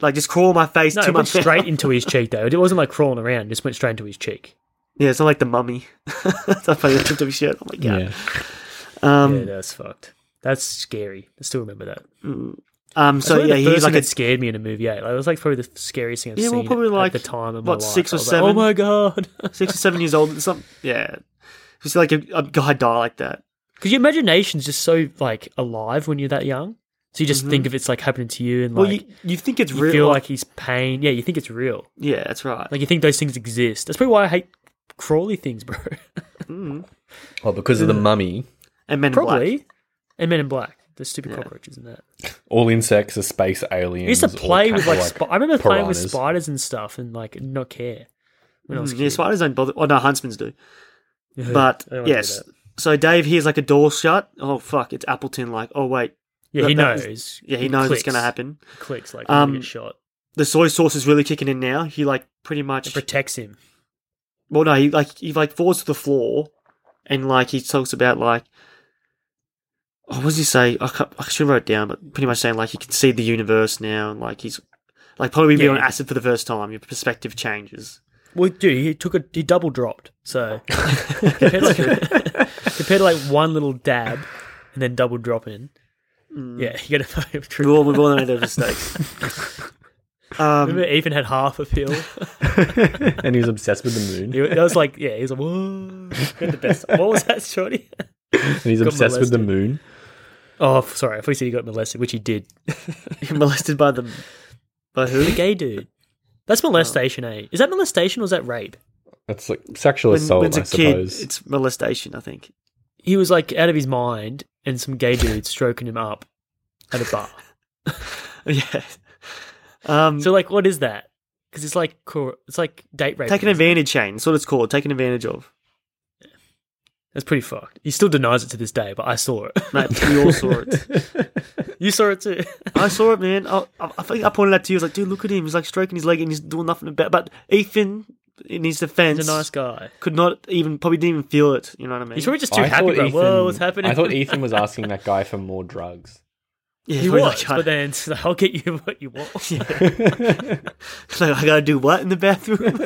Speaker 3: Like, just crawl my face
Speaker 2: No,
Speaker 3: to
Speaker 2: it
Speaker 3: my
Speaker 2: went
Speaker 3: mouth.
Speaker 2: straight into his cheek though. It wasn't like crawling around. It just went straight into his cheek.
Speaker 3: Yeah, it's not like the mummy. That's a funny tip to be shit. Oh my god. Um,
Speaker 2: yeah, that's fucked. That's scary. I still remember that.
Speaker 3: um, so
Speaker 2: Probably
Speaker 3: yeah,
Speaker 2: the first
Speaker 3: he's
Speaker 2: thing
Speaker 3: like a,
Speaker 2: that scared me in a movie. Yeah, like, that was like probably the scariest thing I've
Speaker 3: Yeah, well,
Speaker 2: seen
Speaker 3: probably, like,
Speaker 2: at the time of my
Speaker 3: what,
Speaker 2: life.
Speaker 3: six or
Speaker 2: I was
Speaker 3: seven?
Speaker 2: Like, oh my god!
Speaker 3: six or seven years old. Some yeah, just like a, a guy die like that.
Speaker 2: Because your imagination's just so like alive when you're that young. So you just think of it's like happening to you, and like
Speaker 3: Mm-hmm. well, you, you think it's
Speaker 2: you
Speaker 3: real?
Speaker 2: feel like he's pain. Yeah, you think it's real.
Speaker 3: yeah, that's right.
Speaker 2: Like you think those things exist. That's probably why I hate crawly things, bro.
Speaker 1: Well, because of the mummy,
Speaker 3: and men in Black.
Speaker 2: probably. And Men in Black. The stupid cockroaches in that.
Speaker 1: all insects are space
Speaker 2: I
Speaker 1: aliens.
Speaker 2: used to
Speaker 1: or
Speaker 2: play
Speaker 1: ca-
Speaker 2: with like,
Speaker 1: or,
Speaker 2: spi- I remember playing with
Speaker 1: piranhas.
Speaker 2: spiders and stuff, and like not care when I was a
Speaker 3: Mm,
Speaker 2: kid.
Speaker 3: yeah, spiders don't bother. Oh no, huntsmen's do.
Speaker 2: Yeah,
Speaker 3: But
Speaker 2: I don't wanna do
Speaker 3: yes,
Speaker 2: that.
Speaker 3: so Dave hears like a door shut. Oh fuck, it's Appleton. Like, oh wait,
Speaker 2: yeah, he
Speaker 3: that- that
Speaker 2: knows.
Speaker 3: yeah, he
Speaker 2: It
Speaker 3: knows
Speaker 2: clicks.
Speaker 3: it's gonna happen.
Speaker 2: It Clicks like um,
Speaker 3: Um,
Speaker 2: get shot.
Speaker 3: The soy sauce is really kicking in now. He like pretty
Speaker 2: It
Speaker 3: much.
Speaker 2: protects him.
Speaker 3: well, no, he like he like falls to the floor, and like he talks about like. Oh, what does he say? I, can't- I should have wrote it down, but pretty much saying like he can see the universe now, and like he's like probably be
Speaker 2: Yeah.
Speaker 3: on acid for the first time. Your perspective changes.
Speaker 2: Well, dude, he took a he double dropped. So compared, to like, compared to like one little dab and then double drop in. Yeah, you get a fucking
Speaker 3: We've
Speaker 2: true.
Speaker 3: all, we've all made those mistakes. um,
Speaker 2: Remember, Ethan had half a pill.
Speaker 1: and he was obsessed with the moon.
Speaker 2: He, that was like, yeah, he was like, whoa, He had the best. What was that, Shorty?
Speaker 1: And he's
Speaker 2: Got
Speaker 1: obsessed with the
Speaker 2: molested.
Speaker 1: moon.
Speaker 2: Oh, f- sorry, I thought he said he got molested, which he did.
Speaker 3: you're molested by the by who?
Speaker 2: The gay dude. That's molestation, eh? Is that molestation or is that rape?
Speaker 1: That's like sexual
Speaker 3: When,
Speaker 1: assault,
Speaker 3: when's
Speaker 1: I
Speaker 3: a kid,
Speaker 1: suppose.
Speaker 3: it's molestation. I think.
Speaker 2: He was like out of his mind, and some gay dude stroking him up at a bar.
Speaker 3: yeah. Um,
Speaker 2: So, like, what is that? Because it's like cor- it's like date rape.
Speaker 3: taken advantage, Shane. That's what it's called. Taken advantage of.
Speaker 2: That's pretty fucked. He still denies it to this day, but I saw it.
Speaker 3: Mate, we all saw it.
Speaker 2: you saw it too.
Speaker 3: I saw it, man. I, I, I think I pointed out to you. I was like, dude, look at him. He's like stroking his leg and he's doing nothing about. But Ethan, in his defense,
Speaker 2: He's a nice guy.
Speaker 3: could not even probably didn't even feel it. You know what I mean?
Speaker 2: He's probably just too happy, bro. Whoa, what's happening?
Speaker 1: I thought Ethan was asking that guy for more drugs.
Speaker 3: yeah,
Speaker 2: he
Speaker 3: probably
Speaker 2: was,
Speaker 3: like,
Speaker 2: but then it's like, I'll get you what you want. Yeah,
Speaker 3: like, I gotta do what in the bathroom?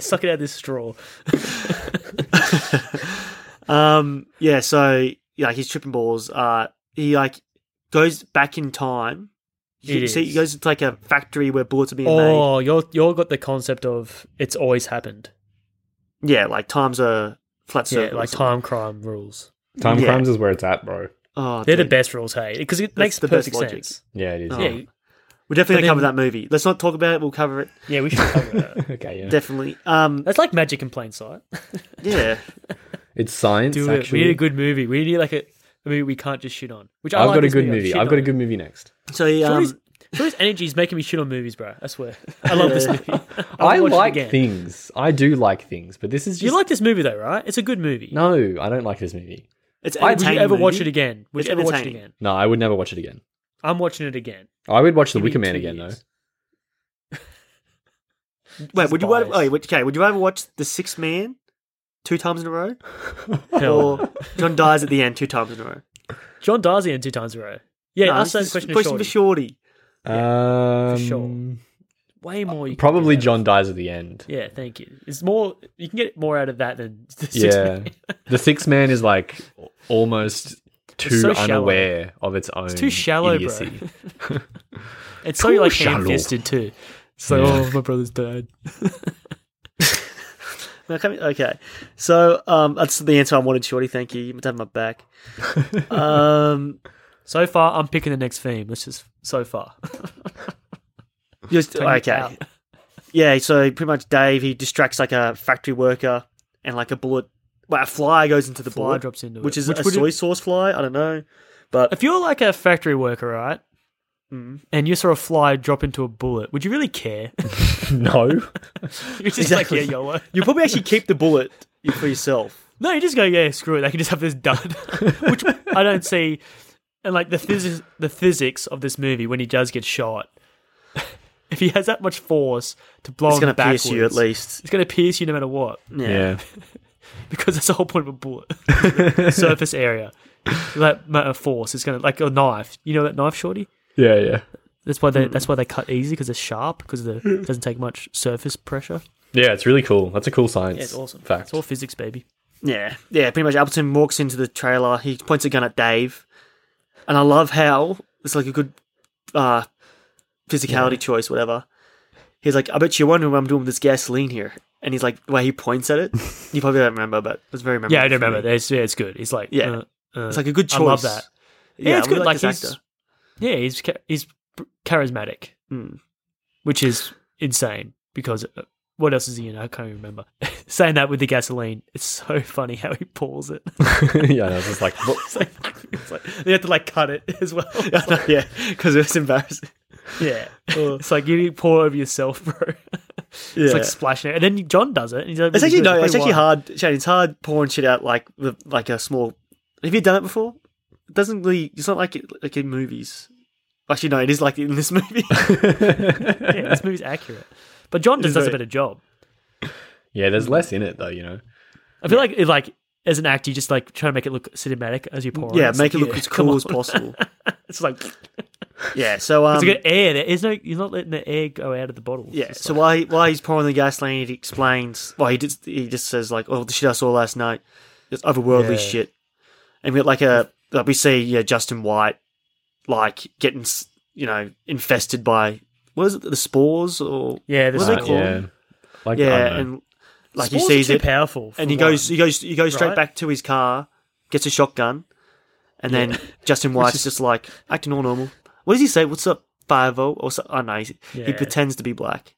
Speaker 2: suck it out of this straw.
Speaker 3: Um, yeah, so yeah, like he's tripping balls. Uh, he like goes back in time. You
Speaker 2: It
Speaker 3: see,
Speaker 2: is.
Speaker 3: he goes to like a factory where bullets are being
Speaker 2: Oh, you're you're got the concept of it's always happened.
Speaker 3: made. Yeah, like times a flat
Speaker 2: Yeah,
Speaker 3: circle. or
Speaker 2: like
Speaker 3: something.
Speaker 2: time crime rules.
Speaker 1: Time
Speaker 3: Yeah.
Speaker 1: crimes is where it's at, bro.
Speaker 3: Oh,
Speaker 2: They're
Speaker 3: dude.
Speaker 2: the best rules, hey, because it
Speaker 3: That's
Speaker 2: makes
Speaker 3: the best
Speaker 2: perfect
Speaker 3: logic.
Speaker 2: sense.
Speaker 1: Yeah, it is.
Speaker 3: Oh.
Speaker 2: Yeah,
Speaker 3: We're definitely
Speaker 2: but
Speaker 3: gonna cover
Speaker 2: then-
Speaker 3: that movie. Let's not talk about it. We'll cover it
Speaker 2: yeah, we should cover that.
Speaker 1: Okay, yeah.
Speaker 3: definitely. Um,
Speaker 2: That's like magic in plain sight.
Speaker 3: yeah,
Speaker 1: It's science,
Speaker 2: Do it.
Speaker 1: actually.
Speaker 2: We need a good movie. We need like a, a movie we can't just shit on. Which I
Speaker 1: I've
Speaker 2: like
Speaker 1: got a
Speaker 2: this
Speaker 1: good
Speaker 2: I
Speaker 1: movie.
Speaker 2: shit
Speaker 1: I've got
Speaker 2: on
Speaker 1: a
Speaker 2: it.
Speaker 1: good movie next.
Speaker 3: so he,
Speaker 2: Shorty's,
Speaker 3: um,
Speaker 2: Shorty's energy is making me shit on movies, bro. I swear. I love this movie.
Speaker 1: I
Speaker 2: wanna watch it
Speaker 1: like
Speaker 2: again.
Speaker 1: things. I do like things, but this is just.
Speaker 2: You like this movie though, right? It's a good movie.
Speaker 1: No, I don't like this movie.
Speaker 3: it's
Speaker 2: Would you
Speaker 3: entertaining
Speaker 2: ever watch
Speaker 3: movie.
Speaker 2: it again? Would
Speaker 3: It's
Speaker 2: you ever watch it
Speaker 3: entertaining.
Speaker 2: again?
Speaker 1: No, I would never watch it again.
Speaker 2: I'm watching it again.
Speaker 1: I would watch The
Speaker 2: Give me
Speaker 1: Wicker Man
Speaker 2: two
Speaker 1: again,
Speaker 2: years.
Speaker 3: Wait, would you? rather-
Speaker 2: biased.
Speaker 3: oh, Wait, okay, would you ever watch The Sixth Man? two times in a row,
Speaker 2: Hell.
Speaker 3: or John dies at the end two times in a row?
Speaker 2: John Darcy in two times in a row. Yeah,
Speaker 3: No,
Speaker 2: ask that
Speaker 3: this is
Speaker 2: question,
Speaker 3: a
Speaker 2: to
Speaker 3: question
Speaker 2: Shorty.
Speaker 3: for Shorty.
Speaker 1: Um,
Speaker 2: sure. Way more. You can
Speaker 1: Probably
Speaker 2: get out
Speaker 1: John dies at the end.
Speaker 2: Of, yeah, thank you. It's more. You can get more out of that than the six
Speaker 1: Yeah. the sixth man is like almost too
Speaker 2: so shallow.
Speaker 1: unaware of its own. It's
Speaker 2: too shallow, bro.
Speaker 1: idiocy.
Speaker 2: It's so like
Speaker 1: shallow.
Speaker 2: ham fisted too. It's like,
Speaker 1: Yeah.
Speaker 2: oh, my brother's dead.
Speaker 3: Now, coming, okay, so um, that's the answer I wanted, Shorty. Thank you. You must have my back. um,
Speaker 2: So far, I'm picking the next theme. Let's just so far.
Speaker 3: just
Speaker 2: Take it
Speaker 3: okay.
Speaker 2: out.
Speaker 3: Yeah, so pretty much Dave he distracts like a factory worker, and like a bullet, well, a fly goes into the
Speaker 2: Fly
Speaker 3: bullet,
Speaker 2: drops into
Speaker 3: which
Speaker 2: it.
Speaker 3: is
Speaker 2: Which
Speaker 3: a
Speaker 2: would-
Speaker 3: soy sauce fly. I don't know, but
Speaker 2: If you're like a factory worker, right,
Speaker 3: Mm.
Speaker 2: and you saw a fly drop into a bullet, would you really care?
Speaker 1: no.
Speaker 2: you're just
Speaker 3: Exactly.
Speaker 2: like, yeah, YOLO.
Speaker 3: you probably actually keep the bullet for yourself.
Speaker 2: No, you just go, yeah, screw it. They can just have this done, which I don't see. And like the physics, the physics of this movie when he does get shot, if he has that much force to blow
Speaker 3: It's
Speaker 2: him
Speaker 3: gonna
Speaker 2: backwards,
Speaker 3: pierce you at least. Mm.
Speaker 2: It's gonna pierce you no matter what,
Speaker 1: Yeah.
Speaker 2: because that's the whole point of a bullet. Surface area, that matter of force. It's gonna like a knife. You know that knife, shorty.
Speaker 1: Yeah, yeah.
Speaker 2: That's why they. That's why they cut easy because it's sharp because the it doesn't take much surface pressure.
Speaker 1: Yeah, it's really cool. That's a cool science.
Speaker 2: Yeah, it's awesome.
Speaker 1: Fact.
Speaker 2: It's all physics, baby.
Speaker 3: Yeah, yeah. Pretty much, Appleton walks into the trailer. He points a gun at Dave, and I love how it's like a good uh, physicality choice, whatever. He's like, I bet you're wondering what I'm doing with this gasoline here, and he's like, the way he points at it, you probably don't remember, but it's very memorable.
Speaker 2: Yeah, I do
Speaker 3: for me.
Speaker 2: remember. It's, yeah, it's good. It's like
Speaker 3: Yeah.
Speaker 2: uh, uh,
Speaker 3: It's like a good choice.
Speaker 2: I love that.
Speaker 3: Yeah,
Speaker 2: it's
Speaker 3: I
Speaker 2: good.
Speaker 3: really
Speaker 2: Like,
Speaker 3: this
Speaker 2: he's-
Speaker 3: actor.
Speaker 2: Yeah, he's cha- he's pr- charismatic,
Speaker 3: Mm.
Speaker 2: which is insane because uh, what else is he in? I can't even remember. Saying that with the gasoline, it's so funny how he pours it.
Speaker 1: yeah, no, it's just like what-
Speaker 2: it's like, it's like they have to like cut it as well. It's like-
Speaker 3: yeah, because it's embarrassing.
Speaker 2: yeah, it's like you pour over yourself, bro.
Speaker 3: Yeah.
Speaker 2: It's like splashing it, and then John does it. And he's like,
Speaker 3: It's actually no. It's
Speaker 2: pretty
Speaker 3: actually
Speaker 2: wild.
Speaker 3: hard, Shane. It's hard pouring shit out like with like a small. Have you done it before? It doesn't really. It's not like it, like in movies. Actually, no. It is like in this movie.
Speaker 2: Yeah, this movie's accurate, but John just
Speaker 3: It's
Speaker 2: does a
Speaker 3: very-
Speaker 2: better job.
Speaker 1: Yeah, there's less in it though, you know.
Speaker 2: I feel like it, like as an actor, you just like try to make it look cinematic as you pour. it.
Speaker 3: yeah,
Speaker 2: It's
Speaker 3: make it
Speaker 2: like,
Speaker 3: look
Speaker 2: Oh, yeah,
Speaker 3: as
Speaker 2: come
Speaker 3: cool
Speaker 2: on.
Speaker 3: as possible.
Speaker 2: It's like
Speaker 3: yeah. So um.
Speaker 2: It's like an air. There is no. You're not letting the air go out of the bottle.
Speaker 3: Yeah.
Speaker 2: It's
Speaker 3: So
Speaker 2: like-
Speaker 3: while he, while he's pouring the gasoline, he explains. Well, he just he just says like, "Oh, the shit I saw last night, it's otherworldly
Speaker 2: Yeah.
Speaker 3: shit." And we got like a like we see yeah Justin White like getting s- you know infested by what is it the spores or
Speaker 2: yeah, this
Speaker 3: what are they
Speaker 2: is-
Speaker 3: called? Cool.
Speaker 1: Uh, Yeah. Like I don't
Speaker 3: yeah
Speaker 1: know.
Speaker 3: and like
Speaker 2: Spores are
Speaker 3: he sees
Speaker 2: too
Speaker 3: it
Speaker 2: powerful, for
Speaker 3: and he
Speaker 2: one.
Speaker 3: goes he goes he goes straight
Speaker 2: right?
Speaker 3: back to his car, gets a shotgun, and then Justin White's just like acting all normal. What does he say? What's up, five o or so, I don't know. He, he
Speaker 2: Yeah.
Speaker 3: pretends to be black.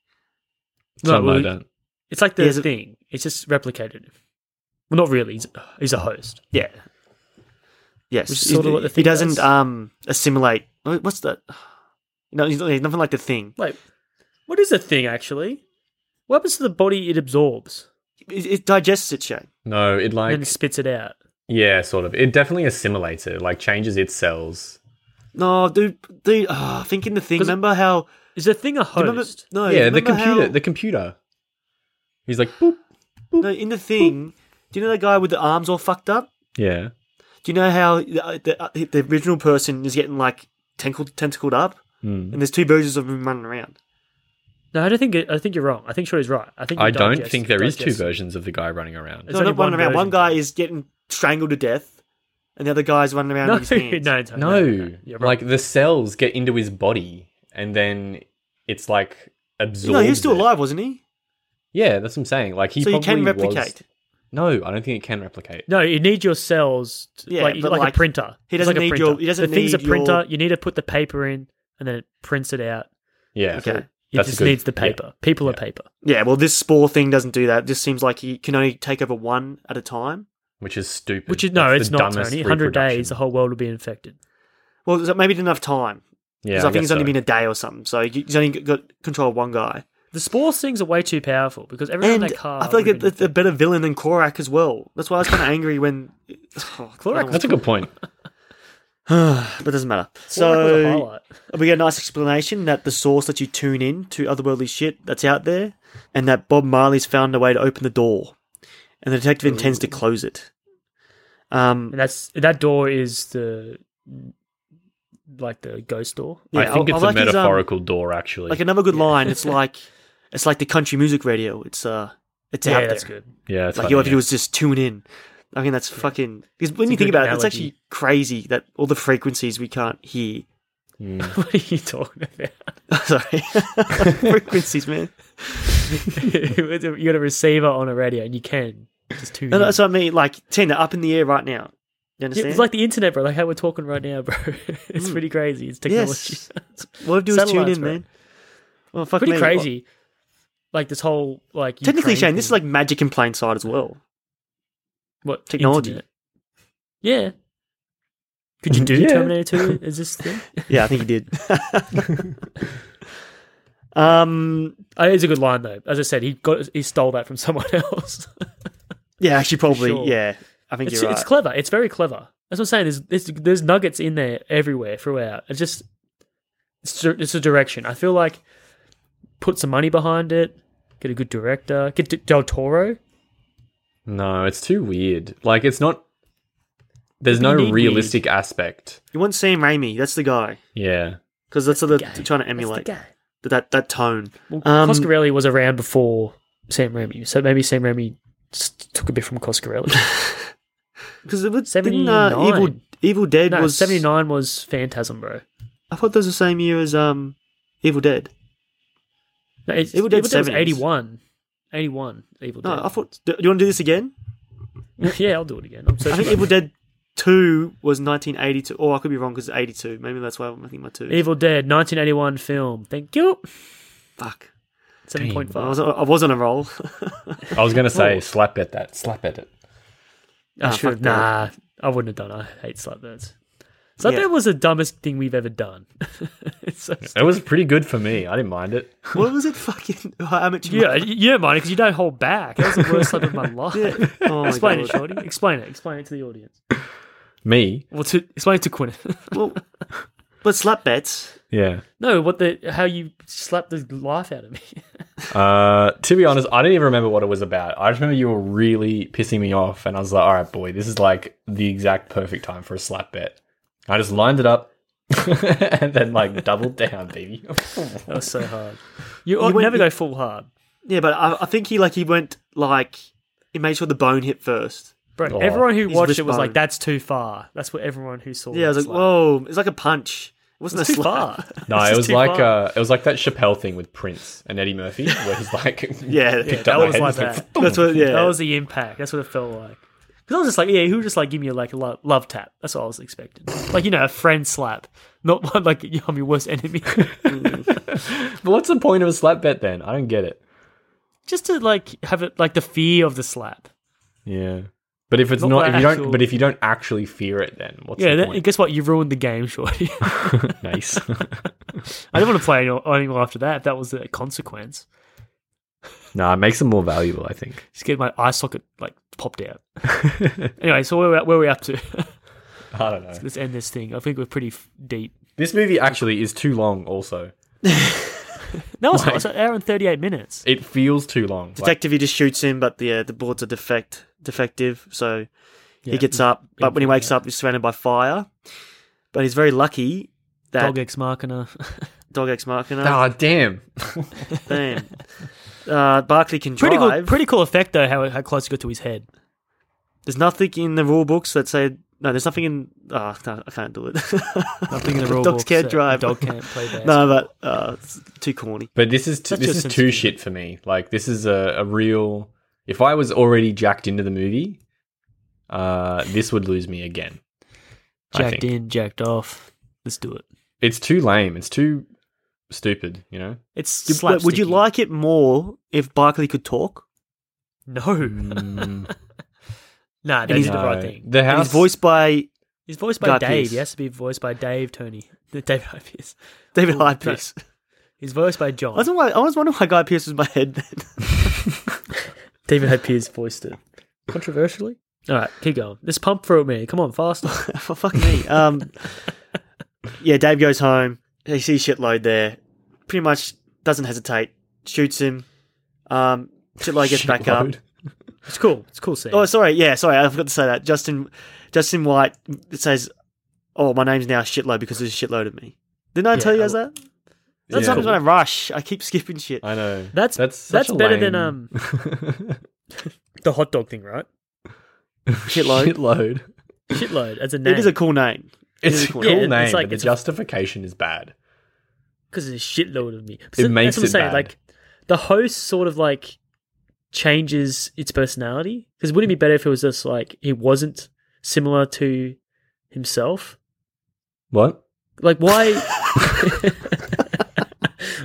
Speaker 1: Something
Speaker 2: well,
Speaker 1: like
Speaker 2: he-
Speaker 1: that.
Speaker 2: It's like the
Speaker 3: He has a-
Speaker 2: thing. It's just replicated. Well, not really. He's, he's a host.
Speaker 3: Yeah. Yes.
Speaker 2: Which is sort of what the
Speaker 3: he
Speaker 2: thing
Speaker 3: doesn't
Speaker 2: does.
Speaker 3: um assimilate. what- What's that? No, he's not- he's nothing like the thing.
Speaker 2: Like, what is the thing actually? What happens to the body? It absorbs
Speaker 3: It, it digests it, Shane.
Speaker 1: No, it
Speaker 2: and
Speaker 1: like
Speaker 2: then spits it out.
Speaker 1: yeah, sort of. It definitely assimilates it, like changes its cells.
Speaker 3: No, dude, dude. ah, I think in the thing.
Speaker 2: 'Cause-
Speaker 3: Remember how?
Speaker 2: Is the thing a
Speaker 3: do you remember-
Speaker 2: host?
Speaker 3: no,
Speaker 1: yeah, the
Speaker 3: remember
Speaker 1: computer,
Speaker 3: how-
Speaker 1: the computer. He's like boop.
Speaker 3: no, in the thing. Do you know that guy with the arms all fucked up?
Speaker 1: Yeah.
Speaker 3: Do you know how the the, the original person is getting like tentacled, tentacled up,
Speaker 2: Hmm.
Speaker 1: Mm.
Speaker 3: and there's two versions of him running around.
Speaker 2: No, I don't think. It, I think you're wrong. I think Shorty's right. I think
Speaker 1: I
Speaker 2: it
Speaker 1: don't
Speaker 2: digests-
Speaker 1: think there is two
Speaker 2: digests.
Speaker 1: versions of the guy running around.
Speaker 2: There's
Speaker 3: no,
Speaker 2: only
Speaker 3: not running
Speaker 2: one
Speaker 3: around. One
Speaker 2: version.
Speaker 3: guy is getting strangled to death, and the other guy's running around.
Speaker 2: No,
Speaker 3: with his hands.
Speaker 2: no, no,
Speaker 1: No,
Speaker 2: You're wrong.
Speaker 1: like the cells get into his body, and then it's like absorbs.
Speaker 3: no, he was still
Speaker 1: it.
Speaker 3: alive, wasn't he?
Speaker 1: Yeah, that's what I'm saying. Like he
Speaker 3: so you can
Speaker 1: probably was-
Speaker 3: replicate.
Speaker 1: No, I don't think it can replicate.
Speaker 2: No, you need your cells, to,
Speaker 3: Yeah,
Speaker 2: like,
Speaker 3: but
Speaker 2: like
Speaker 3: like,
Speaker 2: a printer.
Speaker 3: he
Speaker 2: It's
Speaker 3: doesn't
Speaker 2: like a
Speaker 3: need your-
Speaker 2: printer.
Speaker 3: he doesn't
Speaker 2: the thing's a
Speaker 3: need
Speaker 2: printer.
Speaker 3: your-
Speaker 2: You need to put the paper in, and then it prints it out.
Speaker 1: Yeah.
Speaker 3: Okay.
Speaker 2: It
Speaker 1: That's
Speaker 2: just
Speaker 1: good.
Speaker 2: needs the
Speaker 1: Yeah.
Speaker 2: paper. People are paper.
Speaker 3: Yeah, well, this spore thing doesn't do that. This seems like he can only take over one at a time.
Speaker 1: Which is stupid.
Speaker 2: Which is no,
Speaker 1: That's
Speaker 2: it's
Speaker 1: the
Speaker 2: not
Speaker 1: dumbest
Speaker 2: Tony. Hundred days,
Speaker 1: reproduction.
Speaker 2: the whole world will be infected.
Speaker 3: Well, so maybe he didn't have time.
Speaker 1: Yeah,
Speaker 3: Because I, think
Speaker 1: guess
Speaker 3: it's only
Speaker 1: so.
Speaker 3: been a day or something. So he- he's only got control of one guy.
Speaker 2: The spores things are way too powerful because everyone
Speaker 3: And
Speaker 2: in that car.
Speaker 3: I feel like
Speaker 2: would've
Speaker 3: it-
Speaker 2: been
Speaker 3: it's a
Speaker 2: infected.
Speaker 3: better villain than Korak as well. That's why I was kind of angry when. Oh,
Speaker 2: Korak
Speaker 1: That's a good point.
Speaker 3: but it doesn't matter.
Speaker 2: Well, that was a
Speaker 3: So
Speaker 2: highlight.
Speaker 3: we get a nice explanation that the source that you tune in to otherworldly shit that's out there, and that Bob Marley's found a way to open the door, and the detective intends to close it. Um,
Speaker 2: And that's that door is the like the ghost door.
Speaker 3: yeah,
Speaker 1: I think
Speaker 3: I- I
Speaker 1: it's a
Speaker 3: like his, um,
Speaker 1: metaphorical door, actually.
Speaker 3: like another good line. It's like it's like the country music radio. It's uh, it's
Speaker 2: Yeah,
Speaker 3: out there.
Speaker 2: that's good.
Speaker 1: yeah, it's
Speaker 3: Like all you have to
Speaker 1: funny,
Speaker 3: do is just tune in. I mean, that's fucking. Because when
Speaker 2: It's a
Speaker 3: you think
Speaker 2: good
Speaker 3: about it, it's
Speaker 2: analogy.
Speaker 3: actually crazy that all the frequencies we can't hear.
Speaker 1: yeah. Mm.
Speaker 2: what are you talking about?
Speaker 3: Sorry, frequencies, man.
Speaker 2: you got a receiver on a radio, and you can just tune.
Speaker 3: No,
Speaker 2: in.
Speaker 3: that's what I mean. Like, Tina, up in the air right now. You
Speaker 2: Yeah,
Speaker 3: understand?
Speaker 2: it's like the internet, bro. Like how we're talking right now, bro. It's
Speaker 3: Mm.
Speaker 2: pretty crazy. It's technology.
Speaker 3: yes. What I do is tune
Speaker 2: Satellites,
Speaker 3: in,
Speaker 2: bro.
Speaker 3: man. Well, fuck
Speaker 2: pretty
Speaker 3: me.
Speaker 2: crazy. Like this whole like
Speaker 3: Technically,
Speaker 2: Ukraine
Speaker 3: Shane, this is
Speaker 2: thing.
Speaker 3: like magic in plain sight as well.
Speaker 2: what
Speaker 3: technology.
Speaker 2: internet. Yeah. Could you do
Speaker 1: Yeah.
Speaker 2: Terminator 2? Is this the thing?
Speaker 3: Yeah, I think he did. um,
Speaker 2: Uh, it's a good line though. As I said, he got he stole that from someone else.
Speaker 3: yeah, actually, probably.
Speaker 2: Sure.
Speaker 3: Yeah, I think
Speaker 2: it's,
Speaker 3: you're
Speaker 2: it's
Speaker 3: right.
Speaker 2: clever. It's very clever. That's what I'm saying. There's there's, there's nuggets in there everywhere throughout. It's just it's, dir- it's a direction. I feel like put some money behind it. Get a good director. Get D- Del Toro.
Speaker 1: No, it's too weird. Like it's not. There's
Speaker 2: We
Speaker 1: no
Speaker 2: need
Speaker 1: realistic aspect.
Speaker 3: you want Sam Raimi? That's the guy.
Speaker 1: Yeah.
Speaker 3: Because that's what they're
Speaker 2: guy.
Speaker 3: trying to
Speaker 2: That's the
Speaker 3: emulate.
Speaker 2: guy.
Speaker 3: That that tone.
Speaker 2: Well,
Speaker 3: Um,
Speaker 2: Coscarelli was around before Sam Raimi, so maybe Sam Raimi just took a bit from Coscarelli.
Speaker 3: Because Um, it was didn't, uh,
Speaker 2: 79.
Speaker 3: Evil Evil Dead
Speaker 2: no,
Speaker 3: was
Speaker 2: seventy nine was Phantasm, bro.
Speaker 3: I thought that was the same year as um Evil Dead.
Speaker 2: No, it's,
Speaker 3: Evil
Speaker 2: Evil
Speaker 3: Dead's
Speaker 2: Dead was
Speaker 3: 70s.
Speaker 2: 81. 81, Evil Dead.
Speaker 3: No, I thought. Do you want to do this again?
Speaker 2: yeah, I'll do it again. I'm
Speaker 3: I
Speaker 2: searching
Speaker 3: think Evil Dead Two was 1982. Oh, I could be wrong because eighty two. Maybe that's why I'm thinking my two.
Speaker 2: Evil Dead, 1981 film. Thank you.
Speaker 3: Fuck. I was,
Speaker 2: 7.5.
Speaker 3: I was on a roll.
Speaker 1: I was gonna say slap at that. Slap at it.
Speaker 2: I
Speaker 3: Ah,
Speaker 2: should
Speaker 3: fuck
Speaker 2: have.
Speaker 3: that.
Speaker 2: Nah, I wouldn't have done it. I hate Slapbirds. Slapbird
Speaker 3: Yeah.
Speaker 2: was the dumbest thing we've ever done. it's so
Speaker 1: It was pretty good for me. I didn't mind it.
Speaker 3: what was it? Fucking how much?
Speaker 2: yeah, you you don't mind because you don't hold back. That was the worst slap of my life.
Speaker 3: Oh my
Speaker 2: Explain it,
Speaker 3: God.
Speaker 2: Shorty. Explain it. Explain it to the audience.
Speaker 1: Me.
Speaker 2: Well, to explain it to Quinn.
Speaker 3: Well, but slap bets.
Speaker 1: Yeah.
Speaker 2: no, what the? How you slapped the life out of me?
Speaker 1: Uh, to be honest, I don't even remember what it was about. I just remember you were really pissing me off, and I was like, "All right, boy, this is like the exact perfect time for a slap bet." I just lined it up, and then like doubled down, baby.
Speaker 2: That was so hard. You,
Speaker 3: You
Speaker 2: you
Speaker 3: went-
Speaker 2: never
Speaker 3: you-
Speaker 2: go full hard,
Speaker 3: Yeah, but I, I think he like he went like he made sure the bone hit first.
Speaker 2: bro.
Speaker 1: Oh.
Speaker 2: everyone who
Speaker 3: His
Speaker 2: watched it was like,
Speaker 3: wishbone.
Speaker 2: "That's too far." That's what everyone who saw.
Speaker 3: Yeah, I was like, whoa, it's like a punch. It wasn't
Speaker 2: that's
Speaker 3: a
Speaker 2: too
Speaker 3: slap.
Speaker 2: far.
Speaker 1: No,
Speaker 2: This
Speaker 1: it
Speaker 2: is
Speaker 1: was
Speaker 2: too
Speaker 1: like
Speaker 2: far.
Speaker 1: uh, it was like that Chappelle thing with Prince and Eddie Murphy, where he's like,
Speaker 3: Yeah,
Speaker 1: picked
Speaker 2: that
Speaker 1: up my
Speaker 2: was
Speaker 1: head and
Speaker 2: like
Speaker 1: was
Speaker 2: that.
Speaker 3: That's what. Yeah,
Speaker 2: That was the impact. That's what it felt like. Because I was just like, yeah, he would just like give me like a love, love tap. That's what I was expecting. Like you know, a friend slap, not one like I'm your worst enemy.
Speaker 1: But what's the point of a slap bet then? I don't get it.
Speaker 2: just to like have it like the fear of the slap.
Speaker 1: Yeah. But if it's
Speaker 2: Not
Speaker 1: not,
Speaker 2: the
Speaker 1: if you don't,
Speaker 2: actual-
Speaker 1: but if you don't actually fear it, then what's
Speaker 2: Yeah,
Speaker 1: the
Speaker 2: then,
Speaker 1: point?
Speaker 2: guess what? You ruined the game, shorty.
Speaker 1: nice.
Speaker 2: I didn't want to play any- anymore after that. If that was the consequence.
Speaker 1: no, it makes them more valuable. I think.
Speaker 2: Just get my eye socket like popped out. anyway, so where we where are we up to?
Speaker 1: I don't know.
Speaker 2: Let's end this thing. I think we're pretty f- deep.
Speaker 1: This movie actually is too long. Also,
Speaker 2: No, it's
Speaker 1: Like-
Speaker 2: not. It's an hour and thirty-eight minutes.
Speaker 1: it feels too long. Like,
Speaker 3: detective. He just shoots him, but the uh, the bullets are defect defective. So
Speaker 2: Yeah,
Speaker 3: he gets up, but when he
Speaker 2: figured
Speaker 3: wakes up, he's surrounded by fire. But he's very lucky that
Speaker 2: dog
Speaker 3: dog,
Speaker 2: ex machina.
Speaker 3: ex machina.
Speaker 1: ah, damn.
Speaker 3: Damn. Uh, Barkley can
Speaker 2: Pretty cool.
Speaker 3: drive.
Speaker 2: Pretty cool effect though. How how close it got to his head.
Speaker 3: There's nothing in the rule books that say no. There's nothing in. Oh, no, I can't do it.
Speaker 2: Nothing in the rule
Speaker 3: Dogs
Speaker 2: book
Speaker 3: can't
Speaker 2: said
Speaker 3: drive.
Speaker 2: the Dog can't play basketball.
Speaker 3: no, but uh, it's too corny.
Speaker 1: But this is t-
Speaker 2: That's
Speaker 1: this is
Speaker 2: just
Speaker 1: too
Speaker 2: sensitive.
Speaker 1: shit for me. Like this is a, a real. If I was already jacked into the movie, uh, this would lose me again. I
Speaker 2: jacked
Speaker 1: think.
Speaker 2: in, jacked off. Let's do it.
Speaker 1: It's too lame. It's too stupid. You know.
Speaker 2: It's
Speaker 3: Would-
Speaker 2: slapsticky.
Speaker 3: Would you like it more if Barkley could talk?
Speaker 2: No. Nah, they
Speaker 3: Mm. he's-
Speaker 2: did Mm. the
Speaker 1: No.
Speaker 2: right thing.
Speaker 1: uh, The
Speaker 3: And
Speaker 1: house
Speaker 3: He's voiced by
Speaker 2: He's voiced by
Speaker 3: Guy
Speaker 2: Dave.
Speaker 3: Pearce.
Speaker 2: He has to be voiced by Dave Tony. David Ipius.
Speaker 3: David
Speaker 2: Ooh,
Speaker 3: Hypebeast.
Speaker 2: He's voiced by John.
Speaker 3: I was, wondering why, I was wondering why Guy Pearce was my head then.
Speaker 2: David Hypius voiced it. Controversially? All right, keep going. This pump through me. Come on, faster.
Speaker 3: Well, fuck me. Um, yeah, Dave goes home. He sees shitload there. Pretty much doesn't hesitate. Shoots him. Um, shitload gets back up.
Speaker 1: Shitload.
Speaker 2: It's cool. It's a cool scene.
Speaker 3: Oh, sorry. Yeah, sorry. I forgot to say that. Justin, Justin White says, "Oh, my name's now Shitload because there's a shitload of me." Didn't I tell you guys that? That's
Speaker 4: Yeah.
Speaker 3: happens when I rush. I keep skipping shit.
Speaker 1: I know.
Speaker 2: That's-
Speaker 1: that's such
Speaker 2: that's
Speaker 1: a
Speaker 2: better than, um,
Speaker 1: lame-
Speaker 2: the hot dog thing, right?
Speaker 3: Shitload.
Speaker 1: Shitload.
Speaker 2: Shitload as a name.
Speaker 3: It is a cool name.
Speaker 1: It's a
Speaker 3: Yeah,
Speaker 1: cool name,
Speaker 2: it's like-
Speaker 1: but the
Speaker 2: it's a-
Speaker 1: justification is bad.
Speaker 2: because it's a shitload of me.
Speaker 1: It makes
Speaker 2: that's what I'm
Speaker 1: it
Speaker 2: saying.
Speaker 1: bad.
Speaker 2: Like the host sort of like changes its personality because wouldn't it be better if it was just like he wasn't similar to himself?
Speaker 1: What?
Speaker 2: Like why?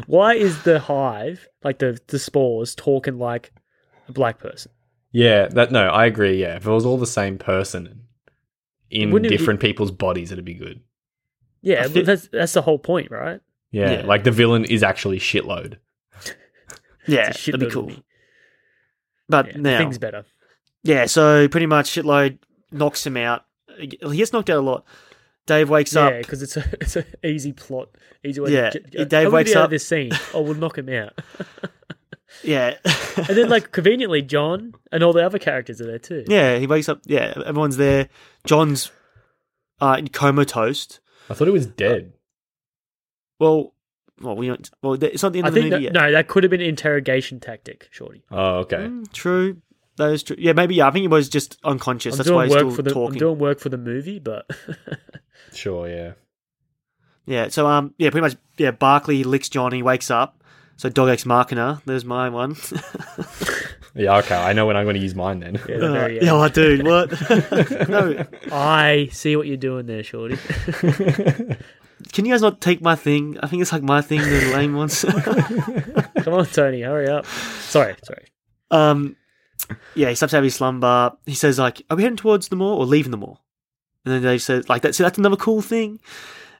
Speaker 2: why is the hive like the the spores talking like a black person?
Speaker 1: Yeah, that no, I agree. Yeah, if it was all the same person in
Speaker 2: Wouldn't it be-
Speaker 1: different people's bodies, it'd be good.
Speaker 2: Yeah,
Speaker 3: I thi-
Speaker 2: that's that's the whole point, right?
Speaker 1: Yeah,
Speaker 3: Yeah.
Speaker 1: like the villain is actually shitload.
Speaker 3: Yeah,
Speaker 2: It's a
Speaker 3: that'd be
Speaker 2: shitload of
Speaker 3: cool.
Speaker 2: me.
Speaker 3: But
Speaker 2: Yeah,
Speaker 3: Uh, now,
Speaker 2: things better.
Speaker 3: yeah. So pretty much, Shitload knocks him out. He gets knocked out a lot. Dave wakes
Speaker 2: Yeah,
Speaker 3: up.
Speaker 2: because it's a it's an easy plot, easy way.
Speaker 3: Yeah,
Speaker 2: to get,
Speaker 3: Dave
Speaker 2: how do we
Speaker 3: wakes
Speaker 2: get out
Speaker 3: up-
Speaker 2: of this scene. Oh, we'll knock him out.
Speaker 3: Yeah.
Speaker 2: And then, like, conveniently, John and all the other characters are there too.
Speaker 3: yeah, he wakes up. Yeah, everyone's there. John's uh, in comatose.
Speaker 1: I thought it was dead.
Speaker 3: Well, well, we don't. Well, it's not the end
Speaker 2: I
Speaker 3: of the
Speaker 2: think
Speaker 3: movie
Speaker 2: that,
Speaker 3: yet.
Speaker 2: no, that could have been an interrogation tactic, Shorty.
Speaker 1: Oh, okay.
Speaker 3: Mm, true. That is true. Yeah, maybe. Yeah, I think he was just unconscious.
Speaker 2: I'm
Speaker 3: That's
Speaker 2: doing
Speaker 3: why he's
Speaker 2: work
Speaker 3: still
Speaker 2: for the
Speaker 3: talking.
Speaker 2: I'm doing work for the movie, but
Speaker 1: Sure, yeah.
Speaker 3: Yeah. So um. Yeah. Pretty much. Yeah. Barkley licks Johnny. Wakes up. So dog ex machina. There's my one.
Speaker 1: Yeah, okay. I know when I'm going to use mine then.
Speaker 2: yeah, the
Speaker 3: Uh,
Speaker 2: very end.
Speaker 3: yeah. I dude. What? no.
Speaker 2: I see what you're doing there, Shorty.
Speaker 3: Can you guys not take my thing? I think it's like my thing. The lame ones.
Speaker 2: Come on, Tony, hurry up. Sorry, sorry.
Speaker 3: um. Yeah. He stops out of his slumber. He says like, "Are we heading towards the mall or leaving the mall?" And then Dave says like, "That's that's another cool thing."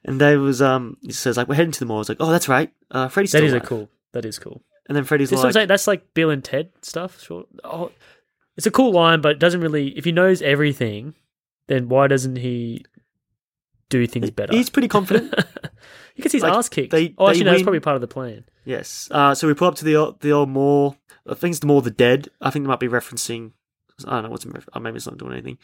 Speaker 3: And Dave was um. He says like, "We're heading to the mall." It's like, "Oh, that's right." Uh, Freddy's
Speaker 2: That
Speaker 3: still
Speaker 2: is a
Speaker 3: alive."
Speaker 2: cool. That is cool.
Speaker 3: And then Freddy's
Speaker 2: That's, what I'm
Speaker 3: like,
Speaker 2: saying. That's like Bill and Ted stuff. Short. Oh, it's a cool line, but it doesn't really. If he knows everything, then why doesn't he do things better?
Speaker 3: "He's pretty confident."
Speaker 2: he gets his
Speaker 3: like,
Speaker 2: ass kicked.
Speaker 3: they-
Speaker 2: oh,
Speaker 3: they
Speaker 2: actually, no, it's
Speaker 3: win-
Speaker 2: probably part of the plan.
Speaker 3: Yes. Uh, so we pull up to the old, the old mall. I think it's the mall of the dead. I think they might be referencing. I don't know what's in ref- oh, maybe it's not doing anything.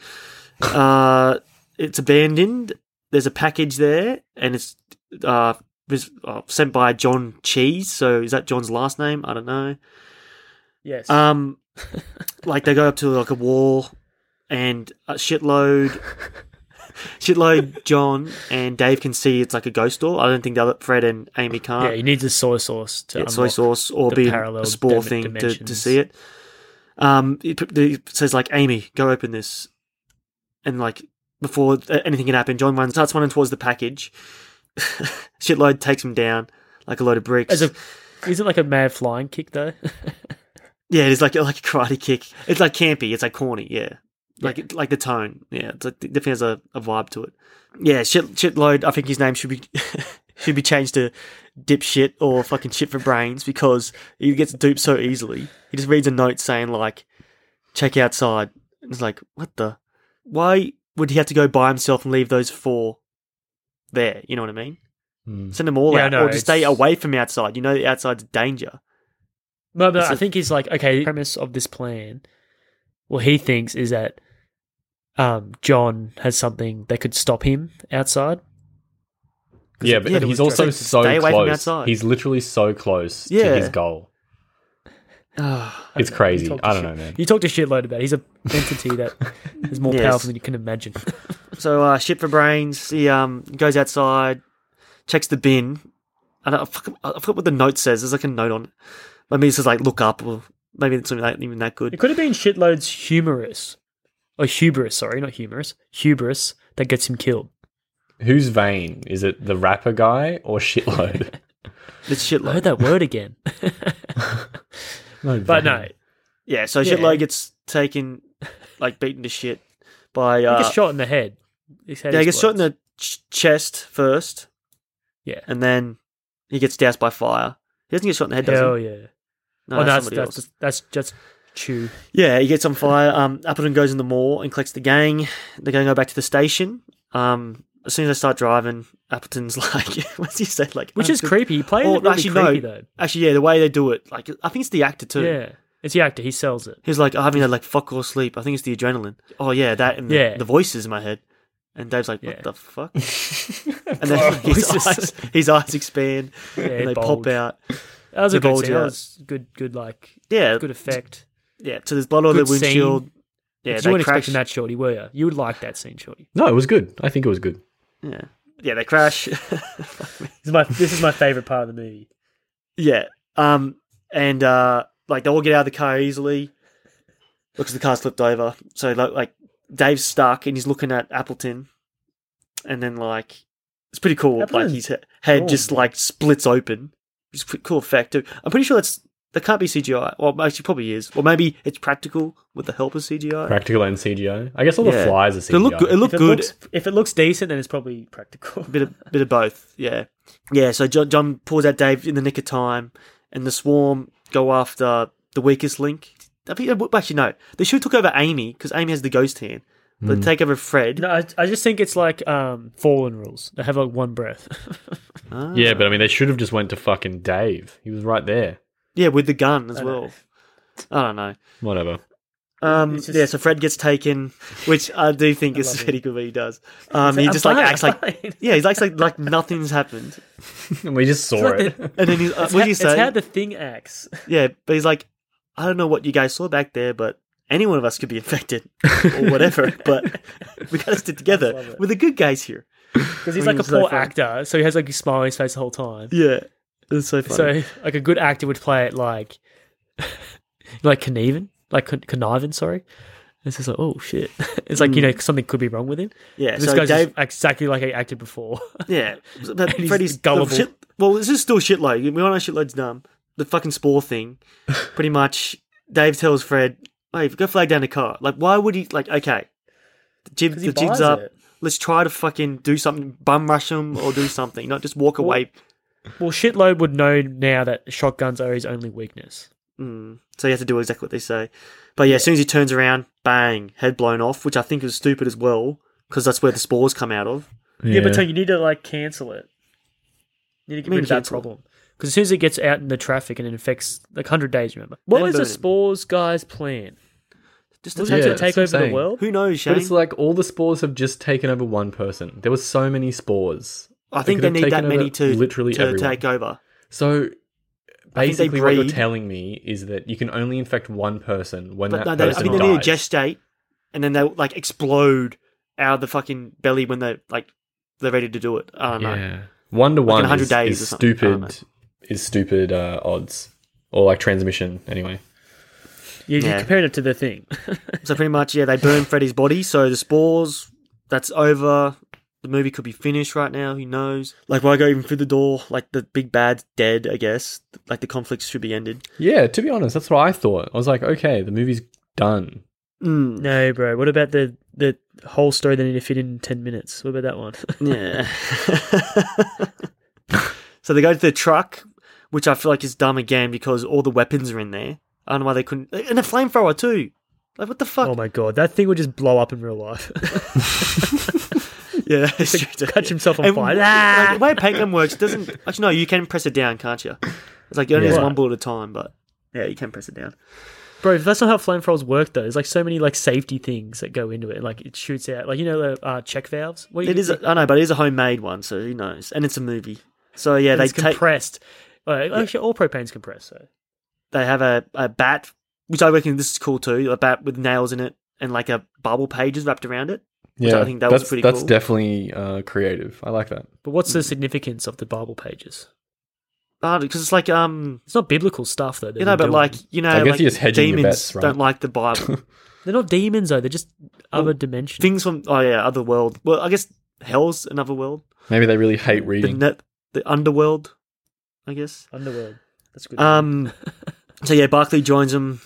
Speaker 3: Uh, it's abandoned. There's a package there, and it's uh, was, uh, sent by John Cheese. So is that John's last name? I don't know.
Speaker 2: Yes.
Speaker 3: Um, like they go up to like a wall, and a shitload, shitload John and Dave can see it's like a ghost door. I don't think the other Fred and Amy can't
Speaker 2: yeah, he needs a soy sauce to
Speaker 3: Uh, yeah, soy
Speaker 2: unlock-
Speaker 3: sauce or
Speaker 2: the
Speaker 3: be a
Speaker 2: parallel dim-
Speaker 3: spore thing to, to
Speaker 2: dimensions.
Speaker 3: see it. Um, it, p- it says like Amy, go open this, and like before th- anything can happen, John runs starts running towards the package. Shitload takes him down like a load of bricks.
Speaker 2: As a, isn't like a mad flying kick though.
Speaker 3: yeah, it's like like a karate kick. It's like campy. It's like corny. Yeah, like it like the tone. Yeah, it's like, it definitely has a, a vibe to it. Yeah, shit, shitload. I think his name should be should be changed to dipshit or fucking shit for brains because he gets duped so easily. He just reads a note saying like, "Check outside." And it's like, what the? Why would he have to go by himself and leave those four there? You know what I mean?
Speaker 1: Mm.
Speaker 3: Send them all
Speaker 2: Yeah, I
Speaker 3: out,
Speaker 2: know,
Speaker 3: or just stay
Speaker 2: it's-
Speaker 3: away from outside. You know, outside's danger.
Speaker 2: no, but
Speaker 3: It's
Speaker 2: I
Speaker 3: a-
Speaker 2: think he's like okay. The premise of this plan, what he thinks is that um, John has something that could stop him outside.
Speaker 1: Yeah, but
Speaker 3: yeah,
Speaker 1: he's
Speaker 3: but
Speaker 1: also
Speaker 3: it's-
Speaker 1: so
Speaker 3: stay away from
Speaker 1: close.
Speaker 3: outside.
Speaker 1: He's literally so close
Speaker 3: Yeah.
Speaker 1: to his goal.
Speaker 3: Ah.
Speaker 1: It's crazy.
Speaker 2: talked
Speaker 1: I
Speaker 2: to
Speaker 1: don't know,
Speaker 2: shit-
Speaker 1: man.
Speaker 2: You talked a shitload about. it. He's a entity that is more
Speaker 3: Yes.
Speaker 2: powerful than you can imagine.
Speaker 3: So uh, shit for brains. He um goes outside, checks the bin. I don't. I forgot, I forgot what the note says. There's like a note on. it. Maybe it says like look up, or maybe it's not even that
Speaker 2: It
Speaker 3: good.
Speaker 2: could have been shitloads humorous, or hubris. Sorry, not humorous. Hubris that gets him killed.
Speaker 1: Who's vain? Is it the rapper guy or shitload?
Speaker 3: It's shit
Speaker 2: I heard
Speaker 3: load.
Speaker 2: that word again.
Speaker 1: no, vain.
Speaker 2: but no,
Speaker 3: Yeah. So
Speaker 2: Yeah.
Speaker 3: shit load gets taken, like beaten to shit by.
Speaker 2: he
Speaker 3: Uh,
Speaker 2: gets shot in the head. His head
Speaker 3: yeah, he gets shot in
Speaker 2: explodes.
Speaker 3: the ch- chest first,
Speaker 2: yeah.
Speaker 3: and then he gets doused by fire. He doesn't get shot in the head, does
Speaker 2: Hell
Speaker 3: he?
Speaker 2: yeah.
Speaker 3: No,
Speaker 2: oh,
Speaker 3: that's
Speaker 2: that's
Speaker 3: somebody
Speaker 2: that's,
Speaker 3: else.
Speaker 2: just, that's just chew.
Speaker 3: Yeah, he gets on fire. Um, Appleton goes in the mall and collects the gang. They're going to go back to the station. Um, as soon as they start driving, Appleton's like, what's he say? Like,
Speaker 2: Which
Speaker 3: "Oh,
Speaker 2: is
Speaker 3: good."
Speaker 2: creepy. He played
Speaker 3: Or
Speaker 2: it really
Speaker 3: actually,
Speaker 2: creepy
Speaker 3: no.
Speaker 2: though.
Speaker 3: Actually, yeah, the way they do it, like, I think it's the actor too.
Speaker 2: Yeah. It's the actor. He sells it.
Speaker 3: He's like, I haven't had like fuck all sleep. I think it's the adrenaline. Oh yeah, that and the,
Speaker 2: Yeah.
Speaker 3: the voices in my head. And Dave's like, what
Speaker 2: Yeah.
Speaker 3: the fuck? and then like, his eyes, his eyes expand
Speaker 2: Yeah,
Speaker 3: and they
Speaker 2: bulge.
Speaker 3: pop out.
Speaker 2: That was
Speaker 3: they
Speaker 2: a good
Speaker 3: bulge
Speaker 2: scene. That
Speaker 3: out.
Speaker 2: was good. Good like
Speaker 3: Yeah,
Speaker 2: good effect.
Speaker 3: yeah. So there's blood on the
Speaker 2: Good scene.
Speaker 3: windshield. Yeah,
Speaker 2: you
Speaker 3: they
Speaker 2: weren't
Speaker 3: crash.
Speaker 2: expecting that, Shorty, were you? You would like that scene, Shorty.
Speaker 1: No, it was good. I think it was good.
Speaker 3: Yeah, yeah, they crash.
Speaker 2: This is my this is my favorite part of the movie.
Speaker 3: yeah, um, and uh, like they all get out of the car easily because the car's flipped over. So like, like Dave's stuck and he's looking at Appleton, and then like it's pretty cool.
Speaker 2: Appleton's
Speaker 3: like his he- head
Speaker 2: cool.
Speaker 3: just like splits open. It's pretty cool effect. I'm pretty sure that's that can't be CGI. Well, actually, probably is. Or maybe it's practical with the help of CGI.
Speaker 1: Practical and CGI. I guess all the
Speaker 3: Yeah.
Speaker 1: flies are
Speaker 3: So
Speaker 1: CGI.
Speaker 3: it looked good. It looked
Speaker 2: if it
Speaker 3: good.
Speaker 2: looks if it looks decent, then it's probably practical.
Speaker 3: bit of bit of both. Yeah, yeah. So John, John pulls out Dave in the nick of time, and the swarm go after the weakest link. I think, well, actually, no. They should have took over Amy because Amy has the ghost hand. They take over Fred.
Speaker 2: No, I, I just think it's like um, fallen rules. They have like one breath.
Speaker 3: Ah.
Speaker 1: yeah, but I mean, they should have just went to fucking Dave. He was right there.
Speaker 3: yeah, with the gun as
Speaker 2: I know.
Speaker 3: well. I don't know.
Speaker 1: Whatever.
Speaker 3: Um,
Speaker 2: It's just-
Speaker 3: yeah, so Fred gets taken, which I do think
Speaker 2: I
Speaker 3: is
Speaker 2: love it.
Speaker 3: pretty good what he does. Um, he just like acts like yeah, he acts like like nothing's happened,
Speaker 1: And we just saw
Speaker 2: It's
Speaker 1: it.
Speaker 2: like
Speaker 3: and then he's uh,
Speaker 2: It's
Speaker 3: what
Speaker 2: how,
Speaker 3: do you
Speaker 2: it's
Speaker 3: say?
Speaker 2: how the thing acts.
Speaker 3: Yeah, but he's like, I don't know what you guys saw back there, but any one of us could be infected or whatever. but we gotta stick
Speaker 2: Love
Speaker 3: together.
Speaker 2: it.
Speaker 3: We're the good guys here.
Speaker 2: Because he's
Speaker 3: I
Speaker 2: like
Speaker 3: mean,
Speaker 2: a
Speaker 3: it's so
Speaker 2: poor
Speaker 3: fun.
Speaker 2: actor, so he has like a smile on his face the whole time.
Speaker 3: Yeah, it's so funny.
Speaker 2: So like a good actor would play it like like conniving, like con- conniving. Sorry, it's just like oh shit. It's like you know something could be wrong with him.
Speaker 3: yeah,
Speaker 2: This
Speaker 3: so
Speaker 2: guy's
Speaker 3: Dave.
Speaker 2: just exactly like he acted before.
Speaker 3: yeah, so that
Speaker 2: he's
Speaker 3: Freddy's
Speaker 2: gullible.
Speaker 3: the Shit, well, this is still shitload. We all know shitload's dumb. The fucking spore thing. Pretty much, Dave tells Fred, "Hey, go flag down the car." Like, why would he? Like, okay, the, jib,
Speaker 2: 'Cause he
Speaker 3: the jib's
Speaker 2: buys
Speaker 3: up.
Speaker 2: it.
Speaker 3: Let's try to fucking do something, bum rush him or do something, not just walk away.
Speaker 2: Well, shitload would know now that shotguns are his only weakness.
Speaker 3: Mm. So you have to do exactly what they say. But yeah, as soon as he turns around, bang, head blown off, which I think is stupid as well, because that's where the spores come out of.
Speaker 2: Yeah, but Tony, you need to like cancel it. You need to
Speaker 3: What
Speaker 2: get rid
Speaker 3: do you mean
Speaker 2: of that
Speaker 3: cancel it?
Speaker 2: problem. Because as soon as it gets out in the traffic and it infects like hundred days, remember. What
Speaker 3: Then
Speaker 2: was the
Speaker 3: burn it.
Speaker 2: spores guy's plan?
Speaker 3: Just to
Speaker 2: Was
Speaker 1: Yeah,
Speaker 2: it
Speaker 3: take
Speaker 2: to
Speaker 3: it.
Speaker 1: that's what I'm
Speaker 2: take over the
Speaker 1: saying.
Speaker 2: world?
Speaker 3: Who knows,
Speaker 1: But
Speaker 3: Shane?
Speaker 1: it's like all the spores have just taken over one person. There were so many spores.
Speaker 3: I think
Speaker 1: could
Speaker 3: they
Speaker 1: have
Speaker 3: need that
Speaker 1: taken over
Speaker 3: many to
Speaker 1: literally
Speaker 3: to
Speaker 1: everyone.
Speaker 3: take over.
Speaker 1: So
Speaker 3: think they
Speaker 1: basically, what you're
Speaker 3: breed.
Speaker 1: telling me is that you can only infect one person when
Speaker 3: But
Speaker 1: that
Speaker 3: no, they, I
Speaker 1: person
Speaker 3: think they
Speaker 1: dies.
Speaker 3: need to gestate, and then they like explode out of the fucking belly when they like they're ready to do it. I don't know.
Speaker 1: yeah, one to one
Speaker 3: 100
Speaker 1: is,
Speaker 3: days
Speaker 1: is
Speaker 3: or something. I don't
Speaker 1: stupid. Is stupid uh, odds or like transmission anyway.
Speaker 2: You, you
Speaker 3: Yeah.
Speaker 2: compared it to the thing.
Speaker 3: So pretty much, yeah, they burn Freddy's body. So the spores, that's over. The movie could be finished right now. Who knows? Like, why go even through the door? Like, the big bad's dead. I guess. Like, the conflict should be ended.
Speaker 1: Yeah, to be honest, that's what I thought. I was like, okay, the movie's done.
Speaker 3: Mm,
Speaker 2: no, bro. What about the the whole story they need to fit in ten minutes? What about that one?
Speaker 3: yeah. so they go to the truck, which I feel like is dumb again because all the weapons are in there. I don't know why they couldn't. And a flamethrower too. Like what the fuck?
Speaker 2: oh my god, that thing would just blow up in real life.
Speaker 3: yeah, it's true.
Speaker 2: Catch himself on
Speaker 3: And
Speaker 2: fire.
Speaker 3: like, the
Speaker 2: Ah!
Speaker 3: way Pac-Man works doesn't actually. No, you can press it down, can't you? It's like you only
Speaker 1: Yeah.
Speaker 3: has one bullet at a time, but yeah, you can press it down.
Speaker 2: Bro, that's not how flamethrowers work though. There's like so many like safety things that go into it. Like it shoots out, like you know the uh, check valves. What do
Speaker 3: It
Speaker 2: you-
Speaker 3: is. A, I know, but it is a homemade one, so who knows? And it's a movie, so yeah,
Speaker 2: and
Speaker 3: they
Speaker 2: it's
Speaker 3: take.
Speaker 2: compressed. Uh, Actually, all propane's compressed. So
Speaker 3: they have a, a bat, which I reckon this is cool too, a bat with nails in it and like a bubble pages wrapped around it. Which I
Speaker 1: Yeah,
Speaker 3: think that was
Speaker 1: that's,
Speaker 3: pretty
Speaker 1: that's
Speaker 3: cool.
Speaker 1: definitely uh, creative. I like that.
Speaker 2: But what's the significance of the Bible pages?
Speaker 3: Ah, Because it's like um,
Speaker 2: It's not biblical stuff, though. that
Speaker 3: you know,
Speaker 2: they're doing.
Speaker 3: but like you know,
Speaker 1: I guess
Speaker 3: like
Speaker 1: you're just hedging your
Speaker 3: demons
Speaker 1: bets, right?
Speaker 3: don't like the Bible.
Speaker 2: they're not demons, though. They're just other
Speaker 3: Well,
Speaker 2: dimensions.
Speaker 3: Things from oh yeah, other world. Well, I guess hell's another world.
Speaker 1: Maybe they really hate
Speaker 3: The
Speaker 1: reading.
Speaker 3: net, the underworld, I guess.
Speaker 2: Underworld. That's a good. name.
Speaker 3: Um, so yeah, Barkley joins them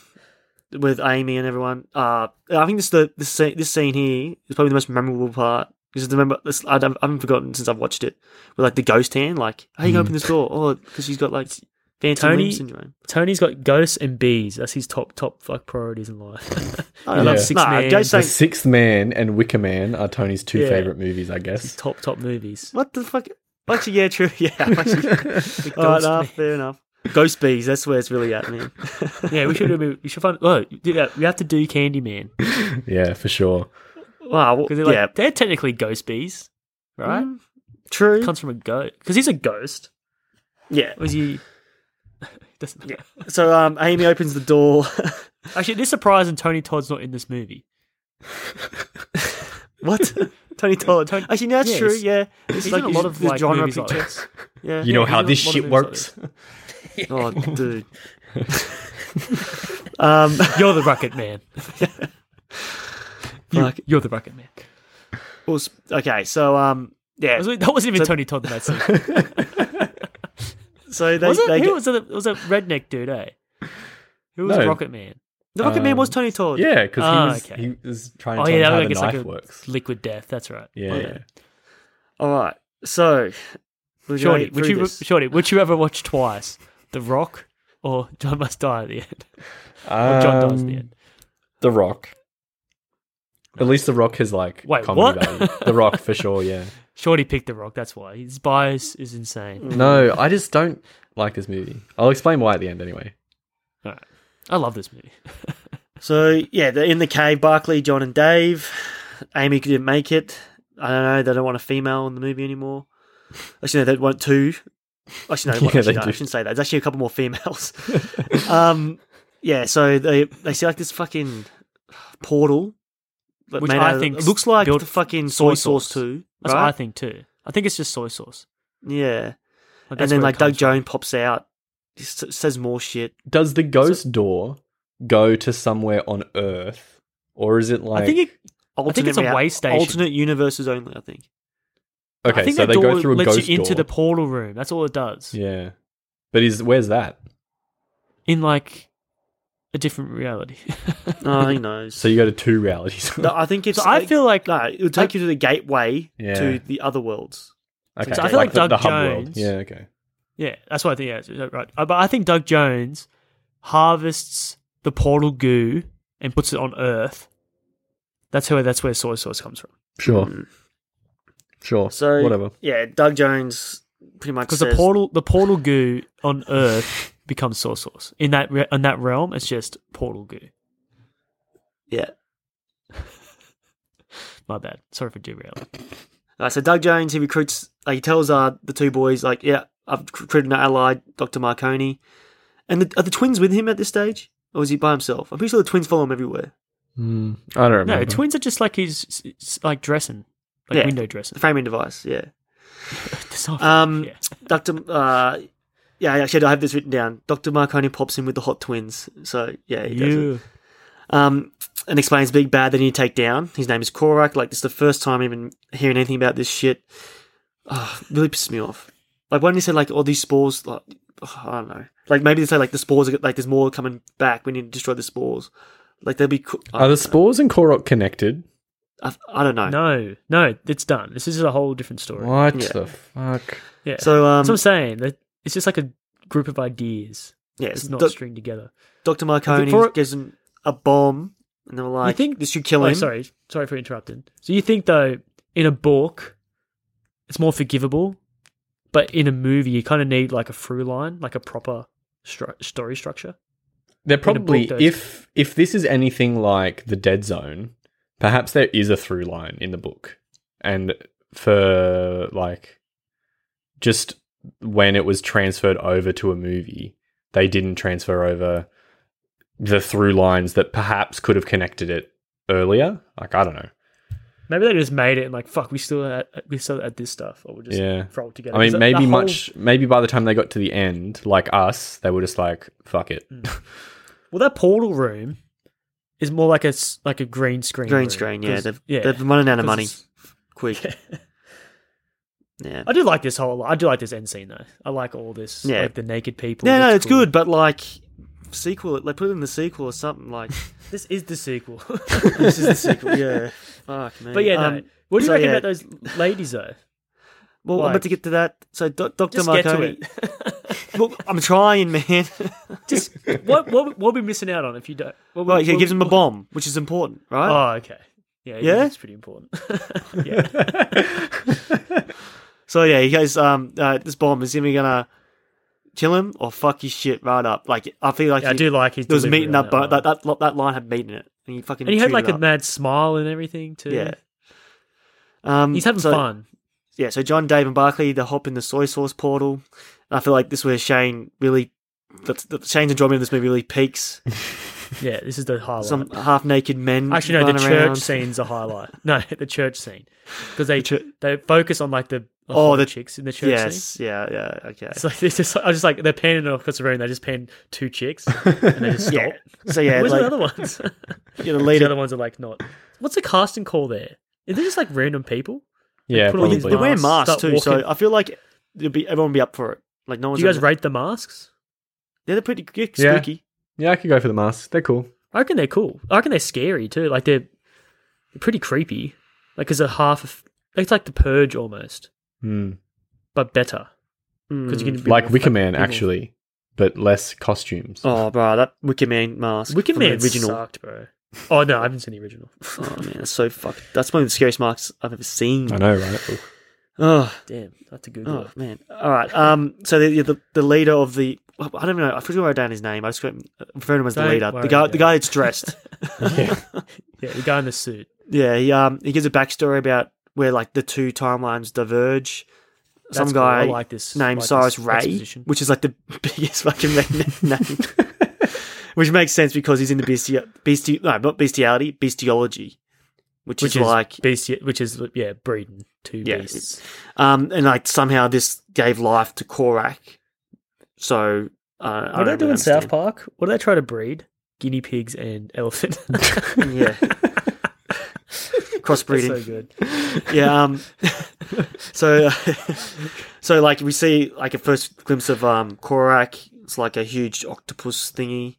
Speaker 3: with Amy and everyone. Uh, I think this the this scene, this scene here is probably the most memorable part because remember this I, don't- I haven't forgotten since I've watched it with like the ghost hand. Like, how you gonna
Speaker 1: Mm.
Speaker 3: open this door? Oh, because she's got like phantom
Speaker 2: Tony-
Speaker 3: limb syndrome.
Speaker 2: Tony's got ghosts and bees. That's his top top like priorities in life.
Speaker 3: I
Speaker 2: I
Speaker 1: love
Speaker 3: know.
Speaker 2: Six
Speaker 3: nah,
Speaker 2: Man.
Speaker 3: ghost
Speaker 1: the
Speaker 3: hand.
Speaker 1: Sixth Man and Wicker Man are Tony's two
Speaker 2: Yeah.
Speaker 1: favorite movies, I guess.
Speaker 2: top top movies.
Speaker 3: What the fuck? Actually, yeah, true. Yeah, actually,
Speaker 2: The
Speaker 3: All right,
Speaker 2: ghost
Speaker 3: Oh, nah,
Speaker 2: man.
Speaker 3: fair enough. Ghost bees. That's where it's really at, man.
Speaker 2: Yeah, we should have. We should find. Look, yeah, we have to do Candyman
Speaker 1: yeah, for sure.
Speaker 3: Wow. well,
Speaker 2: because they're like
Speaker 3: yeah.
Speaker 2: they're technically ghost bees, right?
Speaker 3: Mm. True.
Speaker 2: Comes from a goat because he's a ghost.
Speaker 3: yeah.
Speaker 2: Was he? doesn't matter.
Speaker 3: So um, Amy opens the door.
Speaker 2: Actually, this surprising Tony Todd's not in this movie.
Speaker 3: what? Tony Todd. Actually, no, that's
Speaker 2: Yeah,
Speaker 3: true.
Speaker 2: he's-
Speaker 3: Yeah.
Speaker 2: He's
Speaker 3: It's
Speaker 2: like, in a lot of like,
Speaker 3: genre
Speaker 2: movies like
Speaker 3: picture.
Speaker 2: this.
Speaker 3: yeah.
Speaker 1: You know
Speaker 2: Yeah,
Speaker 1: how
Speaker 2: he
Speaker 1: this
Speaker 2: was
Speaker 1: shit
Speaker 2: one of
Speaker 1: works.
Speaker 2: those
Speaker 3: Oh, dude. um,
Speaker 2: You're the Rocket Man. you,
Speaker 3: Fuck.
Speaker 2: you're the Rocket Man.
Speaker 3: well, s- okay. So um, yeah.
Speaker 2: That was- That wasn't even
Speaker 3: So-
Speaker 2: Tony Todd in that scene.
Speaker 3: So they
Speaker 2: was it?
Speaker 3: they
Speaker 2: Who
Speaker 3: get,
Speaker 2: was it? It was a redneck dude, eh? Who was
Speaker 1: No.
Speaker 2: Rocket Man?
Speaker 3: the Rocket Man
Speaker 1: Um,
Speaker 3: was Tony Todd.
Speaker 1: Yeah, because
Speaker 2: Ah,
Speaker 1: he, was
Speaker 2: okay.
Speaker 1: he was trying to
Speaker 2: Oh
Speaker 1: tell
Speaker 2: yeah,
Speaker 1: yeah,
Speaker 2: that
Speaker 1: how the
Speaker 2: was like, it's
Speaker 1: knife
Speaker 2: like a
Speaker 1: works.
Speaker 2: liquid death. That's right.
Speaker 1: Yeah, yeah.
Speaker 3: All right. So. we're
Speaker 2: Shorty,
Speaker 3: going
Speaker 2: would
Speaker 3: through
Speaker 2: you?
Speaker 3: this.
Speaker 2: Shorty, would you ever watch twice The Rock or John Must Die at the end?
Speaker 1: Um,
Speaker 2: Or John dies at the end.
Speaker 1: The Rock. At least The Rock has like
Speaker 2: Wait,
Speaker 1: comedy
Speaker 2: what?
Speaker 1: value. The Rock for sure, yeah.
Speaker 2: Shorty picked The Rock. That's why his bias is insane.
Speaker 3: Mm.
Speaker 1: No, I just don't like this movie. I'll explain why at the end anyway.
Speaker 2: I love this movie.
Speaker 3: So yeah, they're in the cave. Barclay, John, and Dave. Amy didn't make it. I don't know. They don't want a female in the movie anymore. Actually, no, they want two. Actually, no,
Speaker 1: Yeah,
Speaker 3: actually,
Speaker 1: they
Speaker 3: no I
Speaker 1: do.
Speaker 3: shouldn't say that. There's actually a couple more females. um, yeah. So they they see like this fucking portal. that
Speaker 2: Which
Speaker 3: made
Speaker 2: I
Speaker 3: out of-
Speaker 2: think
Speaker 3: it looks like
Speaker 2: built
Speaker 3: the fucking
Speaker 2: soy
Speaker 3: soy sauce,
Speaker 2: sauce.
Speaker 3: too.
Speaker 2: That's what I
Speaker 3: Right?
Speaker 2: think too. I think it's just soy sauce.
Speaker 3: yeah.
Speaker 2: Like,
Speaker 3: And
Speaker 2: that's
Speaker 3: then
Speaker 2: where it
Speaker 3: like Doug
Speaker 2: comes from.
Speaker 3: Jones pops out. He s- says more shit.
Speaker 1: Does the ghost door go to somewhere on Earth? Or is it like
Speaker 2: I think it
Speaker 3: Alternate
Speaker 2: think it's a
Speaker 3: rea-
Speaker 2: way station.
Speaker 3: uh, Alternate universes only. I think.
Speaker 1: Okay,
Speaker 2: I think
Speaker 1: so
Speaker 2: that
Speaker 1: they
Speaker 2: door
Speaker 1: go through a
Speaker 2: lets
Speaker 1: ghost
Speaker 2: you into
Speaker 1: door.
Speaker 2: the portal room. That's all it does.
Speaker 1: Yeah. But is where's that?
Speaker 2: In like a different reality.
Speaker 3: Oh, he knows.
Speaker 1: So you go to two realities.
Speaker 3: No, I think it's.
Speaker 2: so I feel like
Speaker 3: no, it would take you to the gateway
Speaker 1: Yeah.
Speaker 3: to the other worlds.
Speaker 1: okay.
Speaker 2: so I feel like
Speaker 1: the,
Speaker 2: Doug
Speaker 1: the hub world.
Speaker 2: Jones-
Speaker 1: Yeah, okay.
Speaker 2: yeah, that's what I think. Yeah, it's- right. Uh, But I think Doug Jones harvests the portal goo and puts it on Earth. That's where that's where soy sauce comes from.
Speaker 1: Sure.
Speaker 2: Hmm.
Speaker 1: Sure.
Speaker 3: So
Speaker 1: whatever.
Speaker 3: Yeah, Doug Jones pretty much
Speaker 2: Because
Speaker 3: says
Speaker 2: the portal the portal goo on Earth becomes soy sauce. In that re- in that realm, it's just portal goo.
Speaker 3: Yeah.
Speaker 2: My bad. Sorry for derailing.
Speaker 3: Alright, so Doug Jones he recruits. Like, he tells uh, the two boys like, yeah, I've recruited an ally, Doctor Marconi, and the, are the twins with him at this stage, or is he by himself? I'm pretty sure the twins follow him everywhere.
Speaker 1: Mm, I don't remember.
Speaker 2: No, twins are just like his s- s- like dressing, like
Speaker 3: Yeah.
Speaker 2: window dressing.
Speaker 3: The framing device, yeah.
Speaker 2: Design.
Speaker 3: Um,
Speaker 2: Yeah.
Speaker 3: Doctor, uh, yeah, actually, I have this written down. Doctor Marconi pops in with the hot twins, so yeah, he does it.
Speaker 2: You.
Speaker 3: um, and explains Big Bad that he need to take down. His name is Korak. Like, this is the first time even hearing anything about this shit. Ugh, really pisses me off. Like, when he said, like, all these spores, like, ugh, I don't know. Like, maybe they say, like, the spores, are, like, there's more coming back. We need to destroy the spores. Like, they'll be. Co- I,
Speaker 1: Are the spores and Korok connected?
Speaker 3: I, I don't know.
Speaker 2: No, no, it's done. This is a whole different story.
Speaker 1: What
Speaker 3: Yeah.
Speaker 1: the fuck?
Speaker 2: Yeah. So,
Speaker 3: So, um,
Speaker 2: That's what I'm saying. That it's just like a group of ideas.
Speaker 3: yeah,
Speaker 2: It's
Speaker 3: so
Speaker 2: not
Speaker 3: Doc-
Speaker 2: stringed together.
Speaker 3: Dr. Marconi
Speaker 2: Korak-
Speaker 3: gives him a bomb, and they were like,
Speaker 2: think-
Speaker 3: this should kill
Speaker 2: oh,
Speaker 3: him.
Speaker 2: sorry, sorry for interrupting. So you think though, in a book, it's more forgivable, but in a movie, you kind of need like a through line, like a proper stru- story structure.
Speaker 1: They're
Speaker 2: book,
Speaker 1: probably
Speaker 2: don't-
Speaker 1: if if this is anything like the Dead Zone, perhaps there is a through line in the book, and for like just when it was transferred over to a movie, they didn't transfer over the through lines that perhaps could have connected it earlier. Like I don't know.
Speaker 2: Maybe they just made it and like, fuck, we still at, we still at this stuff, or we'll just
Speaker 1: Yeah.
Speaker 2: throw it together.
Speaker 1: I
Speaker 2: 'Cause
Speaker 1: mean,
Speaker 2: the-
Speaker 1: maybe
Speaker 2: the whole-
Speaker 1: much. Maybe by the time they got to the end, like us, they were just like, "Fuck it."
Speaker 2: Mm. Well, that portal room is more like a s- like a green screen.
Speaker 3: Green
Speaker 2: room,
Speaker 3: screen, yeah.
Speaker 2: 'cause-
Speaker 3: They've,
Speaker 2: yeah,
Speaker 3: they've been running out of
Speaker 2: 'cause
Speaker 3: money
Speaker 2: it's-
Speaker 3: quick. yeah.
Speaker 2: I do like this whole. I do like this end scene though. I like all this.
Speaker 3: Yeah.
Speaker 2: like the naked people.
Speaker 3: Yeah, no,
Speaker 2: looks
Speaker 3: it's
Speaker 2: cool.
Speaker 3: good, but like sequel, like put it in the sequel or something. Like
Speaker 2: This is the sequel.
Speaker 3: this is the sequel. Yeah, fuck man.
Speaker 2: but yeah, no.
Speaker 3: Um,
Speaker 2: What do you
Speaker 3: so,
Speaker 2: reckon
Speaker 3: yeah.
Speaker 2: about those ladies though?
Speaker 3: well, I'm
Speaker 2: like-
Speaker 3: about to get to that. So, Do- Doctor
Speaker 2: Just get to
Speaker 3: Marconi. Look, I'm trying, man.
Speaker 2: Just what what what are we missing out on if you don't? What,
Speaker 3: Right, he
Speaker 2: what-
Speaker 3: gives him a bomb, which is important, right?
Speaker 2: Oh, okay. Yeah,
Speaker 3: Yeah?
Speaker 2: yeah, it's pretty important. yeah,
Speaker 3: So yeah, he goes. Um, uh, this bomb is even gonna kill him or fuck his shit right up. Like I feel like
Speaker 2: Yeah, I
Speaker 3: he-
Speaker 2: do like his.
Speaker 3: there was meat
Speaker 2: delivery
Speaker 3: in
Speaker 2: on
Speaker 3: that, bone
Speaker 2: one.
Speaker 3: that, that that that line had meat in it, and he fucking
Speaker 2: and he had
Speaker 3: chewed
Speaker 2: like
Speaker 3: it
Speaker 2: a
Speaker 3: up.
Speaker 2: mad smile and everything too.
Speaker 3: yeah. Um,
Speaker 2: he's having
Speaker 3: so-
Speaker 2: fun.
Speaker 3: yeah, so John, Dave, and Barkley, they hop in the soy sauce portal. And I feel like this where Shane really, that's, that Shane's enjoyment of this movie really peaks.
Speaker 2: Yeah, this is the highlight.
Speaker 3: Some half naked men.
Speaker 2: Actually, no,
Speaker 3: run
Speaker 2: the church
Speaker 3: around.
Speaker 2: scene's a highlight. No, the church scene because they
Speaker 3: The chur-
Speaker 2: they focus on like the
Speaker 3: Oh,
Speaker 2: oh the
Speaker 3: the-
Speaker 2: chicks in the church scene.
Speaker 3: Yes, yeah, yeah, okay.
Speaker 2: It's like it's just I was just like they're panning off across the room. They just pan two chicks and they just stop.
Speaker 3: yeah. So yeah,
Speaker 2: Where's the
Speaker 3: like,
Speaker 2: other ones?
Speaker 3: yeah, the
Speaker 2: the
Speaker 3: leader.
Speaker 2: other ones are like not. What's the casting call there? Is they just like random people?
Speaker 1: Yeah,
Speaker 2: put all these
Speaker 1: probably.
Speaker 2: other-
Speaker 3: They wear masks
Speaker 2: Start
Speaker 3: too, so
Speaker 2: walking.
Speaker 3: I feel like it'll be, everyone will be up for it. Like no
Speaker 2: Do
Speaker 3: one's.
Speaker 2: you guys
Speaker 3: ever-
Speaker 2: rate the masks?
Speaker 3: yeah, they're pretty yeah,
Speaker 1: Yeah.
Speaker 3: spooky.
Speaker 1: yeah, I could go for the masks. They're cool.
Speaker 2: I reckon they're cool. I reckon they're scary too. Like they're pretty creepy. Like because a half of it's like the purge almost,
Speaker 1: Hmm.
Speaker 2: but better because you can be
Speaker 1: Like
Speaker 2: more
Speaker 1: Wicker Man,
Speaker 2: fucking evil.
Speaker 1: actually, but less costumes.
Speaker 3: Oh, bro, that Wicker Man mask.
Speaker 2: Wicker
Speaker 3: from the
Speaker 2: Man
Speaker 3: original.
Speaker 2: sucked, bro. Oh no, I haven't seen the original.
Speaker 3: Oh man, that's so fucked. That's one of the scariest masks I've ever seen.
Speaker 1: I know, right?
Speaker 3: Ugh.
Speaker 2: Damn, I have to Google
Speaker 3: Oh man! All right. Um. So the the, the leader of the I don't know. I forgot to write down his name. I just got referring to him as the
Speaker 2: Don't
Speaker 3: leader.
Speaker 2: worry,
Speaker 3: The guy.
Speaker 2: yeah.
Speaker 3: The guy that's dressed.
Speaker 1: yeah.
Speaker 2: it. Yeah, the guy in the suit.
Speaker 3: yeah. He um. He gives a backstory about where like the two timelines diverge.
Speaker 2: That's
Speaker 3: Some
Speaker 2: cool. I
Speaker 3: guy
Speaker 2: like this
Speaker 3: named
Speaker 2: like
Speaker 3: Cyrus
Speaker 2: this
Speaker 3: Ray,
Speaker 2: exposition.
Speaker 3: which is like the biggest fucking redneck name. which makes sense because he's into bestia, bestia, no, not bestiality, bestiology, which,
Speaker 2: which
Speaker 3: is, like,
Speaker 2: beast, which is yeah, breeding two
Speaker 3: Yeah,
Speaker 2: beasts.
Speaker 3: um, and like somehow this gave life to Korak. So uh, I
Speaker 2: What do they
Speaker 3: don't
Speaker 2: do
Speaker 3: really
Speaker 2: in South
Speaker 3: understand.
Speaker 2: Park? What do they try to breed? Guinea pigs and elephant.
Speaker 3: Yeah. Crossbreeding.
Speaker 2: so good.
Speaker 3: yeah. Um, so, so like we see like a first glimpse of um Korak. It's like a huge octopus thingy.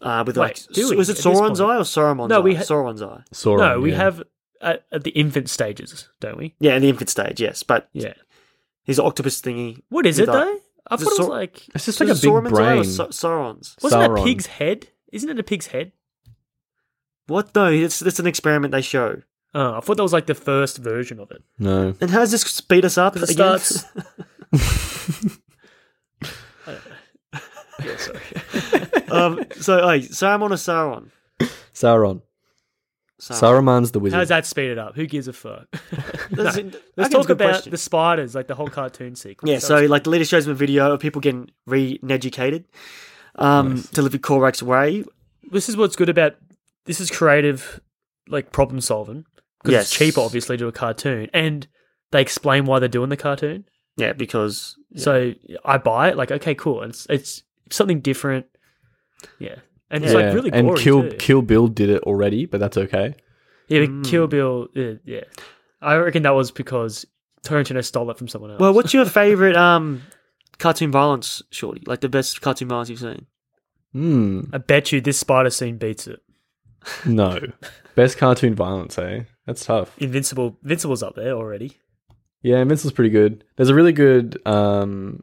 Speaker 3: Uh, with
Speaker 2: Wait,
Speaker 3: like,
Speaker 2: do
Speaker 3: s-
Speaker 2: we
Speaker 3: was it
Speaker 2: at this
Speaker 3: Sauron's
Speaker 2: point?
Speaker 3: eye or Sauron's
Speaker 2: No,
Speaker 3: eye?
Speaker 2: we ha-
Speaker 3: Sauron's eye.
Speaker 1: Sauron.
Speaker 2: no, we
Speaker 1: yeah.
Speaker 2: have at, at the infant stages, don't we?
Speaker 3: Yeah, in the infant stage, yes. But
Speaker 2: Yeah.
Speaker 3: his octopus thingy.
Speaker 2: What is
Speaker 3: Is
Speaker 2: it
Speaker 3: that-
Speaker 2: though? I
Speaker 3: is
Speaker 2: thought
Speaker 3: it
Speaker 2: it was
Speaker 3: Sau-
Speaker 2: like
Speaker 1: It's just
Speaker 3: So
Speaker 1: like a
Speaker 3: is it
Speaker 1: big
Speaker 3: Sauron's eye or
Speaker 1: brain.
Speaker 3: Sa- Sauron's.
Speaker 2: wasn't it a
Speaker 1: Sauron.
Speaker 2: pig's head? Isn't it a pig's head?
Speaker 3: What though? It's, it's an experiment they show.
Speaker 2: Oh, I thought that was like the first version of it.
Speaker 1: No.
Speaker 3: And how does this speed us up?
Speaker 2: 'Cause it
Speaker 3: again?
Speaker 2: starts- Yeah, sorry.
Speaker 3: um, so, hey, Saruman or Sauron?
Speaker 1: Sauron.
Speaker 3: Ah.
Speaker 1: Saruman's the wizard.
Speaker 2: How's that speeded up? Who gives a fuck?
Speaker 3: That's-
Speaker 2: No,
Speaker 3: I think
Speaker 2: Let's
Speaker 3: it's a
Speaker 2: talk
Speaker 3: good
Speaker 2: about
Speaker 3: question.
Speaker 2: the spiders, like the whole cartoon sequence.
Speaker 3: Yeah,
Speaker 2: That
Speaker 3: so
Speaker 2: was-
Speaker 3: like the leader shows them a video of people getting re-educated um, to live in Korak's way.
Speaker 2: this is what's good about this is creative, like problem solving because
Speaker 3: Yes.
Speaker 2: it's cheaper, obviously, to a cartoon, and they explain why they're doing the cartoon.
Speaker 3: Yeah, because
Speaker 2: So I buy it. Like, okay, cool. And it's it's something different. Yeah, and it's
Speaker 1: yeah.
Speaker 2: like really gory
Speaker 1: and Kill
Speaker 2: too.
Speaker 1: Kill Bill did it already, but that's okay.
Speaker 2: yeah, but Kill Bill. Yeah, yeah, I reckon that was because Tarantino stole it from someone else.
Speaker 3: well, what's your favorite um, cartoon violence, Shorty? Like the best cartoon violence you've seen?
Speaker 1: Hmm.
Speaker 2: I bet you this spider scene beats it.
Speaker 1: No. Best cartoon violence, eh? That's tough.
Speaker 2: Invincible, Invincible's up there already.
Speaker 1: Yeah, Invincible's pretty good. There's a really good um,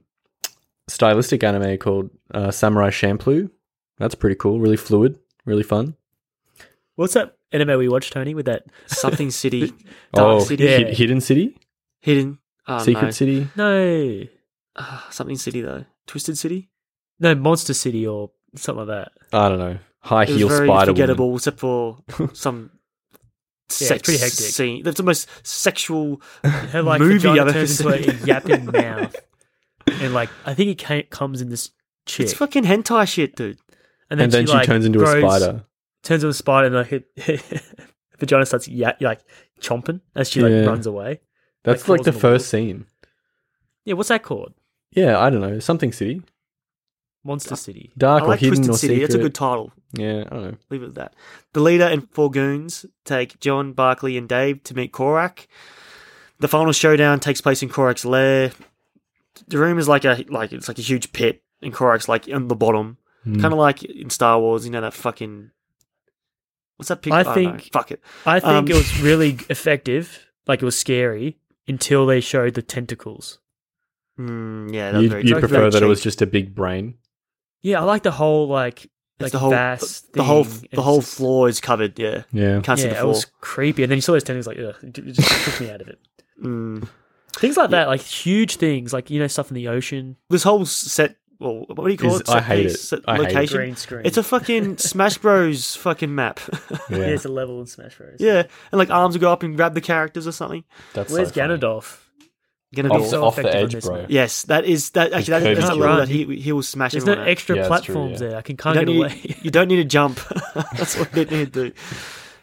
Speaker 1: stylistic anime called uh, Samurai Champloo. That's pretty cool. Really fluid. Really fun.
Speaker 2: What's that anime we watched, Tony? With that?
Speaker 3: Something City,
Speaker 1: oh,
Speaker 3: Dark City,
Speaker 2: yeah.
Speaker 1: Hid- Hidden City,
Speaker 3: Hidden, oh,
Speaker 1: Secret
Speaker 3: no.
Speaker 1: City.
Speaker 2: No,
Speaker 3: Ah, Something City though, Twisted City.
Speaker 2: no, Monster City or something like that.
Speaker 1: I don't know. High
Speaker 3: It was
Speaker 1: heel
Speaker 3: very
Speaker 1: spider.
Speaker 3: forgettable,
Speaker 1: Woman.
Speaker 3: except for some.
Speaker 2: it's
Speaker 3: sex
Speaker 2: pretty hectic.
Speaker 3: Scene. That's the most sexual.
Speaker 2: Her like
Speaker 3: Movie
Speaker 2: vagina
Speaker 3: I've
Speaker 2: turns into
Speaker 3: ever
Speaker 2: a yapping mouth, and like I think it came, comes in this chick,
Speaker 3: It's fucking hentai shit, dude.
Speaker 2: and
Speaker 1: And then she,
Speaker 2: like,
Speaker 1: turns into
Speaker 2: grows-
Speaker 1: a spider.
Speaker 2: Turns into a spider, and like her, vagina starts ya- like chomping as she like
Speaker 1: Yeah.
Speaker 2: runs away.
Speaker 1: That's
Speaker 2: like,
Speaker 1: like the
Speaker 2: crawls on the
Speaker 1: first scene.
Speaker 2: Yeah, what's that called?
Speaker 1: Yeah, I don't know. Something City,
Speaker 2: Monster City.
Speaker 1: dark
Speaker 3: I
Speaker 1: or
Speaker 3: like
Speaker 1: hidden
Speaker 3: Twisted
Speaker 1: or
Speaker 3: City.
Speaker 1: secret.
Speaker 3: That's a good title.
Speaker 1: yeah, I don't know.
Speaker 3: Leave it at that. The leader and four goons take John, Barkley, and Dave to meet Korak. The final showdown takes place in Korak's lair. The room is like a like it's like a huge pit, and Korak's like in the bottom,
Speaker 1: Hmm. Mm.
Speaker 3: kind of like in Star Wars. You know that fucking what's that picture?
Speaker 2: I
Speaker 3: I, think
Speaker 2: think-
Speaker 3: fuck it.
Speaker 2: I think
Speaker 3: Um,
Speaker 2: it was really effective. Like it was scary until they showed the tentacles.
Speaker 3: Mm, yeah, that's
Speaker 1: You
Speaker 3: very.
Speaker 1: you
Speaker 3: that's
Speaker 1: prefer
Speaker 3: very
Speaker 1: that it
Speaker 3: cheap.
Speaker 1: was just a big brain?
Speaker 2: Yeah, I like the whole like
Speaker 3: It's
Speaker 2: like
Speaker 3: the whole
Speaker 2: vast
Speaker 3: the whole
Speaker 2: thing, and
Speaker 3: the
Speaker 2: it's
Speaker 3: whole
Speaker 2: just-
Speaker 3: floor is covered. Yeah,
Speaker 1: Yeah.
Speaker 3: can't see
Speaker 2: Yeah,
Speaker 3: the
Speaker 2: it
Speaker 3: floor.
Speaker 2: was creepy. And then you saw those tentacles, like Ugh, it just took me out of it.
Speaker 3: Mm.
Speaker 2: Things like that, like huge things, like you know stuff in the ocean,
Speaker 3: This whole set, well, what do you call
Speaker 1: Is-
Speaker 3: it?
Speaker 1: I
Speaker 3: Set
Speaker 1: hate
Speaker 3: piece,
Speaker 1: it.
Speaker 3: Set
Speaker 1: I hate it.
Speaker 3: location.
Speaker 2: green screen.
Speaker 3: It's a fucking Smash Bros. fucking map.
Speaker 1: Yeah,
Speaker 2: there's a level in Smash Bros.
Speaker 3: yeah, and like arms will go up and grab the characters or something.
Speaker 1: that's
Speaker 2: Where's
Speaker 1: so funny.
Speaker 2: Ganondorf?
Speaker 3: Gonna
Speaker 1: Off,
Speaker 3: do
Speaker 2: so
Speaker 1: off the
Speaker 2: effective on
Speaker 1: edge,
Speaker 2: this
Speaker 1: bro.
Speaker 2: map.
Speaker 3: Yes, that is that. Actually, that,
Speaker 1: curves
Speaker 3: that's a
Speaker 2: you
Speaker 3: level that
Speaker 2: around.
Speaker 3: he he will smash
Speaker 2: There's no
Speaker 3: everyone. at.
Speaker 2: extra
Speaker 1: Yeah, that's true,
Speaker 2: platforms
Speaker 1: yeah.
Speaker 2: there. I can
Speaker 3: You
Speaker 2: can't
Speaker 3: don't,
Speaker 2: get
Speaker 3: need,
Speaker 2: away.
Speaker 3: you don't need to jump. that's what you need to do.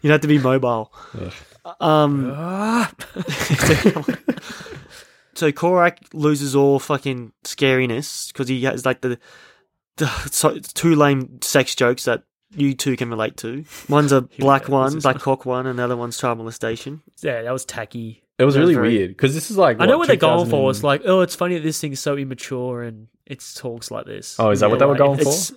Speaker 3: You have to be mobile.
Speaker 1: Ugh.
Speaker 3: Um, so Korak loses all fucking scariness because he has like the, the so, two lame sex jokes that you two can relate to. One's a black
Speaker 2: loses
Speaker 3: one,
Speaker 2: his-
Speaker 3: black cock one, and the other one's child molestation.
Speaker 2: yeah, that was tacky.
Speaker 1: It was
Speaker 3: That was
Speaker 1: really
Speaker 3: very-
Speaker 1: weird because this is like
Speaker 2: I know what they're going
Speaker 1: 2000
Speaker 2: for.
Speaker 1: and-
Speaker 2: It's like, oh, it's funny that this thing's so immature and it talks like this.
Speaker 1: Oh, is that
Speaker 2: Yeah,
Speaker 1: what they were
Speaker 2: like,
Speaker 1: going for?
Speaker 3: It's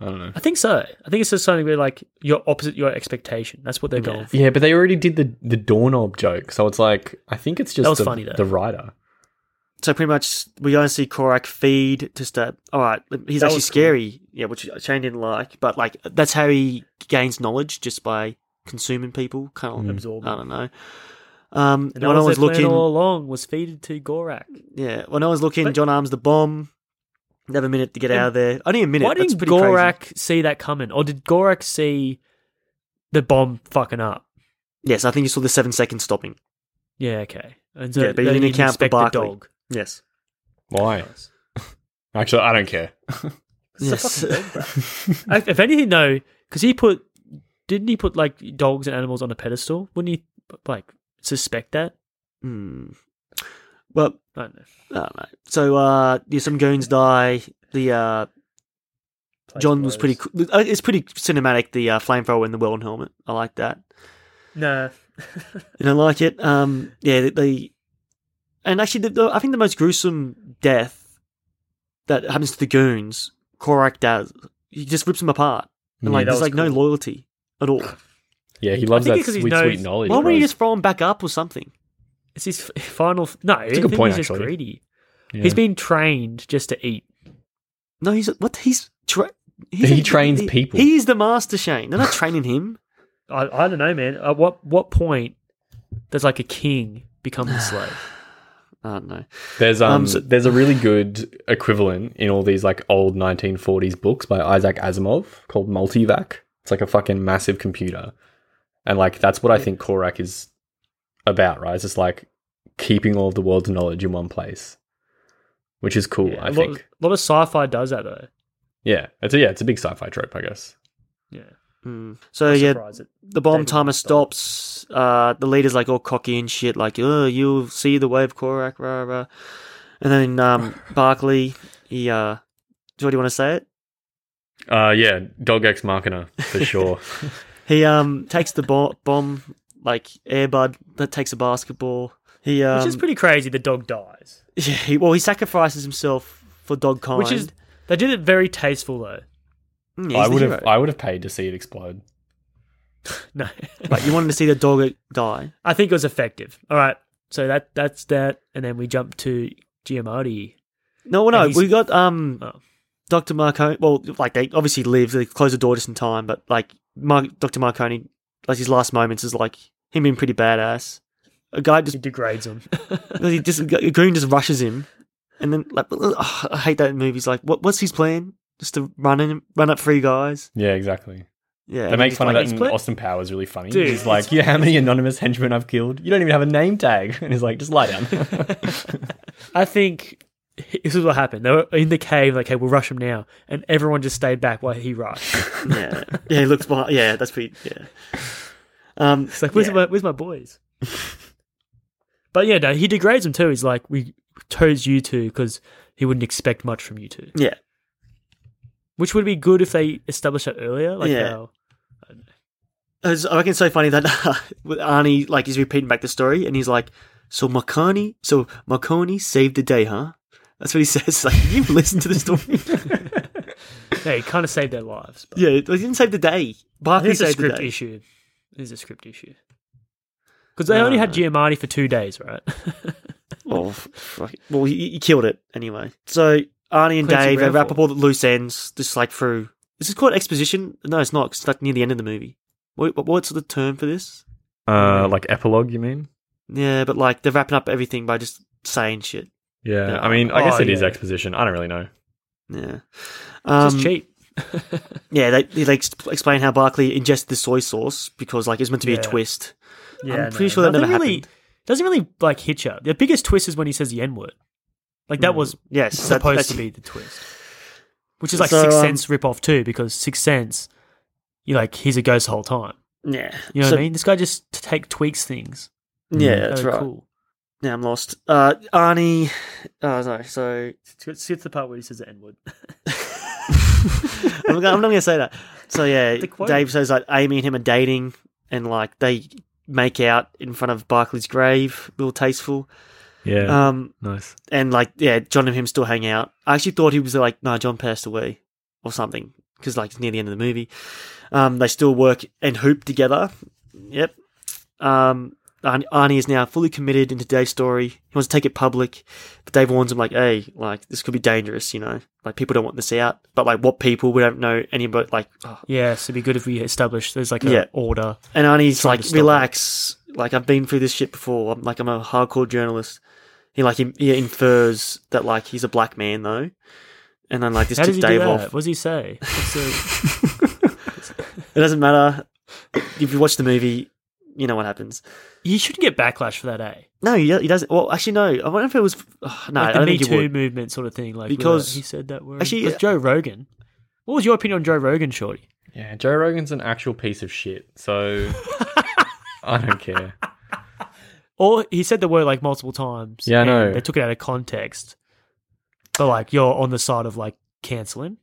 Speaker 1: I don't know.
Speaker 2: I think so. I think it's just something where like you're opposite your expectation. That's what they're going for.
Speaker 1: Yeah, but they already did the the doorknob joke, so it's like I think it's just
Speaker 2: That was
Speaker 1: the,
Speaker 2: funny, though.
Speaker 1: the writer.
Speaker 3: so pretty much we only see Korak feed to stab. All right, he's
Speaker 2: That
Speaker 3: actually
Speaker 2: was cool.
Speaker 3: scary. Yeah, which Shane didn't like, but like that's how he gains knowledge just by consuming people. Kind
Speaker 1: Hmm.
Speaker 3: of
Speaker 2: Absorb.
Speaker 1: Ah.
Speaker 3: I don't know. Um,
Speaker 2: Hmm. And
Speaker 3: when I
Speaker 2: that was
Speaker 3: was
Speaker 2: their plan
Speaker 3: looking,
Speaker 2: all along was feeded to Gorak.
Speaker 3: yeah, when I was looking,
Speaker 2: But-
Speaker 3: John arms the bomb. They have a minute to get out of there. Only a minute.
Speaker 2: Why
Speaker 3: That's
Speaker 2: didn't
Speaker 3: pretty crazy.
Speaker 2: Gorak see that coming, or did Gorak see the bomb fucking up?
Speaker 3: Yes, I think you saw the seven seconds stopping.
Speaker 2: Yeah, okay. And so
Speaker 3: Yeah, but you
Speaker 2: they
Speaker 3: didn't account for
Speaker 2: inspect the
Speaker 3: Barkley.
Speaker 2: dog.
Speaker 3: Yes.
Speaker 1: Why? Actually, I don't care.
Speaker 3: Yes.
Speaker 2: I- if anything, though, because he put didn't he put like dogs and animals on a pedestal? Wouldn't he like suspect that?
Speaker 3: Hmm. Well,
Speaker 2: I don't know.
Speaker 3: I don't know. So, uh, yeah, some goons die. The uh, John was pretty. Cool. Uh, It's pretty cinematic. The uh, flamethrower and the Welland helmet. I like that.
Speaker 2: No,
Speaker 3: You don't like it? Um, yeah, they, they and actually, the, the, I think the most gruesome death that happens to the goons, Korak does. He just rips them apart, and like
Speaker 2: that
Speaker 3: there's
Speaker 2: was
Speaker 3: like no
Speaker 2: cool.
Speaker 3: loyalty at all.
Speaker 1: Yeah, he loves
Speaker 2: I
Speaker 1: that
Speaker 2: think it's 'cause
Speaker 1: sweet,
Speaker 2: he
Speaker 1: sweet
Speaker 2: knows-
Speaker 1: knowledge.
Speaker 3: Why
Speaker 1: bro.
Speaker 3: wouldn't you just throw him back up or something?
Speaker 2: it's his f- final. f- No,
Speaker 1: a
Speaker 2: I
Speaker 1: good
Speaker 2: think
Speaker 1: point,
Speaker 2: He's just
Speaker 1: actually.
Speaker 2: greedy.
Speaker 1: Yeah.
Speaker 2: He's been trained just to eat.
Speaker 3: No, he's what? He's tra- he's
Speaker 1: He trains people.
Speaker 3: He is the master, Shane. They're not training him.
Speaker 2: I, I don't know, man. At what what point does like a king become a slave?
Speaker 3: I don't know.
Speaker 1: There's um,
Speaker 3: Um, so-
Speaker 1: there's a really good equivalent in all these like old 1940s books by Isaac Asimov called Multivac. It's like a fucking massive computer, and like that's what I think Korak is about, right? It's just like keeping all of the world's knowledge in one place, which is cool.
Speaker 2: Yeah,
Speaker 1: I
Speaker 2: a
Speaker 1: think.
Speaker 2: lot, lot of sci-fi does that though.
Speaker 1: yeah, it's a, yeah, it's a big sci-fi trope, I guess.
Speaker 2: Yeah,
Speaker 3: Hmm. So
Speaker 2: I
Speaker 3: yeah,
Speaker 2: surprise it.
Speaker 3: the bomb
Speaker 2: David
Speaker 3: timer
Speaker 2: Wise stopped.
Speaker 3: stops. Uh, the leader's like all cocky and shit, like, oh, you'll see the wave, Korak, rah, rah. And then um, Barkley, he, uh, do you want to say it?
Speaker 1: Uh, yeah, Dog Ex Machina for sure.
Speaker 3: He um takes the bo- bomb, like Airbud, that takes a basketball. He um,
Speaker 2: Which is pretty crazy. The dog dies,
Speaker 3: yeah, he, well, he sacrifices himself for dog kind.
Speaker 2: which is they did it very tasteful though.
Speaker 3: Mm, he's
Speaker 1: I
Speaker 3: the
Speaker 1: would have
Speaker 3: hero.
Speaker 1: I would have paid to see it explode.
Speaker 2: No,
Speaker 3: But you wanted to see the dog die.
Speaker 2: I think it was effective. All right, so that that's that, and then we jump to Giamatti.
Speaker 3: No, well, no,
Speaker 2: And he's-
Speaker 3: we got um,
Speaker 2: Oh.
Speaker 3: Doctor Marconi. Well, like they obviously live. They close the door just in time, but like Mar- Doctor Marconi, like his last moments is like him being pretty badass. A guy just
Speaker 2: He degrades him.
Speaker 3: he just a goon just rushes him, and then like ugh, I hate that in movies. Like what what's his plan? Just to run in, run up three guys.
Speaker 1: Yeah, exactly.
Speaker 3: Yeah,
Speaker 1: They
Speaker 3: and
Speaker 1: make
Speaker 3: he's
Speaker 1: fun
Speaker 3: like-
Speaker 1: of that
Speaker 2: he's
Speaker 1: in
Speaker 2: pla-
Speaker 1: Austin Powers really funny.
Speaker 2: Dude,
Speaker 1: he's like, Yeah, how many anonymous henchmen I've killed? You don't even have a name tag. And he's like, just lie down.
Speaker 2: I think this is what happened. They were in the cave, like, "Hey, we'll rush him now," and everyone just stayed back while he rushed.
Speaker 3: Yeah, yeah, he looks behind. Yeah, that's pretty. Yeah. Um,
Speaker 2: It's like, "Where's
Speaker 3: yeah.
Speaker 2: my where's my boys?" but yeah, no, he degrades him too. He's like, "We chose you two because he wouldn't expect much from you two.
Speaker 3: Yeah.
Speaker 2: which would be good if they established that earlier. Like,
Speaker 3: Yeah.
Speaker 2: how-
Speaker 3: It's- I reckon it's so funny that with Arnie, like, he's repeating back the story, and he's like, "So Marconi, so Marconi saved the day, huh?" That's what he says. Like, you listen to the story.
Speaker 2: yeah, he kind of saved their lives. But
Speaker 3: yeah, he didn't save the day.
Speaker 2: I
Speaker 3: Barkley
Speaker 2: think it's a
Speaker 3: saved the
Speaker 2: script
Speaker 3: day.
Speaker 2: issue. It's a script issue. Because they
Speaker 3: No,
Speaker 2: only had
Speaker 3: no.
Speaker 2: Giamatti for two days, right?
Speaker 3: Well, f- Oh, fuck it. well, he, he killed it anyway. So Arnie and
Speaker 2: Clancy
Speaker 3: Dave they wrap
Speaker 2: Brownfall.
Speaker 3: up all the loose ends, just like through. Is this called exposition? No, it's not. 'cause It's like near the end of the movie. What, what- what's the term for this?
Speaker 1: uh like epilogue, you mean?
Speaker 3: Yeah, but like they're wrapping up everything by just saying shit.
Speaker 1: Yeah,
Speaker 3: Yeah.
Speaker 1: I mean, I
Speaker 2: Oh,
Speaker 1: guess it is
Speaker 2: yeah.
Speaker 1: exposition. I don't really know.
Speaker 3: Yeah.
Speaker 2: It's
Speaker 3: Um,
Speaker 2: just cheap.
Speaker 3: Yeah, they, they like exp- explain how Barkley ingested the soy sauce because like it's meant to be
Speaker 2: Yeah.
Speaker 3: a twist.
Speaker 2: Yeah,
Speaker 3: I'm pretty sure that
Speaker 2: nothing
Speaker 3: never
Speaker 2: really,
Speaker 3: happened.
Speaker 2: Doesn't really like hit you. The biggest twist is when he says the N word. Like that was
Speaker 3: Mm. Yes, Hmm. that-
Speaker 2: supposed
Speaker 3: that's-
Speaker 2: to be the twist, which is like
Speaker 3: So,
Speaker 2: Sixth
Speaker 3: um,
Speaker 2: Sense rip off too, because Sixth Sense, you like he's a ghost the whole time.
Speaker 3: Yeah,
Speaker 2: You know
Speaker 3: So-
Speaker 2: what I mean? This guy just t- take tweaks things.
Speaker 3: Yeah, that's
Speaker 2: Very
Speaker 3: right.
Speaker 2: Cool.
Speaker 3: Yeah, I'm lost. Uh, Arnie. Oh no, so
Speaker 2: Skip the part where he says the N word.
Speaker 3: I'm, not- I'm not going to say that. So yeah,
Speaker 2: The quote.
Speaker 3: Dave says like Amy and him are dating, and like they make out in front of Barkley's grave, real tasteful.
Speaker 1: Yeah,
Speaker 3: Um,
Speaker 1: nice.
Speaker 3: and like yeah, John and him still hang out. I actually thought he was like, no, John passed away or something because like it's near the end of the movie. Um, they still work and hoop together. Yep. Um, Ar- Arnie is now fully committed into Dave's story. He wants to take it public, but Dave warns him like, hey, like this could be dangerous, you know. Like people don't want this out, but like what people we don't know anybody like. oh.
Speaker 2: Yeah, so it'd be good if we established there's like an
Speaker 3: Yeah.
Speaker 2: order.
Speaker 3: And Arnie's
Speaker 2: Trying to
Speaker 3: like,
Speaker 2: stop it.
Speaker 3: relax. Like I've been through this shit before. I'm like I'm a hardcore journalist. He like he, he infers that like he's a black man though, and then like this
Speaker 2: How does
Speaker 3: took
Speaker 2: he
Speaker 3: Dave
Speaker 2: do that?
Speaker 3: off.
Speaker 2: What does he say? What's the-
Speaker 3: It doesn't matter. If you watch the movie, you know what happens.
Speaker 2: you shouldn't get backlash for that, eh?
Speaker 3: No, he, he doesn't. Well, actually, no. I wonder if it was. ugh, no,
Speaker 2: like
Speaker 3: I
Speaker 2: the
Speaker 3: don't
Speaker 2: Me
Speaker 3: think he
Speaker 2: Too
Speaker 3: would.
Speaker 2: movement sort of thing. Like
Speaker 3: Because-
Speaker 2: because he said that word.
Speaker 3: Actually, uh,
Speaker 2: Because Joe Rogan. What was your opinion on Joe Rogan, Shorty?
Speaker 1: Yeah, Joe Rogan's an actual piece of shit, so I don't care.
Speaker 2: Or he said the word like multiple times.
Speaker 1: Yeah, I
Speaker 2: and
Speaker 1: know.
Speaker 2: They took it out of context. But like you're on the side of like cancel him.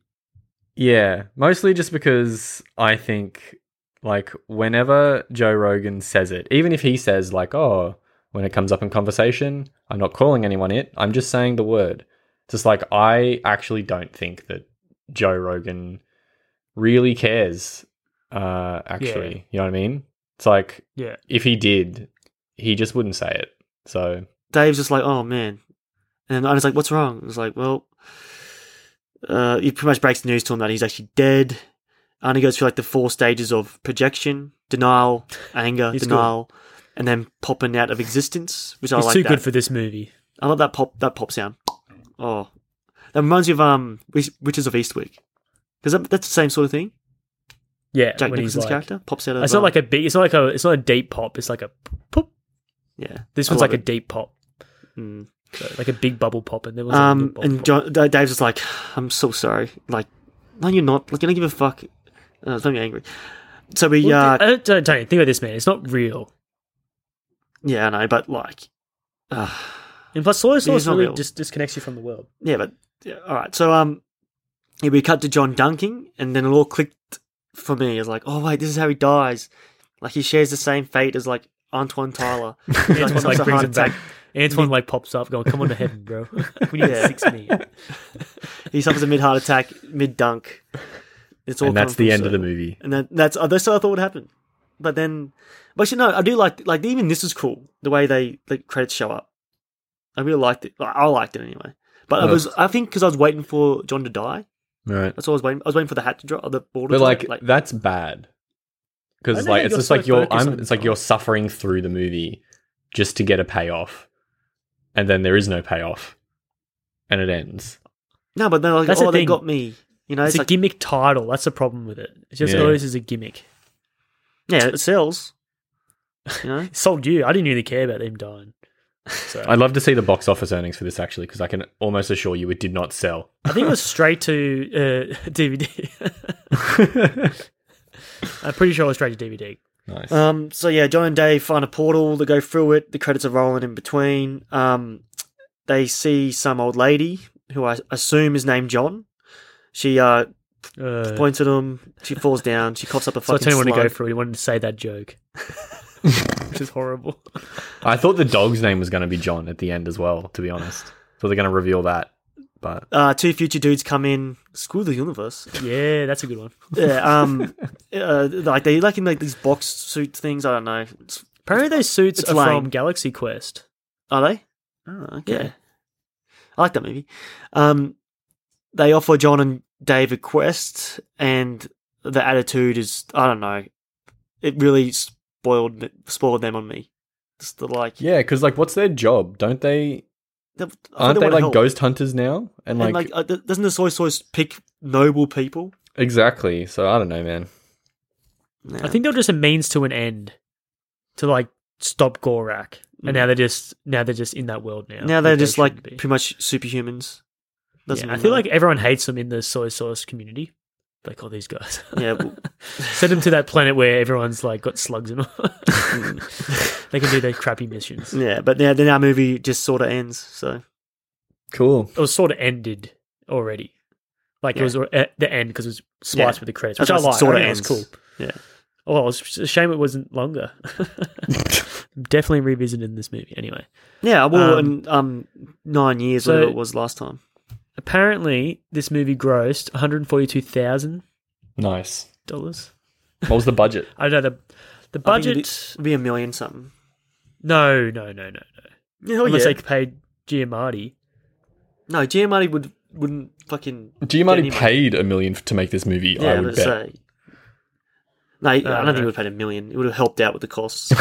Speaker 1: Yeah, mostly just because I think like whenever Joe Rogan says it, even if he says like, "Oh, when it comes up in conversation, I'm not calling anyone it. I'm just saying the word." It's Just like I actually don't think that Joe Rogan really cares uh actually. You know what I mean? It's like
Speaker 2: Yeah.
Speaker 1: if he did, he just wouldn't say it. So,
Speaker 3: Dave's just like, oh man, and I was like, what's wrong? It's like, well, uh, he pretty much breaks the news to him that he's actually dead. Arnie goes through like the four stages of projection, denial, anger,
Speaker 2: He's
Speaker 3: denial, and then popping out of existence, which I
Speaker 2: He's
Speaker 3: like.
Speaker 2: too
Speaker 3: that.
Speaker 2: good for this movie.
Speaker 3: I love that pop that pop sound. Oh, that reminds me of um Witch- Witches of Eastwick, because that, that's the same sort of thing.
Speaker 2: Yeah.
Speaker 3: Jack
Speaker 2: when he's,
Speaker 3: Nicholson's
Speaker 2: like-
Speaker 3: character pops out of.
Speaker 2: It's not
Speaker 3: um,
Speaker 2: like a beat. It's not like a. It's not a deep pop. It's like a pop.
Speaker 3: yeah.
Speaker 2: This
Speaker 3: I
Speaker 2: one's
Speaker 3: love
Speaker 2: like a
Speaker 3: it.
Speaker 2: deep pop,
Speaker 3: Mm.
Speaker 2: so, like a big bubble pop, and there was like, a little
Speaker 3: Um,
Speaker 2: bubble
Speaker 3: and
Speaker 2: pop.
Speaker 3: John, D- Dave's just like, I'm so sorry. Like, no, you're not. Like, you don't give a fuck. Uh, don't get angry. So we,
Speaker 2: Well,
Speaker 3: uh,
Speaker 2: th- I don't, don't, don't think about this, man. It's not real.
Speaker 3: yeah, I know, but like, uh,
Speaker 2: And plus, soy sauce
Speaker 3: not
Speaker 2: really
Speaker 3: real.
Speaker 2: just disconnects you from the world.
Speaker 3: yeah, but yeah, all right. So um, yeah, we cut to John dunking, and then it all clicked for me. It's like, oh wait, this is how he dies. Like he shares the same fate as like Antoine Tyler. He's
Speaker 2: Antoine
Speaker 3: such
Speaker 2: like
Speaker 3: a
Speaker 2: brings
Speaker 3: heart
Speaker 2: him back.
Speaker 3: attack.
Speaker 2: Antoine like pops up, going, "Come on to heaven, bro. we need
Speaker 3: Yeah.
Speaker 2: six million.
Speaker 3: He suffers a mid heart attack, mid dunk. It's all
Speaker 1: and that's
Speaker 3: coming
Speaker 1: the
Speaker 3: full
Speaker 1: end of the
Speaker 3: circle.
Speaker 1: movie.
Speaker 3: and that, that's uh, that's what I thought would happen. But then, but actually, no, I do like like even this is cool the way they the credits show up. I really liked it. Like, I liked it anyway. But I
Speaker 1: Yeah.
Speaker 3: was I think because I was waiting for John to die.
Speaker 1: Right.
Speaker 3: That's all I was waiting. I was waiting for the hat to drop, or the ball to
Speaker 1: but
Speaker 3: drop.
Speaker 1: like, that's bad
Speaker 2: I
Speaker 1: because
Speaker 2: know
Speaker 1: like
Speaker 2: that
Speaker 1: it's
Speaker 2: you're
Speaker 1: just
Speaker 2: so
Speaker 1: like you're
Speaker 2: focused
Speaker 1: I'm,
Speaker 2: on
Speaker 1: it's like
Speaker 2: yourself.
Speaker 1: you're suffering through the movie just to get a payoff and then there is no payoff and it ends
Speaker 3: no, but then like
Speaker 2: That's the
Speaker 3: oh they
Speaker 2: thing.
Speaker 3: got me. You know,
Speaker 2: It's
Speaker 3: it's,
Speaker 2: a
Speaker 3: like
Speaker 2: gimmick title. That's the problem with it. It's just
Speaker 1: Yeah.
Speaker 2: always is a gimmick.
Speaker 3: yeah, it sells. You know,
Speaker 2: It sold you. I didn't really care about him dying. So I,
Speaker 1: i'd love to see the box office earnings for this actually because i can almost assure you it did not sell
Speaker 2: think it was straight to uh, DVD. I'm pretty sure it was straight to DVD.
Speaker 1: nice
Speaker 3: Um, so yeah, John and Dave find a portal. They go through it. The credits are rolling in between. Um, they see some old lady who I assume is named John. She uh,
Speaker 2: Uh,
Speaker 3: points at him. She falls down. She coughs up a
Speaker 2: so I
Speaker 3: fucking.
Speaker 2: didn't want to go
Speaker 3: slug.
Speaker 2: through. He wanted to say that joke, which is horrible.
Speaker 1: i thought the dog's name was going to be john at the end as well to be honest so they're going to reveal that but
Speaker 3: Uh, two future dudes come in. Screw the universe.
Speaker 2: Yeah, that's a good one.
Speaker 3: yeah. Um. uh, like they like in like these box suit things. I don't know. It's-
Speaker 2: Apparently, those suits
Speaker 3: It's
Speaker 2: are
Speaker 3: lame.
Speaker 2: from Galaxy Quest.
Speaker 3: Are they? Oh, okay. I like that movie. Um, they offer John and Dave a quest, and the attitude is I don't know. It really spoiled spoiled them on me. Just the like,
Speaker 1: yeah because like what's their job don't they
Speaker 3: they- I think
Speaker 1: Aren't they
Speaker 3: wanna
Speaker 1: like
Speaker 3: help.
Speaker 1: ghost hunters now? And like,
Speaker 3: and like, uh, th- doesn't the soy sauce pick noble people?
Speaker 1: exactly. So I don't know, man.
Speaker 2: I think they're just a means to an end to like stop Gorak. And now they're just now they're just in that world now.
Speaker 3: Mm. now they're
Speaker 2: They
Speaker 3: just like
Speaker 2: shouldn't be.
Speaker 3: pretty much superhumans. Doesn't
Speaker 2: Yeah, I
Speaker 3: really
Speaker 2: feel
Speaker 3: matter.
Speaker 2: like everyone hates them in the soy sauce community. Like all these guys.
Speaker 3: yeah, well,
Speaker 2: Send them to that planet where everyone's like got slugs in them. they can do their crappy missions. It
Speaker 3: Mm. yeah, but yeah, then our movie just sort of ends. So
Speaker 1: Cool.
Speaker 2: was sort of ended already. Like
Speaker 3: Yeah.
Speaker 2: it was al- at the end because it was spliced
Speaker 3: Yeah.
Speaker 2: with the credits,
Speaker 3: That's
Speaker 2: which I
Speaker 3: what
Speaker 2: like.
Speaker 3: sorta
Speaker 2: Sort of was
Speaker 3: ends.
Speaker 2: cool.
Speaker 3: Yeah.
Speaker 2: Oh, well, it's a shame it wasn't longer. I'm definitely revisiting this movie anyway.
Speaker 3: yeah, well,
Speaker 2: Um,
Speaker 3: in um nine years
Speaker 2: so-
Speaker 3: whatever it was last time.
Speaker 2: Apparently, this movie grossed one hundred forty-two thousand
Speaker 1: Nice.
Speaker 2: dollars.
Speaker 1: What was the budget?
Speaker 2: I don't know the the
Speaker 3: I think
Speaker 2: budget.
Speaker 3: it'd be a million something.
Speaker 2: No, no, no, no, no.
Speaker 3: Yeah, hell
Speaker 2: Unless
Speaker 3: yeah.
Speaker 2: they paid Giamatti.
Speaker 3: no, Giamatti would wouldn't fucking
Speaker 1: Giamatti
Speaker 3: Genuine.
Speaker 1: paid a million f- to make this movie.
Speaker 3: yeah.
Speaker 1: I would
Speaker 3: let's
Speaker 1: bet.
Speaker 3: say. No, I don't
Speaker 2: Oh, no.
Speaker 3: think it would have paid a million. It would have helped out with the costs.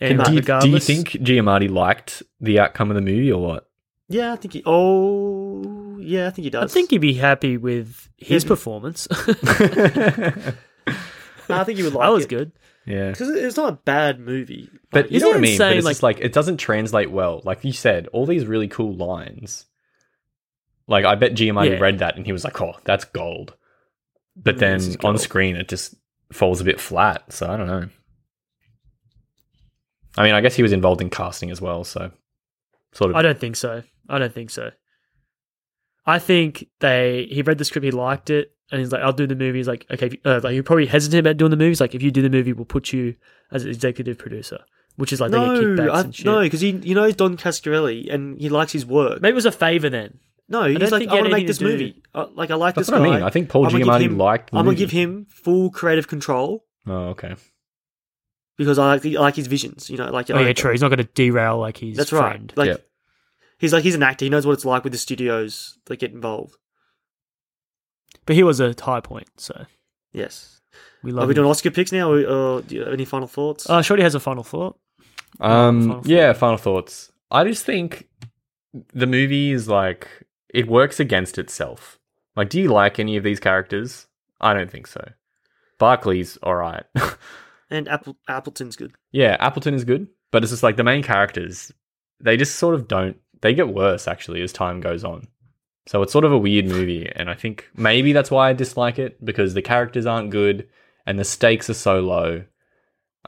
Speaker 2: And
Speaker 1: do, you, do you
Speaker 2: regardless-
Speaker 1: think Giamatti liked the outcome of the movie or what?
Speaker 3: yeah, I think he. Oh, yeah, I think he
Speaker 2: I
Speaker 3: does.
Speaker 2: think he'd be happy with his
Speaker 3: He'd-
Speaker 2: performance.
Speaker 3: No, I think he would like
Speaker 2: that was
Speaker 3: it.
Speaker 2: good.
Speaker 1: yeah.
Speaker 3: because it's not a bad movie.
Speaker 1: But you
Speaker 2: Isn't
Speaker 1: know what I
Speaker 2: it
Speaker 1: mean? But
Speaker 2: insane,
Speaker 1: it's
Speaker 2: like-
Speaker 1: just like it doesn't translate well. Like you said, all these really cool lines. Like I bet Giamatti
Speaker 2: Yeah.
Speaker 1: read that and he was like, "Oh, that's gold." But
Speaker 3: Mm,
Speaker 1: then
Speaker 3: this is
Speaker 1: on
Speaker 3: gold.
Speaker 1: screen, it just falls a bit flat. So I don't know. I mean, I guess he was involved in casting as well, so sort of.
Speaker 2: I don't think so. I don't think so. I think they he read the script, he liked it, and he's like, "I'll do the movie." He's like, "Okay," if you- uh, like you're probably hesitant about doing the movies. Like, if you do the movie, we'll put you as executive producer, which is like they get
Speaker 3: no,
Speaker 2: kickbacks
Speaker 3: I,
Speaker 2: and shit.
Speaker 3: no, because he you know Don Cascarelli and he likes his work.
Speaker 2: Maybe it was a favor then.
Speaker 3: No,
Speaker 2: don't
Speaker 3: he's like
Speaker 2: think
Speaker 3: I
Speaker 2: he had
Speaker 3: want to make
Speaker 2: anything
Speaker 3: this
Speaker 2: to do-
Speaker 3: movie. I, like I like
Speaker 1: that's
Speaker 3: this
Speaker 1: what I
Speaker 3: guy.
Speaker 1: mean. I think Paul
Speaker 3: I'm gonna give
Speaker 1: Giamatti
Speaker 3: him-
Speaker 1: liked. The
Speaker 3: I'm gonna
Speaker 1: movie.
Speaker 3: give him full creative control
Speaker 1: Oh, okay.
Speaker 3: because I like the, I like his visions. You know, like
Speaker 2: Oh
Speaker 3: I,
Speaker 2: yeah, true. He's not going to derail like his
Speaker 3: That's right.
Speaker 2: friend.
Speaker 3: Like
Speaker 1: Yeah.
Speaker 3: he's like he's an actor. He knows what it's like with the studios that get involved.
Speaker 2: But he was a high point, so
Speaker 3: Yes.
Speaker 2: we
Speaker 3: Are
Speaker 2: love.
Speaker 3: we
Speaker 2: him.
Speaker 3: doing Oscar picks now? Or, or do you have any final thoughts?
Speaker 2: Uh, Shorty has a final thought.
Speaker 1: Um,
Speaker 2: Final thought.
Speaker 1: yeah, final thoughts. I just think the movie is like it works against itself. Like, do you like any of these characters? I don't think so. Barclay's all right.
Speaker 3: and Apple, Appleton's good.
Speaker 1: yeah, Appleton is good, but it's just like the main characters. They just sort of don't. They get worse actually as time goes on. So it's sort of a weird movie, and I think maybe that's why I dislike it because the characters aren't good and the stakes are so low,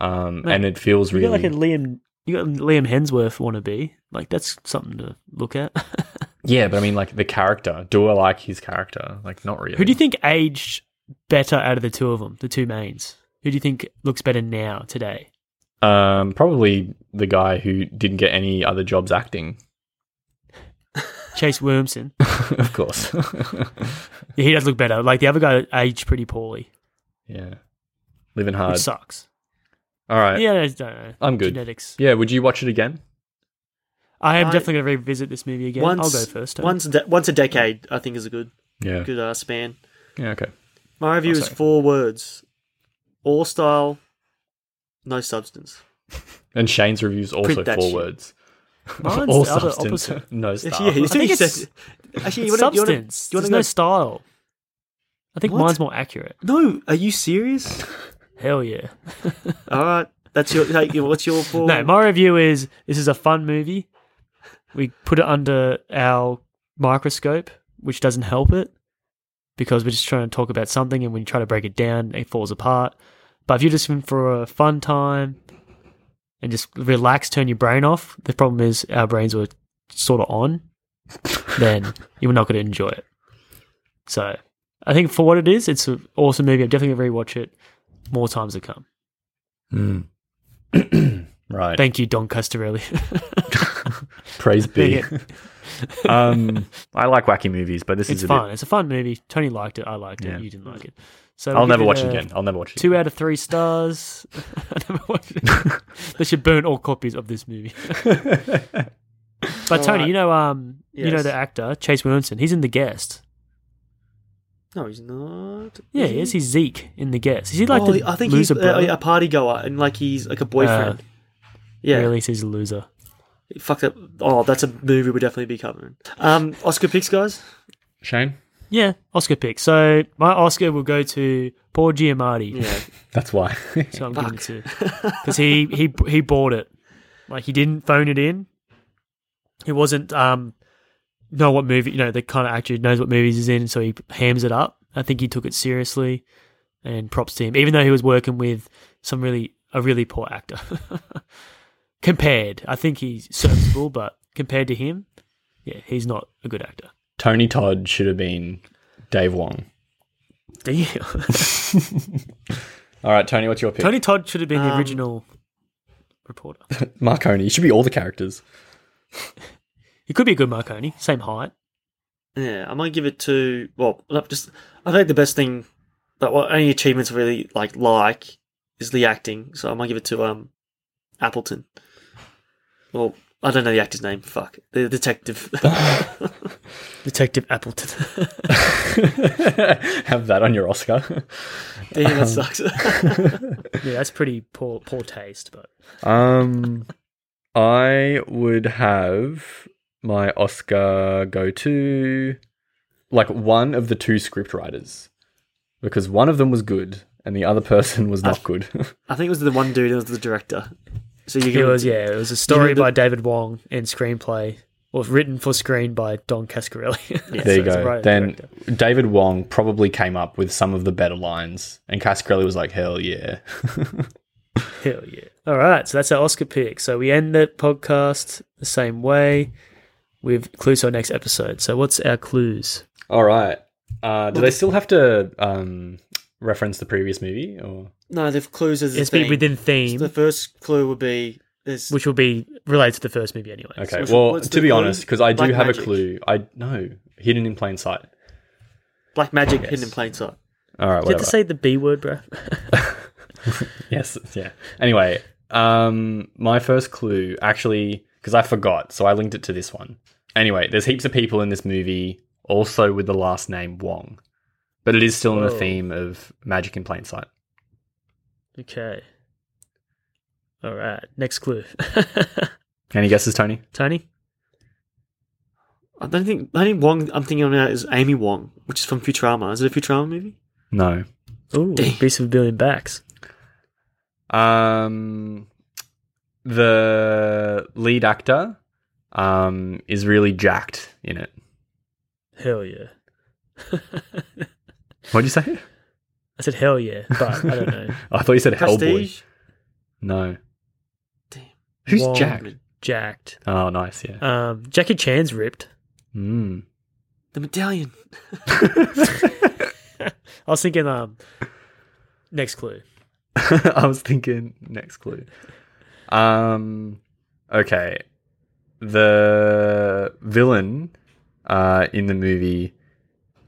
Speaker 1: um,
Speaker 2: Mate,
Speaker 1: and it feels
Speaker 2: You
Speaker 1: really
Speaker 2: got like a Liam. You got a Liam Hemsworth wannabe. Like that's something to look at.
Speaker 1: Yeah, but I mean, like the character. Do I like his character? Like, not really.
Speaker 2: Who do you think aged better out of the two of them, the two mains? Who do you think looks better now today?
Speaker 1: Um, probably the guy who didn't get any other jobs acting.
Speaker 2: Chase Wormson.
Speaker 1: of course.
Speaker 2: Yeah, he does look better. Like the other guy aged pretty poorly,
Speaker 1: yeah, living
Speaker 2: which
Speaker 1: hard.
Speaker 2: sucks.
Speaker 1: All right.
Speaker 2: yeah, I don't know.
Speaker 1: I'm good.
Speaker 2: Genetics.
Speaker 1: Yeah. Would you watch it again?
Speaker 2: I am
Speaker 3: I-
Speaker 2: definitely going to revisit this movie again.
Speaker 3: once,
Speaker 2: I'll go first. eh? Tony.
Speaker 3: Once, a de- once a decade, I think is a good,
Speaker 1: Yeah.
Speaker 3: good uh, span.
Speaker 1: Yeah. Okay.
Speaker 3: My review is
Speaker 2: Oh, sorry.
Speaker 3: four words: all style, no substance.
Speaker 1: And Shane's reviews also
Speaker 3: Print that
Speaker 1: four
Speaker 3: shit.
Speaker 1: words.
Speaker 2: Mine's
Speaker 1: All
Speaker 2: the other
Speaker 1: substance,
Speaker 2: opposite.
Speaker 1: no
Speaker 3: Actually,
Speaker 1: style.
Speaker 3: yeah,
Speaker 2: think
Speaker 3: you think
Speaker 2: it's-
Speaker 3: said, actually, you
Speaker 2: It's
Speaker 3: want to, you want
Speaker 2: substance.
Speaker 3: to, you
Speaker 2: There's
Speaker 3: want to go
Speaker 2: no style. I think
Speaker 3: What?
Speaker 2: mine's more accurate.
Speaker 3: No, are you serious?
Speaker 2: Hell yeah.
Speaker 3: All right, that's your. Like, you know, what's your four?
Speaker 2: No, my review is this is a fun movie. We put it under our microscope, which doesn't help it because we're just trying to talk about something and when you try to break it down, it falls apart. But if you're just in for a fun time and just relax, turn your brain off, the problem is our brains were sort of on, then you're not going to enjoy it. So I think for what it is, it's an awesome movie. I'm definitely going to rewatch it more times to come.
Speaker 1: Hmm. right.
Speaker 2: Thank you, Don Castarelli.
Speaker 1: Praise be.
Speaker 2: Dang
Speaker 1: um, I like wacky movies, but this
Speaker 2: It's
Speaker 1: is a
Speaker 2: fun.
Speaker 1: bit.
Speaker 2: It's a fun movie. Tony liked it. I liked
Speaker 1: Yeah.
Speaker 2: it. You didn't like it. So
Speaker 1: I'll
Speaker 2: we'll
Speaker 1: never
Speaker 2: give
Speaker 1: watch
Speaker 2: it
Speaker 1: it
Speaker 2: a
Speaker 1: again. I'll never watch it.
Speaker 2: Two out of three stars. I never watched it. they should burn all copies of this movie. but Tony,
Speaker 3: Alright.
Speaker 2: you know, um, you know
Speaker 3: Yes.
Speaker 2: the actor Chase Williamson. He's in The Guest.
Speaker 3: no, he's not.
Speaker 2: Yeah, he is. He's Zeke in The Guest. Is he like
Speaker 3: oh,
Speaker 2: the
Speaker 3: I think he's
Speaker 2: loser
Speaker 3: a,
Speaker 2: brother?
Speaker 3: a party goer and like he's like a boyfriend.
Speaker 2: Uh,
Speaker 3: yeah,
Speaker 2: Really, he's a loser.
Speaker 3: Fuck that. Oh, that's a movie we'll definitely be covering. Um, Oscar picks, guys.
Speaker 1: Shane,
Speaker 2: Yeah, Oscar pick. So my Oscar will go to Paul Giamatti.
Speaker 3: Yeah.
Speaker 1: that's why.
Speaker 2: So I'm giving it to because he he he bought it. Like he didn't phone it in. He wasn't um know what movie you know the kind of actor who knows what movies he's in, so he hams it up. I think he took it seriously, and props to him, even though he was working with some really a really poor actor. compared, I think he's serviceable, but compared to him, yeah, he's not a good actor.
Speaker 1: Tony Todd should have been Dave Wong.
Speaker 2: Damn.
Speaker 1: All right, Tony, what's your pick?
Speaker 2: Tony Todd should have been the
Speaker 3: Um,
Speaker 2: original reporter.
Speaker 1: Marconi. It should be all the characters.
Speaker 2: He could be a good Marconi, same height.
Speaker 3: Yeah, I might give it to well, not just I think the best thing that what any achievements I really like like is the acting, so I might give it to um Appleton. Well, I don't know the actor's name. Fuck the detective.
Speaker 2: Detective Appleton.
Speaker 1: have that on your Oscar.
Speaker 3: Damn,
Speaker 2: Um,
Speaker 3: that sucks.
Speaker 2: yeah, that's pretty poor poor taste, but
Speaker 1: Um, I would have my Oscar go to like one of the two script writers because one of them was good and the other person was not good.
Speaker 3: I think it was the one dude that was the director. So you
Speaker 2: it
Speaker 3: give
Speaker 2: was
Speaker 3: it-
Speaker 2: yeah, it was a story
Speaker 3: mean the-
Speaker 2: by David Wong and screenplay or written for screen by Don Cascarelli.
Speaker 3: Yeah,
Speaker 1: there
Speaker 2: So
Speaker 1: you
Speaker 2: it's a
Speaker 1: go.
Speaker 2: writer
Speaker 1: Then
Speaker 2: director.
Speaker 1: David Wong probably came up with some of the better lines, and Cascarelli was like, "Hell yeah!"
Speaker 2: hell yeah! All right, so that's our Oscar pick. So we end the podcast the same way with clues to our next episode. So what's our clues?
Speaker 1: All right. Uh, do they still have to um, reference the previous movie? Or
Speaker 3: no, the clues is the
Speaker 2: It's been
Speaker 3: theme.
Speaker 2: within theme,
Speaker 3: The first clue would be this.
Speaker 2: which will be related to the first movie anyway.
Speaker 1: okay,
Speaker 3: What's-
Speaker 1: well,
Speaker 3: what's
Speaker 1: to
Speaker 3: the
Speaker 1: be
Speaker 3: clue?
Speaker 1: honest, because I do
Speaker 3: Black
Speaker 1: have a
Speaker 3: magic.
Speaker 1: clue. I no hidden in plain sight.
Speaker 3: Black magic hidden in plain sight.
Speaker 1: All right,
Speaker 2: You have
Speaker 1: whatever.
Speaker 2: to say the B word, bro.
Speaker 1: yes, yeah. Anyway, um, my first clue actually because I forgot, so I linked it to this one. Anyway, there's heaps of people in this movie also with the last name Wong, but it is still in the
Speaker 2: Whoa.
Speaker 1: theme of magic in plain sight.
Speaker 2: Okay. All right. Next clue.
Speaker 1: Any guesses, Tony?
Speaker 2: Tony?
Speaker 3: I don't think the only Wong I'm thinking of now is Amy Wong, which is from Futurama. Is it a Futurama movie?
Speaker 1: No.
Speaker 2: Ooh,
Speaker 3: Dang.
Speaker 2: Beast of a Billion Backs.
Speaker 1: Um, the lead actor um, is really jacked in it.
Speaker 2: Hell yeah. I
Speaker 1: What did you say?
Speaker 2: said hell yeah, but I don't know.
Speaker 1: I thought you said Hellboy.
Speaker 3: Prestige.
Speaker 1: No.
Speaker 3: Damn.
Speaker 1: Who's
Speaker 2: Wong.
Speaker 1: jacked?
Speaker 2: Jacked.
Speaker 1: Oh, nice. Yeah.
Speaker 2: Um, Jackie Chan's ripped.
Speaker 1: Mm.
Speaker 3: The medallion.
Speaker 2: I was thinking um, next clue.
Speaker 1: I was thinking next clue. Um, okay. The villain uh, in the movie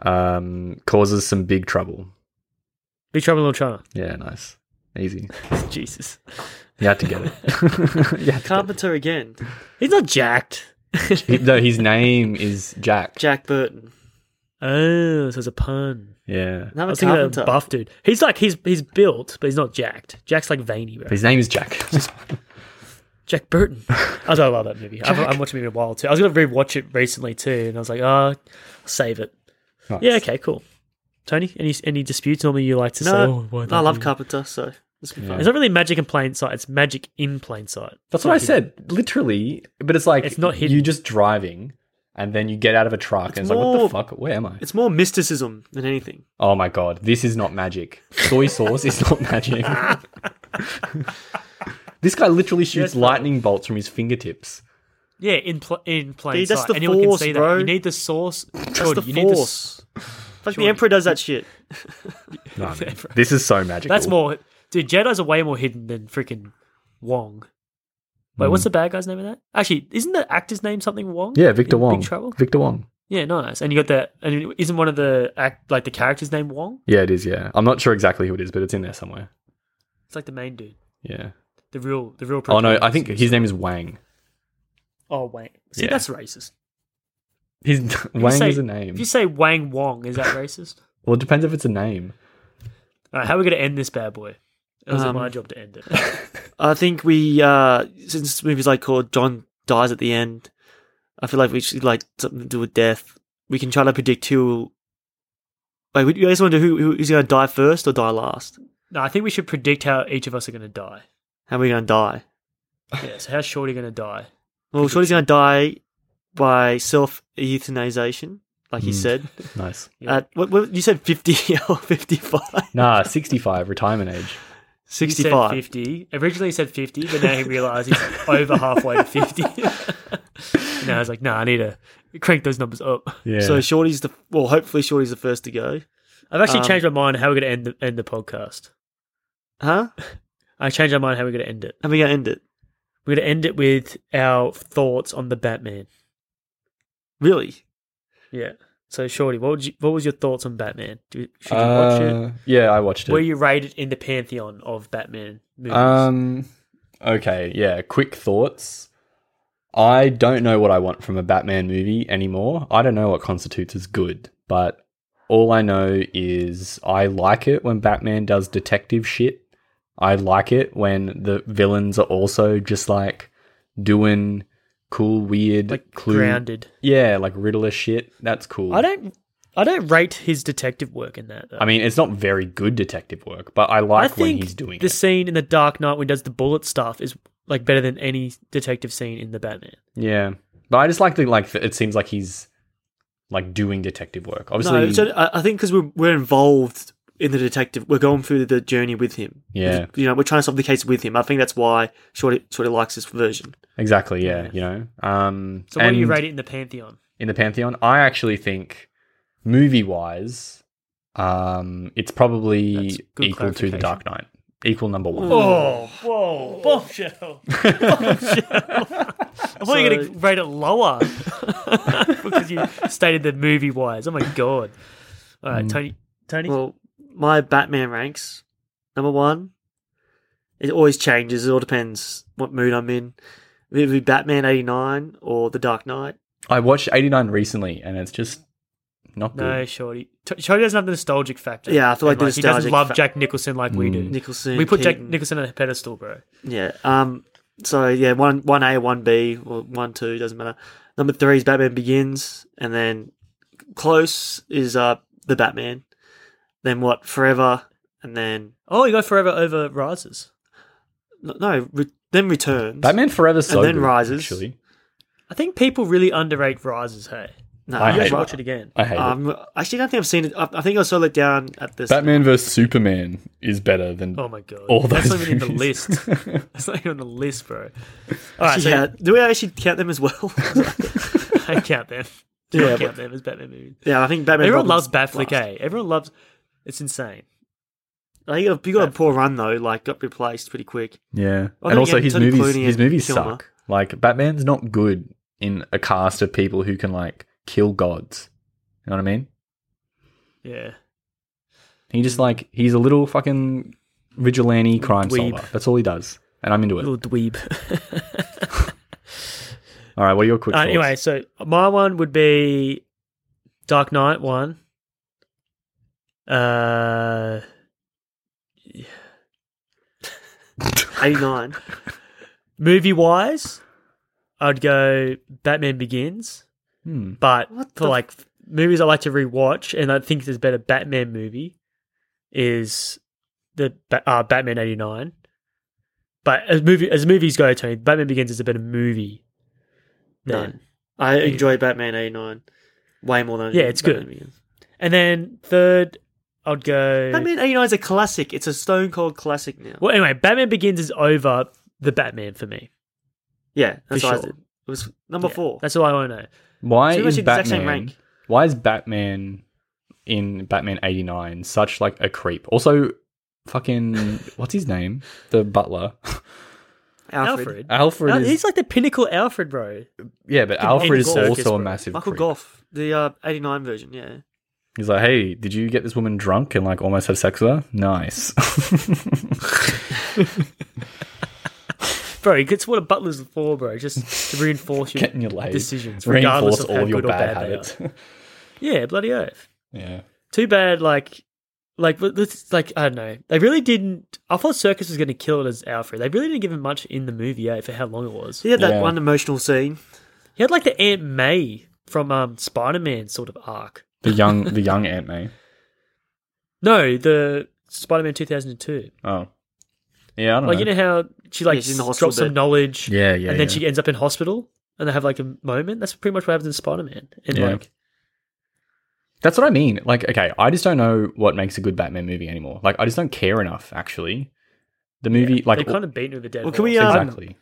Speaker 1: um, causes some big trouble.
Speaker 2: Big Trouble in Little China.
Speaker 1: Yeah, nice. Easy.
Speaker 2: Jesus.
Speaker 1: You had to get it. you had to get
Speaker 3: Carpenter again.
Speaker 2: He's not jacked.
Speaker 1: it. He- No, his name is Jack.
Speaker 3: Jack Burton.
Speaker 2: oh, so it's a pun.
Speaker 1: Yeah.
Speaker 2: I
Speaker 3: Another
Speaker 2: was thinking of
Speaker 3: carpenter.
Speaker 2: a buff dude. He's like he's he's built, but he's not jacked. Jack's like veiny, bro.
Speaker 1: His name is Jack.
Speaker 2: Jack Burton. I don't love that movie. I've, I'm watching it in a while too. I was gonna rewatch it recently too, and I was like, ah, save it.
Speaker 1: Nice.
Speaker 2: Yeah, okay, cool. Tony, any any disputes? Normally, you like to say,
Speaker 3: No,
Speaker 2: "Oh, why
Speaker 3: I
Speaker 2: don't
Speaker 3: love
Speaker 2: you?"
Speaker 3: Carpenter, so it's been
Speaker 1: Yeah.
Speaker 3: fun.
Speaker 2: It's not really magic in plain sight. It's magic in plain sight.
Speaker 1: That's what I said, literally. But it's like
Speaker 2: It's not hidden.
Speaker 1: you're just driving and then you get out of a truck and it's like, what the
Speaker 3: more-
Speaker 1: fuck? Where am I?
Speaker 3: It's more mysticism than anything.
Speaker 1: Oh my god, this is not magic. Soy sauce is not magic. this guy literally shoots lightning bolts from his fingertips.
Speaker 2: Yeah, in pl- in plain
Speaker 3: Dude, that's
Speaker 2: sight.
Speaker 3: the
Speaker 2: Anyone
Speaker 3: force,
Speaker 2: can see
Speaker 3: bro.
Speaker 2: that. You need the source.
Speaker 3: That's
Speaker 2: Jordan,
Speaker 3: the
Speaker 2: you need s-
Speaker 3: force. Like the Emperor does that shit.
Speaker 1: No, man, this is so magical.
Speaker 2: that's more, dude. Jedi's are way more hidden than freaking Wong. Wait,
Speaker 3: Hmm.
Speaker 2: what's the bad guy's name of that? Actually, isn't the actor's name something Wong?
Speaker 1: Yeah, Victor
Speaker 2: In
Speaker 1: Wong.
Speaker 2: Big Trouble.
Speaker 1: Victor Wong.
Speaker 2: Yeah, nice. And you got that. And isn't one of the act like the characters named Wong?
Speaker 1: Yeah, it is. Yeah, I'm not sure exactly who it is, but it's in there somewhere.
Speaker 2: It's like the main dude,
Speaker 1: Yeah.
Speaker 2: the real, the real.
Speaker 1: Oh no, I think
Speaker 2: protagonist.
Speaker 1: his name is Wang.
Speaker 2: Oh Wang. See,
Speaker 1: Yeah.
Speaker 2: that's racist.
Speaker 1: His Wang
Speaker 2: say-
Speaker 1: is a name.
Speaker 2: If you say Wang Wong, is that racist?
Speaker 1: Well, it depends if it's a name.
Speaker 2: All right, how are we going to end this bad boy? It was
Speaker 3: Um,
Speaker 2: my job to end it.
Speaker 3: I think we, uh, since this movie's like called John dies at the end. I feel like we should like something to do with death. We can try to predict who. will- Like, would you guys want to who who is going to die first or die last?
Speaker 2: No, I think we should predict how each of us are going to die.
Speaker 3: How are we going to die?
Speaker 2: Yeah, so how's Shorty going to die?
Speaker 3: Well, Shorty's going to die by self euthanization, like you
Speaker 1: Mm.
Speaker 3: said.
Speaker 1: Nice.
Speaker 2: Hmm. Yeah.
Speaker 3: At what, what you said, fifty or fifty-five?
Speaker 1: Nah, 65, retirement age.
Speaker 2: He
Speaker 3: Sixty-five.
Speaker 2: said 50. Originally he said 50, but now he realized he's over halfway to 50. now he's like, nah, I need to crank those numbers up.
Speaker 1: Yeah.
Speaker 3: So Shorty's the well. Hopefully, Shorty's the first to go.
Speaker 2: I've actually
Speaker 3: Um,
Speaker 2: changed my mind how we're going to end the, end the podcast.
Speaker 3: Huh?
Speaker 2: I changed my mind how we're going to end it.
Speaker 3: And we gonna end it.
Speaker 2: We're going to end it with our thoughts on the Batman.
Speaker 3: Really?
Speaker 2: Yeah. So, Shorty, what would you, what was your thoughts on Batman? Do, should you watch it?
Speaker 1: Uh, yeah, I watched it.
Speaker 2: Were you rated in the pantheon of Batman movies?
Speaker 1: Um. Okay. Yeah. Quick thoughts. I don't know what I want from a Batman movie anymore. I don't know what constitutes as good, but all I know is I like it when Batman does detective shit. I like it when the villains are also just like doing cool, weird,
Speaker 2: like
Speaker 1: clue.
Speaker 2: grounded.
Speaker 1: Yeah, like Riddler shit. That's cool.
Speaker 2: I don't. I don't rate his detective work in that. Though.
Speaker 1: I mean, it's not very good detective work, but I
Speaker 2: I
Speaker 1: like when
Speaker 2: think
Speaker 1: he's doing
Speaker 2: the
Speaker 1: this.
Speaker 2: scene in the Dark Knight when he does the bullet stuff is like better than any detective scene in the Batman.
Speaker 1: Yeah, but I just like the like. It seems like he's like doing detective work. Obviously,
Speaker 3: No, Uh, so I, I think because we're, we're involved in the detective, we're going through the journey with him.
Speaker 1: Yeah.
Speaker 3: You know, we're trying to solve the case with him. I think that's why Shorty, Shorty likes this version.
Speaker 1: exactly. Yeah, you know. Um,
Speaker 2: So, what do you
Speaker 1: and
Speaker 2: rate it in the pantheon?
Speaker 1: in the pantheon? I actually think movie wise, um, it's
Speaker 2: That's
Speaker 1: probably
Speaker 2: good
Speaker 1: equal to the
Speaker 2: clarification.
Speaker 1: Dark Knight, equal number one.
Speaker 2: Oh, whoa, bombshell! bombshell! I'm so, going to rate it lower because you stated the movie wise. Oh my god! All right, Tony. Tony.
Speaker 3: Well, my Batman ranks number one. It always changes. It all depends what mood I'm in. It would be Batman 89 or The Dark Knight.
Speaker 1: I watched eighty nine recently, and it's just not good.
Speaker 2: no, Shorty. T- Shorty doesn't have the nostalgic factor.
Speaker 3: Yeah, I feel like
Speaker 2: And,
Speaker 3: the
Speaker 2: he doesn't
Speaker 3: nostalgic
Speaker 2: love
Speaker 3: fac-
Speaker 2: Jack Nicholson like we do.
Speaker 3: Nicholson.
Speaker 2: Hmm. we put Jack
Speaker 3: Keaton.
Speaker 2: Nicholson on a pedestal, bro.
Speaker 3: Yeah. Um. So yeah, one one A, one B, or one two doesn't matter. Number three is Batman Begins, and then close is uh the Batman. Then what? Forever, and then
Speaker 2: Oh, you go forever over rises.
Speaker 3: no, no re- then Returns.
Speaker 1: Batman Forever's so
Speaker 3: And then
Speaker 1: good,
Speaker 3: Rises.
Speaker 1: Actually,
Speaker 2: I think people really underrate rises. Hey,
Speaker 3: No,
Speaker 1: I
Speaker 2: you guys
Speaker 1: hate
Speaker 2: should watch it again.
Speaker 1: I hate it.
Speaker 3: Um, actually, I don't think I've seen it. I, I think I was so let down at this.
Speaker 1: Batman vs Superman is better than
Speaker 2: Oh my god,
Speaker 1: all those
Speaker 2: that's not even in the
Speaker 1: movies.
Speaker 2: list. That's not even on the list, bro. All right, so
Speaker 3: Yeah, do we actually count them as well?
Speaker 2: I count them.
Speaker 3: Yeah,
Speaker 2: I
Speaker 3: but-
Speaker 2: count them as Batman movies.
Speaker 3: yeah, I think Batman.
Speaker 2: Everyone
Speaker 3: Robin's
Speaker 2: loves Batflick.
Speaker 3: last.
Speaker 2: Hey, everyone loves. It's insane.
Speaker 3: I think you got, a- you got a poor run though. Like got replaced pretty quick.
Speaker 1: Yeah,
Speaker 3: Well, then
Speaker 1: and also
Speaker 3: again,
Speaker 1: his
Speaker 3: Tony
Speaker 1: movies,
Speaker 3: Clooney
Speaker 1: his
Speaker 3: and
Speaker 1: movies
Speaker 3: Kilmer.
Speaker 1: suck. Like Batman's not good in a cast of people who can like kill gods. You know what I mean?
Speaker 2: Yeah,
Speaker 1: He just like he's a little fucking vigilante crime
Speaker 2: Dweeb.
Speaker 1: solver. That's all he does, and I'm into it.
Speaker 2: little dweeb.
Speaker 1: All right, what are your quick?
Speaker 2: Uh,
Speaker 1: thoughts?
Speaker 2: anyway, so my one would be Dark Knight one. Uh,
Speaker 3: Eighty nine.
Speaker 2: movie wise, I'd go Batman Begins.
Speaker 1: Hmm.
Speaker 2: But
Speaker 3: What
Speaker 2: for
Speaker 3: the-
Speaker 2: like movies I like to rewatch, and I think there's a better Batman movie is the Ba- uh, Batman '89. But as movie as movies go, Tony, Batman Begins is a better movie.
Speaker 3: No.
Speaker 2: Than.
Speaker 3: I enjoy Batman eighty nine way more than
Speaker 2: Yeah, it's
Speaker 3: Batman
Speaker 2: good.
Speaker 3: Begins.
Speaker 2: And then third, I'd go.
Speaker 3: Batman 89 is a classic. It's a stone cold classic now.
Speaker 2: well, anyway, Batman Begins is over the Batman for me.
Speaker 3: Yeah, that's
Speaker 2: For
Speaker 3: what I
Speaker 2: sure.
Speaker 3: did. It was number
Speaker 2: Yeah,
Speaker 3: four.
Speaker 2: That's all I want to know.
Speaker 1: Why
Speaker 3: So we
Speaker 1: is
Speaker 3: actually the exact same
Speaker 1: Batman?
Speaker 3: rank.
Speaker 1: Why is Batman in Batman '89 such like a creep? Also, fucking what's his name? The butler, Uh,
Speaker 3: Alfred.
Speaker 2: Alfred.
Speaker 1: Alfred.
Speaker 2: Al-
Speaker 1: is,
Speaker 2: he's like the pinnacle Alfred, bro.
Speaker 1: yeah, but
Speaker 2: fucking
Speaker 1: Alfred is
Speaker 2: Michael Goff.
Speaker 1: also a
Speaker 2: Circus,
Speaker 1: massive.
Speaker 3: Michael
Speaker 1: creep.
Speaker 3: Goff, the uh, 89 version, yeah.
Speaker 1: He's like, hey, did you get this woman drunk and like almost have sex with her? Nice.
Speaker 2: Bro, it's what a butler's for, bro. Just to reinforce your
Speaker 1: Getting your laid.
Speaker 2: decisions, regardless
Speaker 1: Reinforce
Speaker 2: of
Speaker 1: all
Speaker 2: how
Speaker 1: of your
Speaker 2: good or
Speaker 1: bad
Speaker 2: bad they are.
Speaker 1: habits.
Speaker 2: Yeah, bloody oath.
Speaker 1: yeah.
Speaker 2: Too bad, like like but this is, like I don't know. They really didn't. I thought Circus was going to kill it as Alfred. They really didn't give him much in the movie eh, for how long it was.
Speaker 3: He had that
Speaker 1: Yeah.
Speaker 3: one emotional scene.
Speaker 2: He had like the Aunt May from um, Spider Man sort of arc.
Speaker 1: The young, the young Aunt May.
Speaker 2: No, the Spider Man two thousand and two.
Speaker 1: Oh, yeah, I don't
Speaker 2: Like
Speaker 1: know.
Speaker 2: you know how she like
Speaker 3: Yeah, she's in the
Speaker 2: drops
Speaker 3: hospital
Speaker 2: some
Speaker 3: bed.
Speaker 2: knowledge,
Speaker 1: yeah, yeah,
Speaker 2: and then
Speaker 1: yeah.
Speaker 2: she ends up in hospital, and they have like a moment. That's pretty much what happens in Spider Man. And
Speaker 1: Yeah.
Speaker 2: like,
Speaker 1: That's what I mean. Like, okay, I just don't know what makes a good Batman movie anymore. Like, I just don't care enough. Actually, the movie, like,
Speaker 2: they kind of beaten with a dead.
Speaker 3: Well, can we,
Speaker 2: horse.
Speaker 3: uh,
Speaker 1: exactly,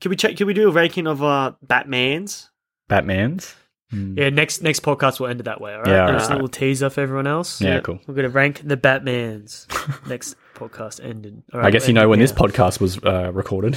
Speaker 3: Can we check? Can we do a ranking of uh, Batman's?
Speaker 1: Batman's. Mm.
Speaker 2: yeah, next next podcast will end it that way. All right,
Speaker 1: Yeah,
Speaker 2: just a
Speaker 1: alright.
Speaker 2: little teaser for everyone else.
Speaker 1: Yeah,
Speaker 3: Yeah.
Speaker 1: cool.
Speaker 2: We're gonna rank the Batman's next podcast ending. All right,
Speaker 1: I guess
Speaker 2: we'll
Speaker 1: you
Speaker 2: end it
Speaker 1: know when
Speaker 2: now.
Speaker 1: this podcast was uh, recorded.